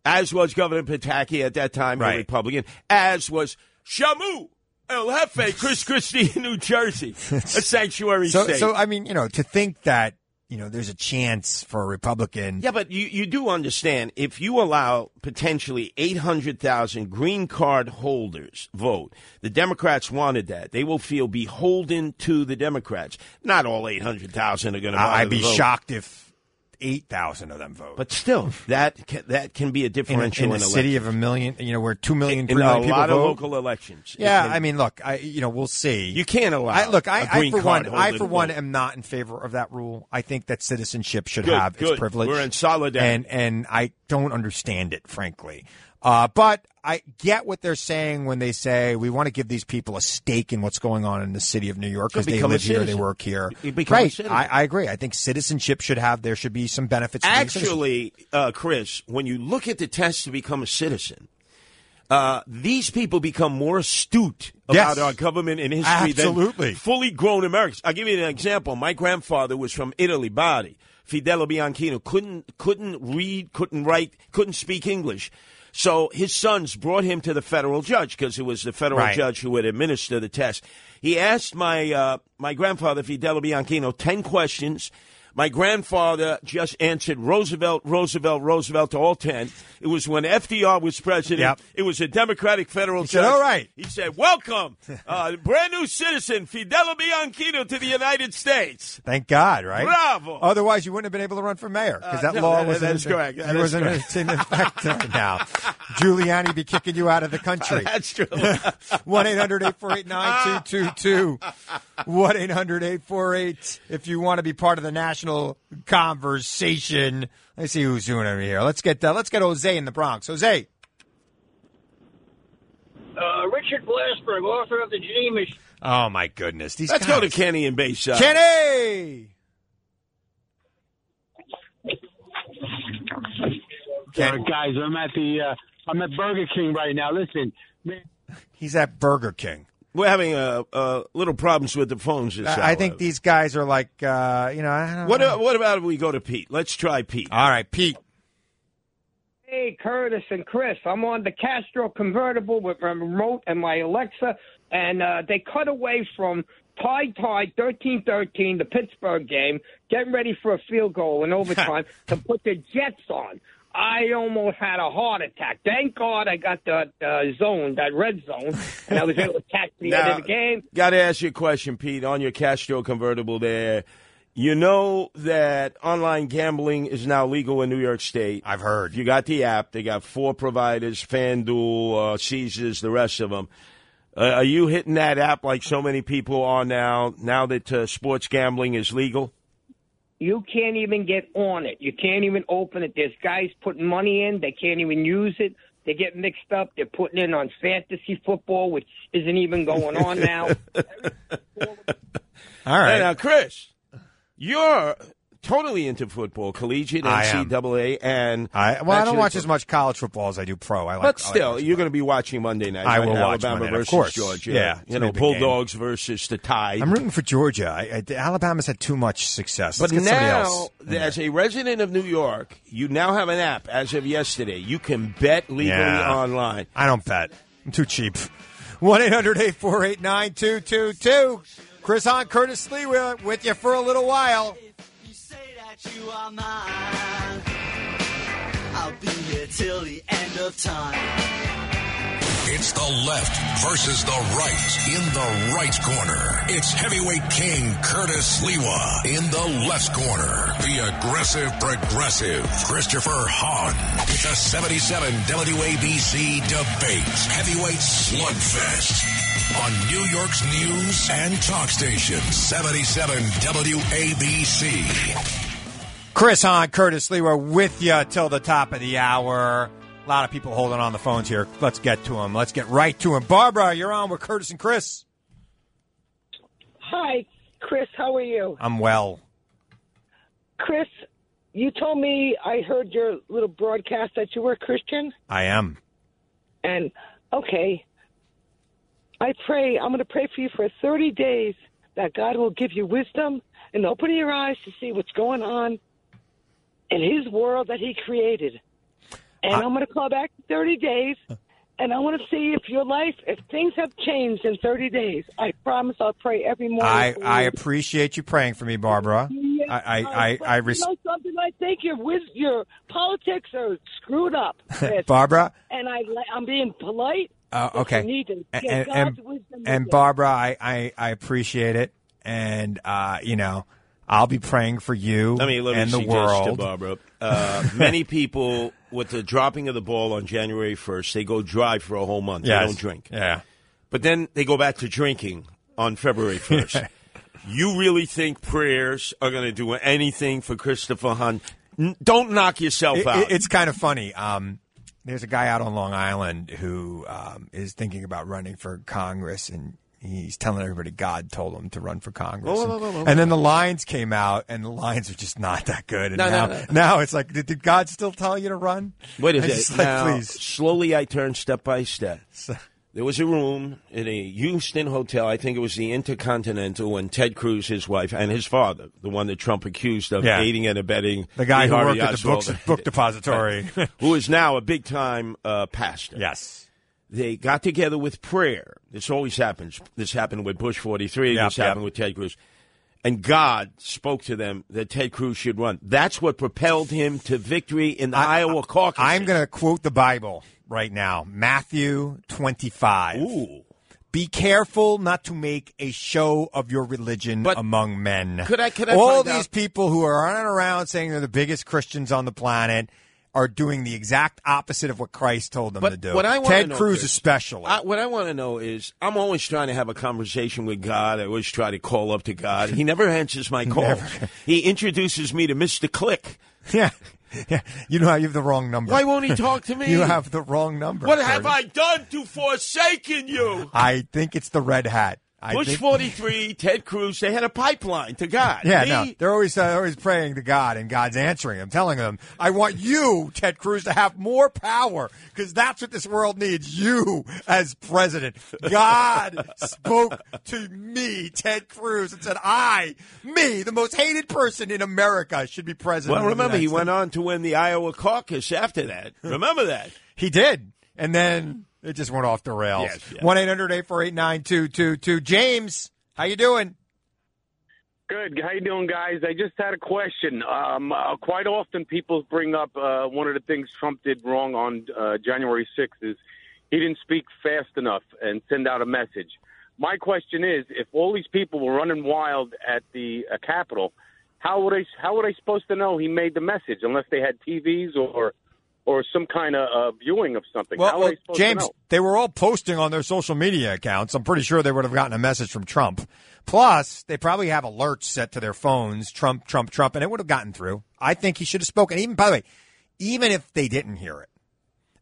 S3: as was Governor Pataki at that time, a Republican, as was Shamu El Jefe, Chris Christie in New Jersey, a sanctuary
S4: So,
S3: state.
S4: so I mean, you know, to think that you know there's a chance for a Republican.
S3: Yeah, but you, you do understand if you allow potentially 800,000 green card holders vote, the Democrats wanted that. They will feel beholden to the Democrats. Not all 800,000 are going to
S4: I- I'd be shocked if eight thousand of them vote.
S3: But still, that can, that can be a
S4: In, a-
S3: differential
S4: in a
S3: election.
S4: city of a million, you know, where two million,
S3: in
S4: three
S3: a
S4: million people
S3: lot of
S4: vote.
S3: local elections. It
S4: yeah,
S3: can-
S4: I mean, look, I you know, we'll see.
S3: You can't allow
S4: I, look, I,
S3: a
S4: I
S3: green
S4: for one,
S3: card
S4: I
S3: holder
S4: for
S3: to
S4: one
S3: vote.
S4: am not in favor of that rule. I think that citizenship should
S3: Good,
S4: have
S3: good.
S4: its privilege.
S3: We're in solidarity.
S4: and and I don't understand it, frankly. Uh, but I get what they're saying when they say we want to give these people a stake in what's going on in the city of New York
S3: So
S4: because they
S3: become a
S4: live here, they
S3: citizen.
S4: work here.
S3: You become a
S4: right?
S3: citizen.
S4: I, I agree. I think citizenship should have there should be some benefits. to being a citizen.
S3: Actually, uh, Chris, when you look at the test to become a citizen, uh, these people become more astute about
S4: Yes.
S3: our government and history
S4: Absolutely.
S3: than fully grown Americans. I'll give you an example. My grandfather was from Italy, Bari. Fidelio Bianchino couldn't couldn't read, couldn't write, couldn't speak English. So his sons brought him to the federal judge because it was the federal
S4: Right.
S3: judge who would administer the test. He asked my uh, my grandfather Fidelio Bianchino ten questions. My grandfather just answered Roosevelt, Roosevelt, Roosevelt to all 10. It was when FDR was president.
S4: Yep.
S3: It was a Democratic federal
S4: said,
S3: judge.
S4: "All right."
S3: He said, Welcome, uh, brand new citizen, Fidel Bianchino, to the United States.
S4: Thank God, right?
S3: Bravo.
S4: Otherwise, you wouldn't have been able to run for mayor because
S3: Uh,
S4: that
S3: no,
S4: law
S3: that-
S4: wasn't.
S3: that's
S4: in-
S3: correct.
S4: it
S3: That is
S4: wasn't
S3: correct.
S4: in effect right now. Giuliani be kicking you out of the country.
S3: That's true.
S4: 1 800 848 9222. 1 800 848 if you want to be part of the national conversation. Let's see who's doing over here. Let's get uh, let's get Jose in the Bronx. Jose.
S15: Uh, Richard Blasberg, author of the Geneva.
S4: Oh, my goodness. These
S3: Let's go to Kenny and Bayside.
S4: Kenny!
S16: Uh, guys, I'm at the uh, I'm at Burger King right now. Listen, man,
S4: He's at Burger King.
S3: We're having uh, uh, little problems with the phones this hour.
S4: I I think these guys are like, uh, you know, I don't
S3: What,
S4: know.
S3: uh, what about if we go to Pete? Let's try Pete.
S4: All right, Pete.
S15: Hey, Curtis and Chris, I'm on the Castro convertible with my remote and my Alexa, and uh, they cut away from tie tie 13-13, the Pittsburgh game, getting ready for a field goal in overtime to put the Jets on. I almost had a heart attack. Thank God I got the uh, zone, that red zone, and I was able to catch the end of the game.
S3: Got to ask you a question, Pete, on your Castro convertible there. You know that online gambling is now legal in New York State. I've heard. You got the app. They got four providers FanDuel, uh, Caesars, the rest of them. Uh, are you hitting that app like so many people are now, now that uh, sports gambling is legal?
S15: You can't even get on it. You can't even open it. There's guys putting money in. They can't even use it. They get mixed up. They're putting in on fantasy football, which isn't even going on now.
S4: All right.
S3: now, Chris, you're totally into football, collegiate,
S4: I am.
S3: NCAA, and.
S4: I, well, I don't
S3: Actually,
S4: watch as much college football as I do pro. I
S3: but
S4: like, I like
S3: still, you're going to be watching Monday night.
S4: I
S3: right?
S4: will watch
S3: Alabama
S4: Monday night, of
S3: versus
S4: course.
S3: Georgia.
S4: Yeah, it's
S3: you
S4: gonna
S3: know,
S4: be a big game.
S3: Bulldogs versus the Tide.
S4: I'm rooting for Georgia. I, I, Alabama's had too much success.
S3: but
S4: Let's get somebody
S3: now,
S4: else.
S3: as a resident of New York, you now have an app. As of yesterday, you can bet legally
S4: Yeah.
S3: online.
S4: I don't bet. I'm too cheap. 1 800 848 9222. Chris Hahn, Curtis Lee we're with you for a little while.
S17: You are mine. I'll be here till the end of time.
S1: It's the left versus the right. In the right corner, it's heavyweight king Curtis Lewa. In the left corner, the aggressive progressive Christopher Hahn. The 77 WABC debate heavyweight slugfest on New York's news and talk station 77 WABC.
S4: Chris Hahn, Curtis Lee, we're with you till the top of the hour. A lot of people holding on the phones here. Let's get to them. Let's get right to them. Barbara, you're on with Curtis and Chris.
S18: Hi, Chris. How are you?
S4: I'm well.
S18: Chris, you told me I heard your little broadcast that you were Christian,
S4: I am.
S18: and okay. I pray. I'm going to pray for you for 30 days that God will give you wisdom and open your eyes to see what's going on in His world that He created. And I, am going to call back in 30 days, and I want to see if your life, if things have changed in 30 days. I promise I'll pray every morning.
S4: I,
S18: for you.
S4: I appreciate you praying for me, Barbara.
S18: Yeah,
S4: I I I, I
S18: uh, but
S4: res-
S18: you know something. I think your wiz- your politics are screwed up, Chris.
S4: Barbara.
S18: And I li- I'm being polite.
S4: Uh,
S18: but
S4: okay.
S18: You need to
S4: And,
S18: get
S4: and,
S18: God's
S4: and-
S18: wisdom
S4: and
S18: with
S4: Barbara, I, I, I appreciate it, and uh, you know, I'll be praying for you
S3: Let me let me
S4: and the
S3: suggest to
S4: world.
S3: Barbara. Uh, many people with the dropping of the ball on January first, they go dry for a whole month. They
S4: Yes.
S3: don't drink.
S4: Yeah.
S3: But then they go back to drinking on February first. you really think prayers are going to do anything for Christopher Hunt? N- don't knock yourself
S4: It-
S3: out.
S4: it- it's kind of funny. Um, there's a guy out on Long Island who um, is thinking about running for Congress, and he's telling everybody God told him to run for Congress.
S3: Whoa,
S4: and,
S3: whoa, whoa, whoa, whoa.
S4: and then the lines came out, and the lines are just not that good. And
S3: No,
S4: now,
S3: no, no.
S4: now it's like, did, did God still tell you to run?
S3: Wait a
S4: I'm just
S3: second.
S4: like,
S3: Now,
S4: please.
S3: Slowly I turned step by step. There was a room in a Houston hotel, I think it was the Intercontinental, when Ted Cruz, his wife, and his father, the one that Trump accused of
S4: Yeah.
S3: aiding and abetting
S4: The guy
S3: Lee
S4: who
S3: Harvey
S4: worked at the
S3: Oswald,
S4: books, book depository.
S3: who is now a big time uh, pastor.
S4: Yes.
S3: They got together with prayer. This always happens. This happened with Bush 43.
S4: Yep,
S3: this happened
S4: yep.
S3: with Ted Cruz. and God spoke to them that Ted Cruz should run. That's what propelled him to victory in the Iowa caucus.
S4: I'm going to quote the Bible right now Matthew 25.
S3: Ooh.
S4: Be careful not to make a show of your religion among men.
S3: Could I- could I
S4: All
S3: find
S4: these
S3: out-
S4: people who are running around saying they're the biggest Christians on the planet are doing the exact opposite of what Christ told them
S3: But
S4: to do.
S3: what I wanna
S4: Ted
S3: know,
S4: Cruz
S3: Chris,
S4: especially.
S3: I, what I want to know is, I'm always trying to have a conversation with God. I always try to call up to God. He never answers my call. He introduces me to Mr. Click.
S4: Yeah. Yeah. You know how you have the wrong number.
S3: Why won't he talk to me?
S4: you have the wrong number.
S3: What have
S4: Curtis.
S3: I done to forsaken you?
S4: I think it's the red hat. I
S3: Bush
S4: think-
S3: 43, Ted Cruz, they had a pipeline to God.
S4: Yeah,
S3: Me?
S4: no, they're always uh, they're always praying to God, and God's answering them, telling them, "I want you, Ted Cruz, to have more power because that's what this world needs. You as president." God spoke to me, Ted Cruz, and said, "I, me, the most hated person in America, should be president."
S3: Well,
S4: of the
S3: remember, he
S4: United
S3: went on to win the Iowa caucus after that. Remember that.
S4: He did. And then it just went off the rails.
S3: Yes, yes.
S4: One 9222 James, how you doing?
S19: Good. How you doing, guys? I just had a question. Um, uh, quite often, people bring up uh, one of the things Trump did wrong on uh, January 6th is he didn't speak fast enough and send out a message. My question is, if all these people were running wild at the uh, Capitol, how would I how were they supposed to know he made the message unless they had TVs or or some kind of uh, viewing of something? how
S4: Well,
S19: were
S4: well,
S19: they supposed to
S4: James,
S19: know?
S4: they were all posting on their social media accounts. I'm pretty sure they would have gotten a message from Trump. Plus, they probably have alerts set to their phones Trump, Trump, Trump, and it would have gotten through. I think he should have spoken. Even, by the way, even if they didn't hear it,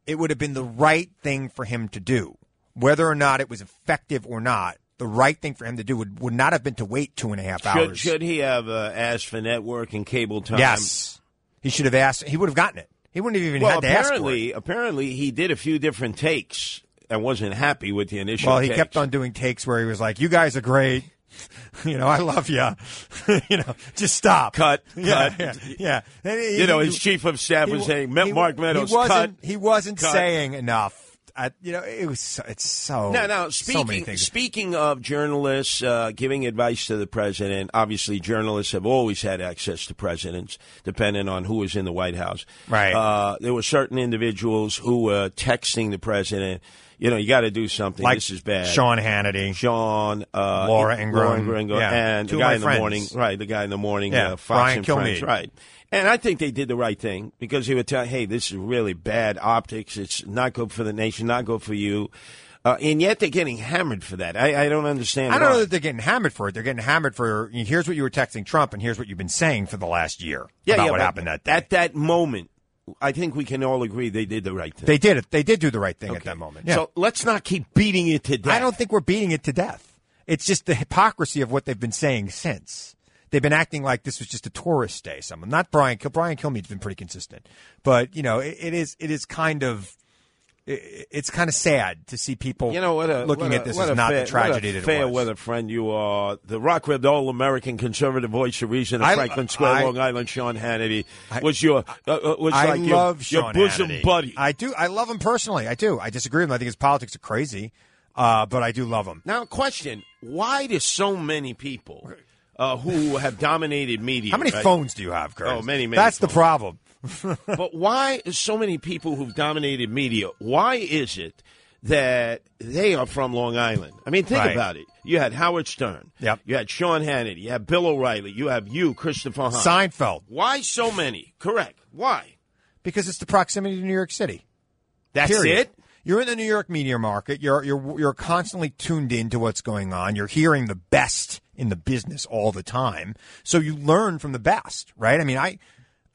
S4: it would have been the right thing for him to do. Whether or not it was effective or not, the right thing for him to do would, would not have been to wait two and a half hours.
S3: Should, should he have uh, asked for network and cable time?
S4: Yes. He should have asked. He would have gotten it. He wouldn't have even
S3: well,
S4: had to ask for it.
S3: apparently, apparently he did a few different takes and wasn't happy with the initial.
S4: Well, he
S3: takes.
S4: kept on doing takes where he was like, "You guys are great." You know, I love you. you know, just stop.
S3: Cut,
S4: Yeah,
S3: cut.
S4: yeah. yeah. And he-
S3: you know,
S4: he-
S3: his chief of staff
S4: he-
S3: was saying,
S4: he-
S3: Mark Meadows,
S4: He wasn't.
S3: cut.
S4: He wasn't
S3: cut.
S4: saying enough. I, you know, it was. so- It's so.
S3: Now, now,
S4: so many
S3: speaking
S4: things.
S3: speaking of journalists uh, giving advice to the president, obviously journalists have always had access to presidents, depending on who was in the White House.
S4: Right.
S3: Uh, there were certain individuals who were texting the president. You know, you got to do something.
S4: Like
S3: this is bad.
S4: Sean Hannity,
S3: Sean, uh,
S4: Laura Ingram,
S3: Laura Ingram,
S4: yeah.
S3: and
S4: Two
S3: the
S4: of
S3: guy
S4: my
S3: in the
S4: friends.
S3: morning. Right. The guy in the morning. Uh,
S4: Yeah,
S3: Fox
S4: Brian
S3: and Friends,
S4: Kilmeade.
S3: Right. And I think they did the right thing because they were telling, hey, this is really bad optics. It's not good for the nation, not good for you. Uh, and yet they're getting hammered for that. I, I don't understand.
S4: I don't
S3: why.
S4: know that they're getting hammered for it. They're getting hammered for here's what you were texting Trump, and here's what you've been saying for the last year
S3: Yeah,
S4: about
S3: yeah,
S4: what
S3: but
S4: happened that day.
S3: At that moment, I think we can all agree they did the right thing.
S4: They did it. They did do the right thing at that moment. Yeah.
S3: So let's not keep beating it to death.
S4: I don't think we're beating it to death. It's just the hypocrisy of what they've been saying since. They've been acting like this was just a tourist day. Someone, not Brian. Kil- Brian Kilmeade's been pretty consistent, but you know, it, it is it is kind of it, it's kind of sad to see people
S3: You know what? A,
S4: looking
S3: what
S4: at
S3: a-
S4: this
S3: what
S4: as
S3: a
S4: not
S3: fair,
S4: the tragedy
S3: what a
S4: that
S3: fair
S4: it was.
S3: weather friend you are. The Rockwood All American Conservative Voice of Reason of
S4: I-
S3: Franklin Square,
S4: I-
S3: Long Island. Sean Hannity was your uh, uh, was
S4: I
S3: like
S4: love
S3: your,
S4: Sean
S3: your bosom
S4: Hannity.
S3: buddy.
S4: I do. I love him personally. I do. I disagree with him. I think his politics are crazy, uh, but I do love him.
S3: Now, question: Why do so many people uh, who have dominated media?
S4: How many
S3: right?
S4: phones do you have, Curtis?
S3: Oh, many, many.
S4: That's the problem.
S3: but why is so many people who've dominated media? Why is it that they are from Long Island? I mean, think
S4: Right.
S3: about it. You had Howard Stern. Yep. You had Sean Hannity. You had Bill O'Reilly. You have you, Christopher Hahn.
S4: Seinfeld.
S3: Why so many? Correct. Why?
S4: Because it's the proximity to New York City.
S3: That's
S4: Period.
S3: it?
S4: You're in the New York media market. You're you're you're constantly tuned into what's going on. You're hearing the best in the business all the time. So you learn from the best, right? I mean, I,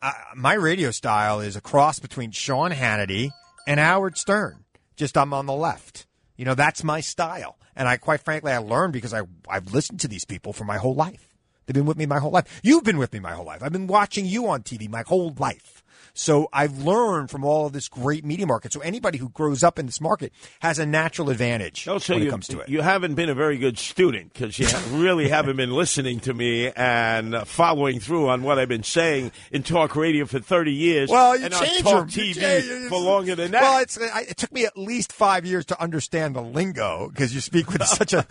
S4: I my radio style is a cross between Sean Hannity and Howard Stern. Just I'm on the left. You know, that's my style. And I quite frankly I learned because I I've listened to these people for my whole life. They've been with me my whole life. You've been with me my whole life. I've been watching you on TV my whole life. So I've learned from all of this great media market. So anybody who grows up in this market has a natural advantage
S3: So
S4: when
S3: you,
S4: it comes to it.
S3: you haven't been a very good student because you really haven't been listening to me and uh, following through on what I've been saying in talk radio for 30 years.
S4: Well, you
S3: and
S4: change
S3: on talk
S4: 'em.
S3: TV
S4: You change- you-
S3: for longer than that.
S4: Well, it's, I, it took me at least five years to understand the lingo because you speak with such a,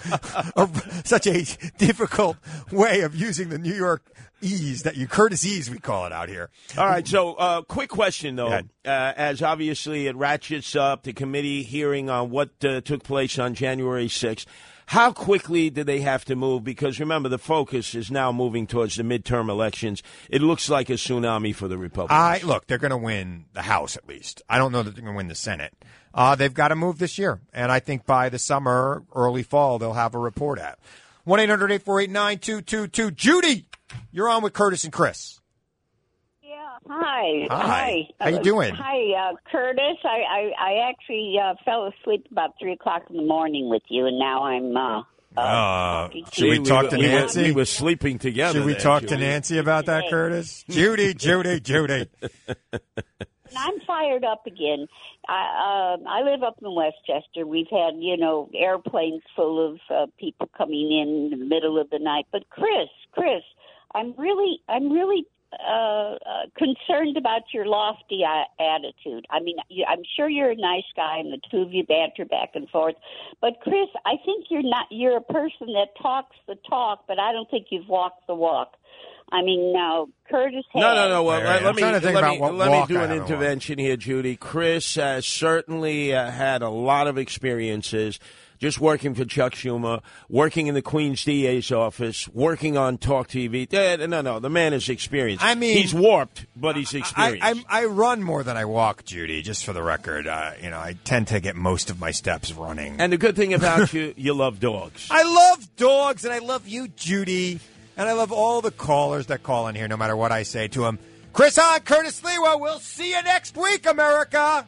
S4: a such a difficult way of using the New York ease that you Curtis ease we call it out here.
S3: All right. So, uh, quick question though, uh, as obviously it ratchets up the committee hearing on what uh, took place on January 6th. How quickly do they have to move? Because remember, the focus is now moving towards the midterm elections. It looks like a tsunami for the Republicans.
S4: I look, they're going to win the House at least. I don't know that they're going to win the Senate. Uh, they've got to move this year, and I think by the summer, early fall, they'll have a report out. One 9222 Judy, you're on with Curtis and Chris.
S20: Hi.
S4: Hi.
S20: Hi.
S4: How you doing?
S20: Hi, uh, Curtis. I, I, I actually uh, fell asleep about 3 o'clock in the morning with you, and now I'm. Uh,
S4: Uh,
S3: See,
S4: should we talk to
S3: were- were-
S4: Nancy?
S3: We were, sleeping together.
S4: Should we
S3: there,
S4: talk to
S3: Judy.
S4: Nancy about that, Curtis? Judy, Judy, Judy.
S20: and I'm fired up again. I, uh, I live up in Westchester. We've had, you know, airplanes full of uh, people coming in in the middle of the night. But Chris, Chris, I'm really, I'm really uh, uh, concerned about your lofty uh, attitude. I mean, you, I'm sure you're a nice guy, and the two of you banter back and forth. But Chris, I think you're not, you're a person that talks the talk, but I don't think you've walked the walk. I mean, now Curtis. Has,
S3: No, no, no. Well, let,
S4: I'm
S3: let me
S4: trying to think
S3: let
S4: about
S3: me,
S4: what
S3: let me
S4: walk
S3: do
S4: I
S3: an
S4: haven't walked.
S3: intervention here, Judy. Chris has certainly uh, had a lot of experiences. Just working for Chuck Schumer, working in the Queen's DA's office, working on Talk TV. Eh, No, no, the man is experienced.
S4: I mean-
S3: he's warped, but he's
S4: I,
S3: experienced.
S4: I, I run more than I walk, Judy. Just for the record, uh, you know, I tend to get most of my steps running.
S3: and the good thing about you, you love dogs.
S4: I love dogs, and I love you, Judy, and I love all the callers that call in here, no matter what I say to them. Chris Hahn, Curtis Lewa. We'll see you next week, America.